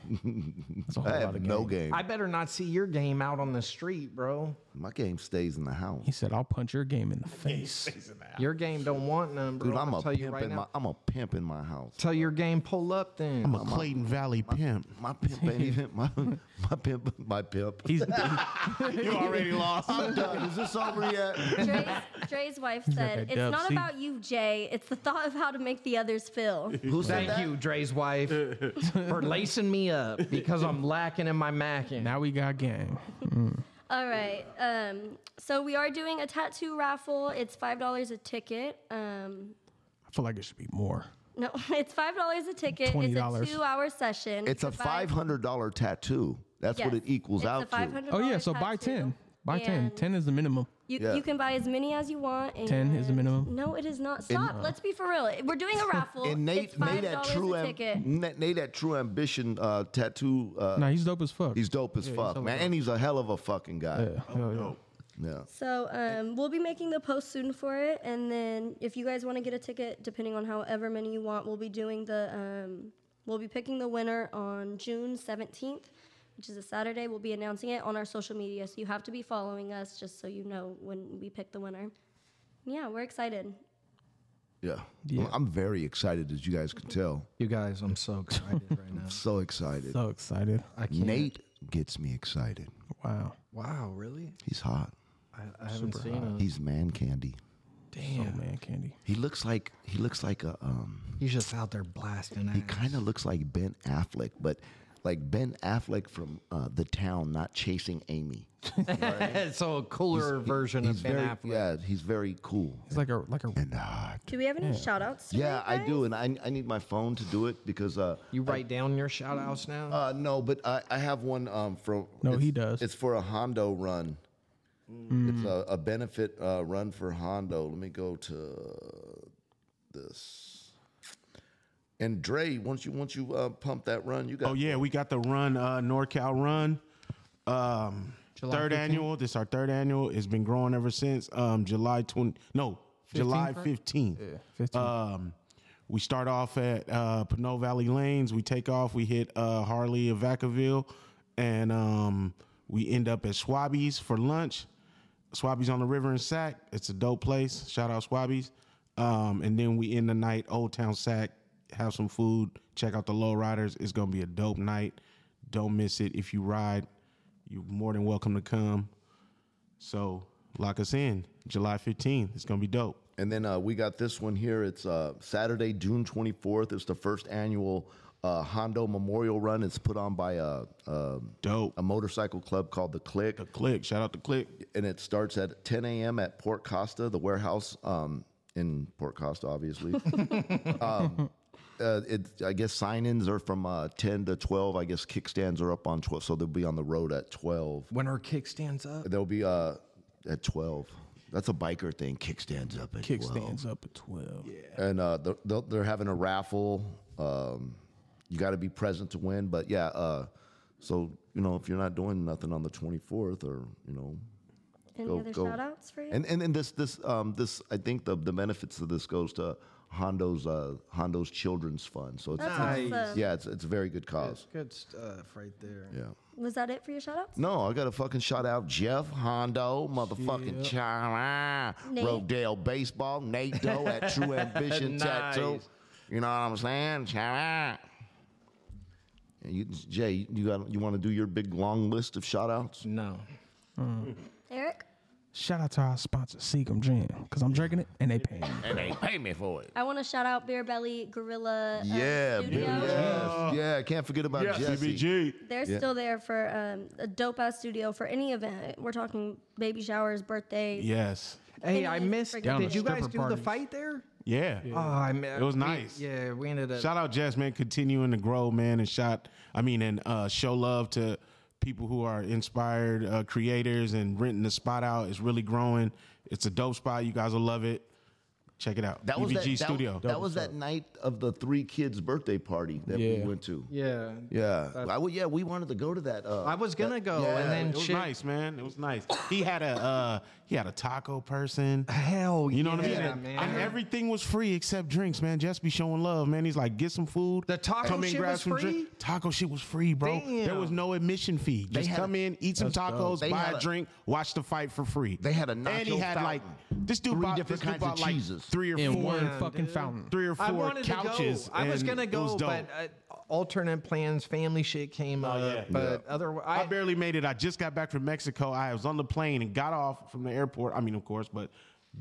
[SPEAKER 4] That's a whole
[SPEAKER 1] I
[SPEAKER 4] lot
[SPEAKER 1] have
[SPEAKER 4] of game.
[SPEAKER 1] no game.
[SPEAKER 8] I better not see your game out on the street, bro.
[SPEAKER 1] My game stays in the house.
[SPEAKER 4] He said, "I'll punch your game in the face."
[SPEAKER 8] Your game don't want none, bro.
[SPEAKER 1] Dude, I'm
[SPEAKER 8] I'ma
[SPEAKER 1] a
[SPEAKER 8] tell you
[SPEAKER 1] pimp
[SPEAKER 8] right
[SPEAKER 1] in
[SPEAKER 8] now.
[SPEAKER 1] my I'm a pimp in my house.
[SPEAKER 8] tell your game pull up then.
[SPEAKER 9] I'm a Clayton Valley pimp.
[SPEAKER 1] My pimp ain't even my my pimp my pimp.
[SPEAKER 4] He's
[SPEAKER 3] You already lost.
[SPEAKER 1] I'm done. Is this over yet?
[SPEAKER 7] Dre's, Dre's wife said,
[SPEAKER 4] that
[SPEAKER 7] It's
[SPEAKER 4] dub,
[SPEAKER 7] not
[SPEAKER 4] see?
[SPEAKER 7] about you, Jay. It's the thought of how to make the others feel.
[SPEAKER 1] Who said
[SPEAKER 8] Thank
[SPEAKER 1] that?
[SPEAKER 8] you, Dre's wife, for lacing me up because I'm lacking in my macking.
[SPEAKER 4] now we got game.
[SPEAKER 7] All right. Um, so we are doing a tattoo raffle. It's five dollars a ticket. Um,
[SPEAKER 4] I feel like it should be more.
[SPEAKER 7] no, it's five dollars a ticket.
[SPEAKER 4] $20.
[SPEAKER 7] It's a two-hour session.
[SPEAKER 1] It's a
[SPEAKER 7] Buy-
[SPEAKER 1] five hundred dollar tattoo. That's what
[SPEAKER 7] Yes.
[SPEAKER 1] it equals
[SPEAKER 7] It's a
[SPEAKER 1] out to.
[SPEAKER 7] $500
[SPEAKER 4] Oh yeah, so buy
[SPEAKER 7] tattoo.
[SPEAKER 4] ten. Buy ten.
[SPEAKER 7] And
[SPEAKER 4] Ten is the minimum.
[SPEAKER 7] You,
[SPEAKER 1] Yeah.
[SPEAKER 7] you can buy as many as you want. And
[SPEAKER 4] 10 is the minimum?
[SPEAKER 7] No, it is not. Stop. Let's be for real. We're doing a raffle.
[SPEAKER 1] And
[SPEAKER 7] it's
[SPEAKER 1] Nate,
[SPEAKER 7] five
[SPEAKER 1] Nate at
[SPEAKER 7] dollars
[SPEAKER 1] True
[SPEAKER 7] a
[SPEAKER 1] Am-
[SPEAKER 7] ticket.
[SPEAKER 1] Nate, Nate at True Ambition uh, tattoo. Uh,
[SPEAKER 4] Nah, he's dope as fuck.
[SPEAKER 1] He's dope as fuck,
[SPEAKER 4] hella
[SPEAKER 1] man, and he's a hell of a fucking guy.
[SPEAKER 4] Yeah, hell yeah.
[SPEAKER 1] Yeah.
[SPEAKER 7] So um, we'll be making the post soon for it, and then if you guys want to get a ticket, depending on however many you want, we'll be doing the um, we'll be picking the winner on June seventeenth, which is a Saturday. We'll be announcing it on our social media, so you have to be following us just so you know when we pick the winner. Yeah, we're excited.
[SPEAKER 1] Yeah. I'm- I'm very excited, as you guys can tell.
[SPEAKER 8] You guys, I'm so excited right now.
[SPEAKER 1] So excited.
[SPEAKER 4] So excited.
[SPEAKER 1] Nate gets me excited.
[SPEAKER 4] Wow.
[SPEAKER 8] Wow, really?
[SPEAKER 1] He's hot.
[SPEAKER 8] I, I haven't seen him.
[SPEAKER 1] He's man candy.
[SPEAKER 4] Damn, man, Candy.
[SPEAKER 1] He looks like he looks like a um
[SPEAKER 8] He's just out there blasting
[SPEAKER 1] he
[SPEAKER 8] ass.
[SPEAKER 1] kind of looks like Ben Affleck, but like Ben Affleck from uh, The Town, not chasing Amy.
[SPEAKER 8] so a cooler version
[SPEAKER 1] He's
[SPEAKER 8] of Ben
[SPEAKER 1] very,
[SPEAKER 8] Affleck.
[SPEAKER 1] yeah, he's very cool
[SPEAKER 4] He's like a like a
[SPEAKER 1] and hot.
[SPEAKER 7] Do we have any shout outs?
[SPEAKER 1] Yeah, I do, and I, I need my phone to do it because uh
[SPEAKER 8] You write down your shout outs now?
[SPEAKER 1] uh no, but I, I have one um from
[SPEAKER 4] No,
[SPEAKER 1] it's-
[SPEAKER 4] he does. Mm.
[SPEAKER 1] It's for a Hondo run. It's a, a benefit uh, run for Hondo. Let me go to this. And Dre, once you once you uh, pump that run, you got
[SPEAKER 9] Oh yeah, we got the run, uh, NorCal run. Um, third annual. This is our third annual. It's been growing ever since. Um, July twenty. No, July fifteenth. Um, we start off at uh, Pinot Valley Lanes. We take off. We hit uh, Harley of Vacaville, and um, we end up at Swabby's for lunch. Swabby's on the river in Sac. It's a dope place. Shout out Swabby's. Um, and then we end the night Old Town Sac. Have some food. Check out the Lowriders. It's gonna be a dope night. Don't miss it. If you ride, you're more than welcome to come. So lock us in. July 15th. It's gonna be dope.
[SPEAKER 1] And then uh, we got this one here. It's uh, Saturday, June 24th. It's the first annual uh, Hondo Memorial Run. It's put on by a, a,
[SPEAKER 9] Dope.
[SPEAKER 1] a motorcycle club called The Click.
[SPEAKER 9] The click. Shout out the click.
[SPEAKER 1] And it starts at 10 a.m. at Port Costa, the warehouse um, in Port Costa, obviously. um, uh, it, I guess sign ins are from uh, 10 to 12. I guess kickstands are up on 12. So they'll be on the road at 12.
[SPEAKER 8] when her kickstand's up?
[SPEAKER 1] They'll be uh, at 12. That's a biker thing. Kickstands up at 12
[SPEAKER 4] kickstands up at twelve.
[SPEAKER 1] and uh, they're, they'll- they're having a raffle. Um, you got to be present to win, but yeah. Uh, so you know, if you're not doing nothing on the 24th, or you know,
[SPEAKER 7] Any
[SPEAKER 1] go
[SPEAKER 7] other
[SPEAKER 1] go.
[SPEAKER 7] shout outs for you?
[SPEAKER 1] And and, and this this um, this I think the the benefits of this goes to Hondo's uh, Hondo's Children's Fund. So it's,
[SPEAKER 7] That's
[SPEAKER 1] it's-
[SPEAKER 7] awesome.
[SPEAKER 1] yeah, it's it's a very good cause.
[SPEAKER 8] Good stuff right there.
[SPEAKER 1] Yeah.
[SPEAKER 7] Was that it for your shout outs?
[SPEAKER 1] No, I got to fucking shout out Jeff Hondo, motherfucking China,
[SPEAKER 7] Nate.
[SPEAKER 1] Rodale Baseball, Nate Doe at True Ambition Tattoo.
[SPEAKER 8] Nice.
[SPEAKER 1] You know what I'm saying? China. And You, Jay, you got you want to do your big long list of shout outs?
[SPEAKER 8] No.
[SPEAKER 7] Eric?
[SPEAKER 4] Shout out to our sponsor, Seagram Gin, because I'm drinking it and they paying me.
[SPEAKER 1] And they pay me for it.
[SPEAKER 7] I want to shout out Beer Belly Gorilla. um,
[SPEAKER 1] Yeah, Billy
[SPEAKER 7] studio.
[SPEAKER 1] Jeff. Yeah, I can't forget about Jesse.
[SPEAKER 9] CBG.
[SPEAKER 7] They're
[SPEAKER 1] Yeah.
[SPEAKER 7] still there for um, a dope ass studio for any event. We're talking baby showers, birthdays.
[SPEAKER 9] Yes.
[SPEAKER 8] Hey,
[SPEAKER 7] And
[SPEAKER 8] I
[SPEAKER 7] then
[SPEAKER 8] missed.
[SPEAKER 7] freaking- Down
[SPEAKER 8] Did
[SPEAKER 4] the
[SPEAKER 8] you guys
[SPEAKER 4] stripper
[SPEAKER 8] do the
[SPEAKER 4] parties.
[SPEAKER 8] fight there?
[SPEAKER 9] Yeah.
[SPEAKER 8] Oh, I mi-
[SPEAKER 9] It was
[SPEAKER 8] we-
[SPEAKER 9] nice.
[SPEAKER 8] yeah, we ended up.
[SPEAKER 9] Shout out Jess, man, continuing to grow, man, and shot. I mean, and uh, show love to people who are inspired uh, creators and renting the spot out. It's really growing. It's a dope spot. You guys will love it. Check it out.
[SPEAKER 1] That was
[SPEAKER 9] BBG
[SPEAKER 1] that, that-
[SPEAKER 9] E Studio.
[SPEAKER 1] That, was that night of the three kids' birthday party that we went to.
[SPEAKER 8] yeah.
[SPEAKER 1] Yeah, I would. Yeah, we wanted to go to that. Uh,
[SPEAKER 8] I was gonna go, and then
[SPEAKER 9] It was
[SPEAKER 8] shit.
[SPEAKER 9] nice, man. It was nice. He had a uh, he had a taco person.
[SPEAKER 8] Hell,
[SPEAKER 9] You know what I mean?
[SPEAKER 8] yeah,
[SPEAKER 9] And-
[SPEAKER 8] man.
[SPEAKER 9] And everything was free except drinks, man. Just be showing love, man. He's like, get some food.
[SPEAKER 8] The taco shit was free?
[SPEAKER 9] Taco shit was free, bro. There
[SPEAKER 8] Damn.
[SPEAKER 9] was no admission fee. Just
[SPEAKER 1] had
[SPEAKER 9] come
[SPEAKER 1] a-
[SPEAKER 9] in, eat some tacos,
[SPEAKER 1] They
[SPEAKER 9] buy
[SPEAKER 1] had
[SPEAKER 9] a
[SPEAKER 1] a-
[SPEAKER 9] drink, watch the fight for free.
[SPEAKER 1] They had a
[SPEAKER 9] and he
[SPEAKER 1] nacho
[SPEAKER 9] had like
[SPEAKER 1] fountain.
[SPEAKER 9] this dude
[SPEAKER 1] Three
[SPEAKER 9] bought,
[SPEAKER 1] different
[SPEAKER 9] this dude
[SPEAKER 1] kinds of
[SPEAKER 9] bought like
[SPEAKER 1] cheeses.
[SPEAKER 9] three or
[SPEAKER 4] In
[SPEAKER 9] four
[SPEAKER 4] one
[SPEAKER 8] Damn,
[SPEAKER 4] fucking
[SPEAKER 8] dude.
[SPEAKER 4] fountain.
[SPEAKER 9] three or
[SPEAKER 8] I
[SPEAKER 9] four
[SPEAKER 8] wanted
[SPEAKER 9] couches.
[SPEAKER 8] to go. I was
[SPEAKER 9] and
[SPEAKER 8] gonna
[SPEAKER 9] it
[SPEAKER 8] go,
[SPEAKER 9] was dope.
[SPEAKER 8] but uh, alternate plans, family shit came up.
[SPEAKER 9] yeah.
[SPEAKER 8] But other, I,
[SPEAKER 9] I, barely made it. I just got back from Mexico. I was on the plane and got off from the airport. I mean, of course, but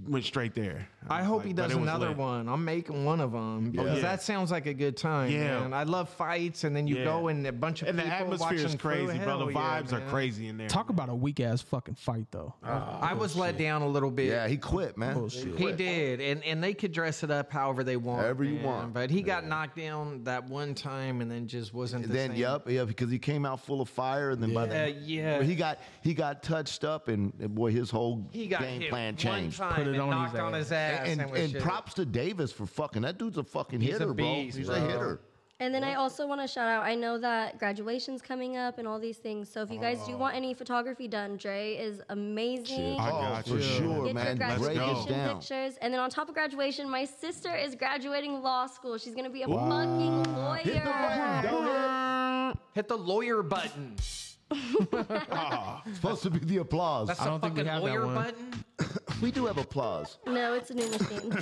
[SPEAKER 9] went straight there.
[SPEAKER 8] I
[SPEAKER 9] was
[SPEAKER 8] hope
[SPEAKER 9] like-
[SPEAKER 8] he
[SPEAKER 9] but
[SPEAKER 8] does
[SPEAKER 9] it was
[SPEAKER 8] another
[SPEAKER 9] lit.
[SPEAKER 8] one. I'm making one of them because
[SPEAKER 9] Yeah.
[SPEAKER 8] that sounds like a good time.
[SPEAKER 9] Yeah.
[SPEAKER 8] man. I love fights, and then you
[SPEAKER 9] Yeah.
[SPEAKER 8] go and a bunch of
[SPEAKER 9] And the
[SPEAKER 8] people
[SPEAKER 9] atmosphere
[SPEAKER 8] watching
[SPEAKER 9] is crazy,
[SPEAKER 8] crew.
[SPEAKER 9] bro. The
[SPEAKER 8] Hell yeah,
[SPEAKER 9] vibes
[SPEAKER 8] man.
[SPEAKER 9] are crazy in there.
[SPEAKER 4] Talk about a weak ass fucking fight though.
[SPEAKER 8] I was let down a little bit.
[SPEAKER 1] yeah, he quit, man.
[SPEAKER 8] He did, and and they could dress it up however they want,
[SPEAKER 1] However you
[SPEAKER 8] man.
[SPEAKER 1] want.
[SPEAKER 8] But he got knocked down that one time, and then just wasn't. The
[SPEAKER 1] then
[SPEAKER 8] same.
[SPEAKER 1] yep, yeah, because he came out full of fire, and then by the
[SPEAKER 8] Uh, yeah.
[SPEAKER 1] but he got he got touched up, and and boy, his whole
[SPEAKER 8] He got
[SPEAKER 1] game
[SPEAKER 8] hit
[SPEAKER 1] plan
[SPEAKER 8] one
[SPEAKER 1] changed.
[SPEAKER 8] time
[SPEAKER 4] Put it
[SPEAKER 8] and
[SPEAKER 4] on his
[SPEAKER 8] knocked on
[SPEAKER 4] ass.
[SPEAKER 8] his ass,
[SPEAKER 1] And,
[SPEAKER 8] and,
[SPEAKER 1] and,
[SPEAKER 8] was shit.
[SPEAKER 1] props to Davis for fucking that dude's a fucking
[SPEAKER 8] He's a
[SPEAKER 1] hitter, bro.
[SPEAKER 8] beast,
[SPEAKER 1] He's a
[SPEAKER 8] bro.
[SPEAKER 1] hitter.
[SPEAKER 7] And then I also want to shout out I know that graduation's coming up and all these things. So if you guys do want any photography done, Dre is amazing.
[SPEAKER 9] I
[SPEAKER 1] oh,
[SPEAKER 9] got
[SPEAKER 1] for
[SPEAKER 9] you.
[SPEAKER 1] sure,
[SPEAKER 7] Get your
[SPEAKER 1] man. Break
[SPEAKER 7] graduation
[SPEAKER 1] us down.
[SPEAKER 7] pictures. And then on top of graduation, my sister is graduating law school. She's going to be a fucking lawyer.
[SPEAKER 8] Hit the lawyer button.
[SPEAKER 1] It's supposed to be the applause.
[SPEAKER 8] That's
[SPEAKER 4] I
[SPEAKER 8] a
[SPEAKER 4] don't think we
[SPEAKER 8] fucking
[SPEAKER 4] have that
[SPEAKER 8] lawyer
[SPEAKER 4] one.
[SPEAKER 8] button.
[SPEAKER 1] We do have applause.
[SPEAKER 7] No, it's a new machine.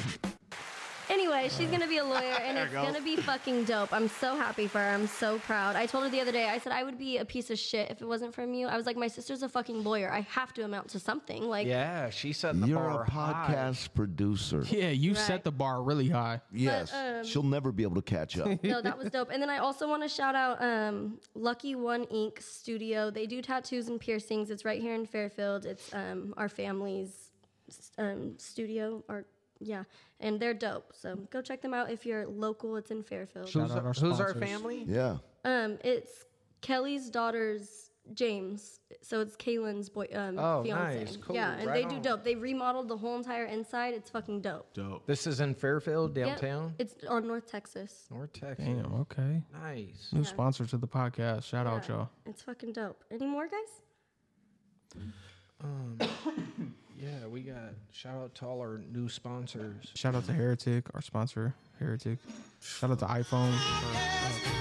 [SPEAKER 7] Anyway, she's gonna be a lawyer and it's gonna be fucking dope. I'm so happy for her. I'm so proud. I told her the other day, I said I would be a piece of shit if it wasn't from you. I was like, my sister's a fucking lawyer. I have to amount to something. Like,
[SPEAKER 8] Yeah, she said the
[SPEAKER 1] You're
[SPEAKER 8] bar
[SPEAKER 1] a
[SPEAKER 8] high.
[SPEAKER 1] podcast producer.
[SPEAKER 4] Yeah, you
[SPEAKER 7] Right.
[SPEAKER 4] set the bar really high.
[SPEAKER 1] Yes,
[SPEAKER 7] um,
[SPEAKER 1] she'll never be able to catch up.
[SPEAKER 7] no, that was dope. And then I also want to shout out um, Lucky One Ink Studio. They do tattoos and piercings. It's right here in Fairfield. It's um, our family's um, studio. Or yeah, and they're dope. So go check them out if you're local. It's in Fairfield.
[SPEAKER 4] Shout out our
[SPEAKER 8] Who's our
[SPEAKER 4] sponsors.
[SPEAKER 8] family?
[SPEAKER 1] yeah.
[SPEAKER 7] Um, it's Kelly's daughter's James. So it's Kaylin's boy um,
[SPEAKER 8] Oh,
[SPEAKER 7] fiance.
[SPEAKER 8] nice. Cool.
[SPEAKER 7] Yeah, and
[SPEAKER 8] Right
[SPEAKER 7] they do
[SPEAKER 8] on.
[SPEAKER 7] dope. They remodeled the whole entire inside. It's fucking dope.
[SPEAKER 9] Dope.
[SPEAKER 8] This is in Fairfield,
[SPEAKER 7] Yep.
[SPEAKER 8] downtown,
[SPEAKER 7] It's on North Texas.
[SPEAKER 8] North Texas.
[SPEAKER 4] Damn, okay.
[SPEAKER 8] Nice.
[SPEAKER 4] New sponsor to the podcast. Shout out
[SPEAKER 7] Yeah,
[SPEAKER 4] y'all.
[SPEAKER 7] It's fucking dope. Any more guys?
[SPEAKER 8] Yeah, we got shout out to all our new sponsors.
[SPEAKER 4] Shout out to Heretic, our sponsor, Heretic. Shout out to iPhone.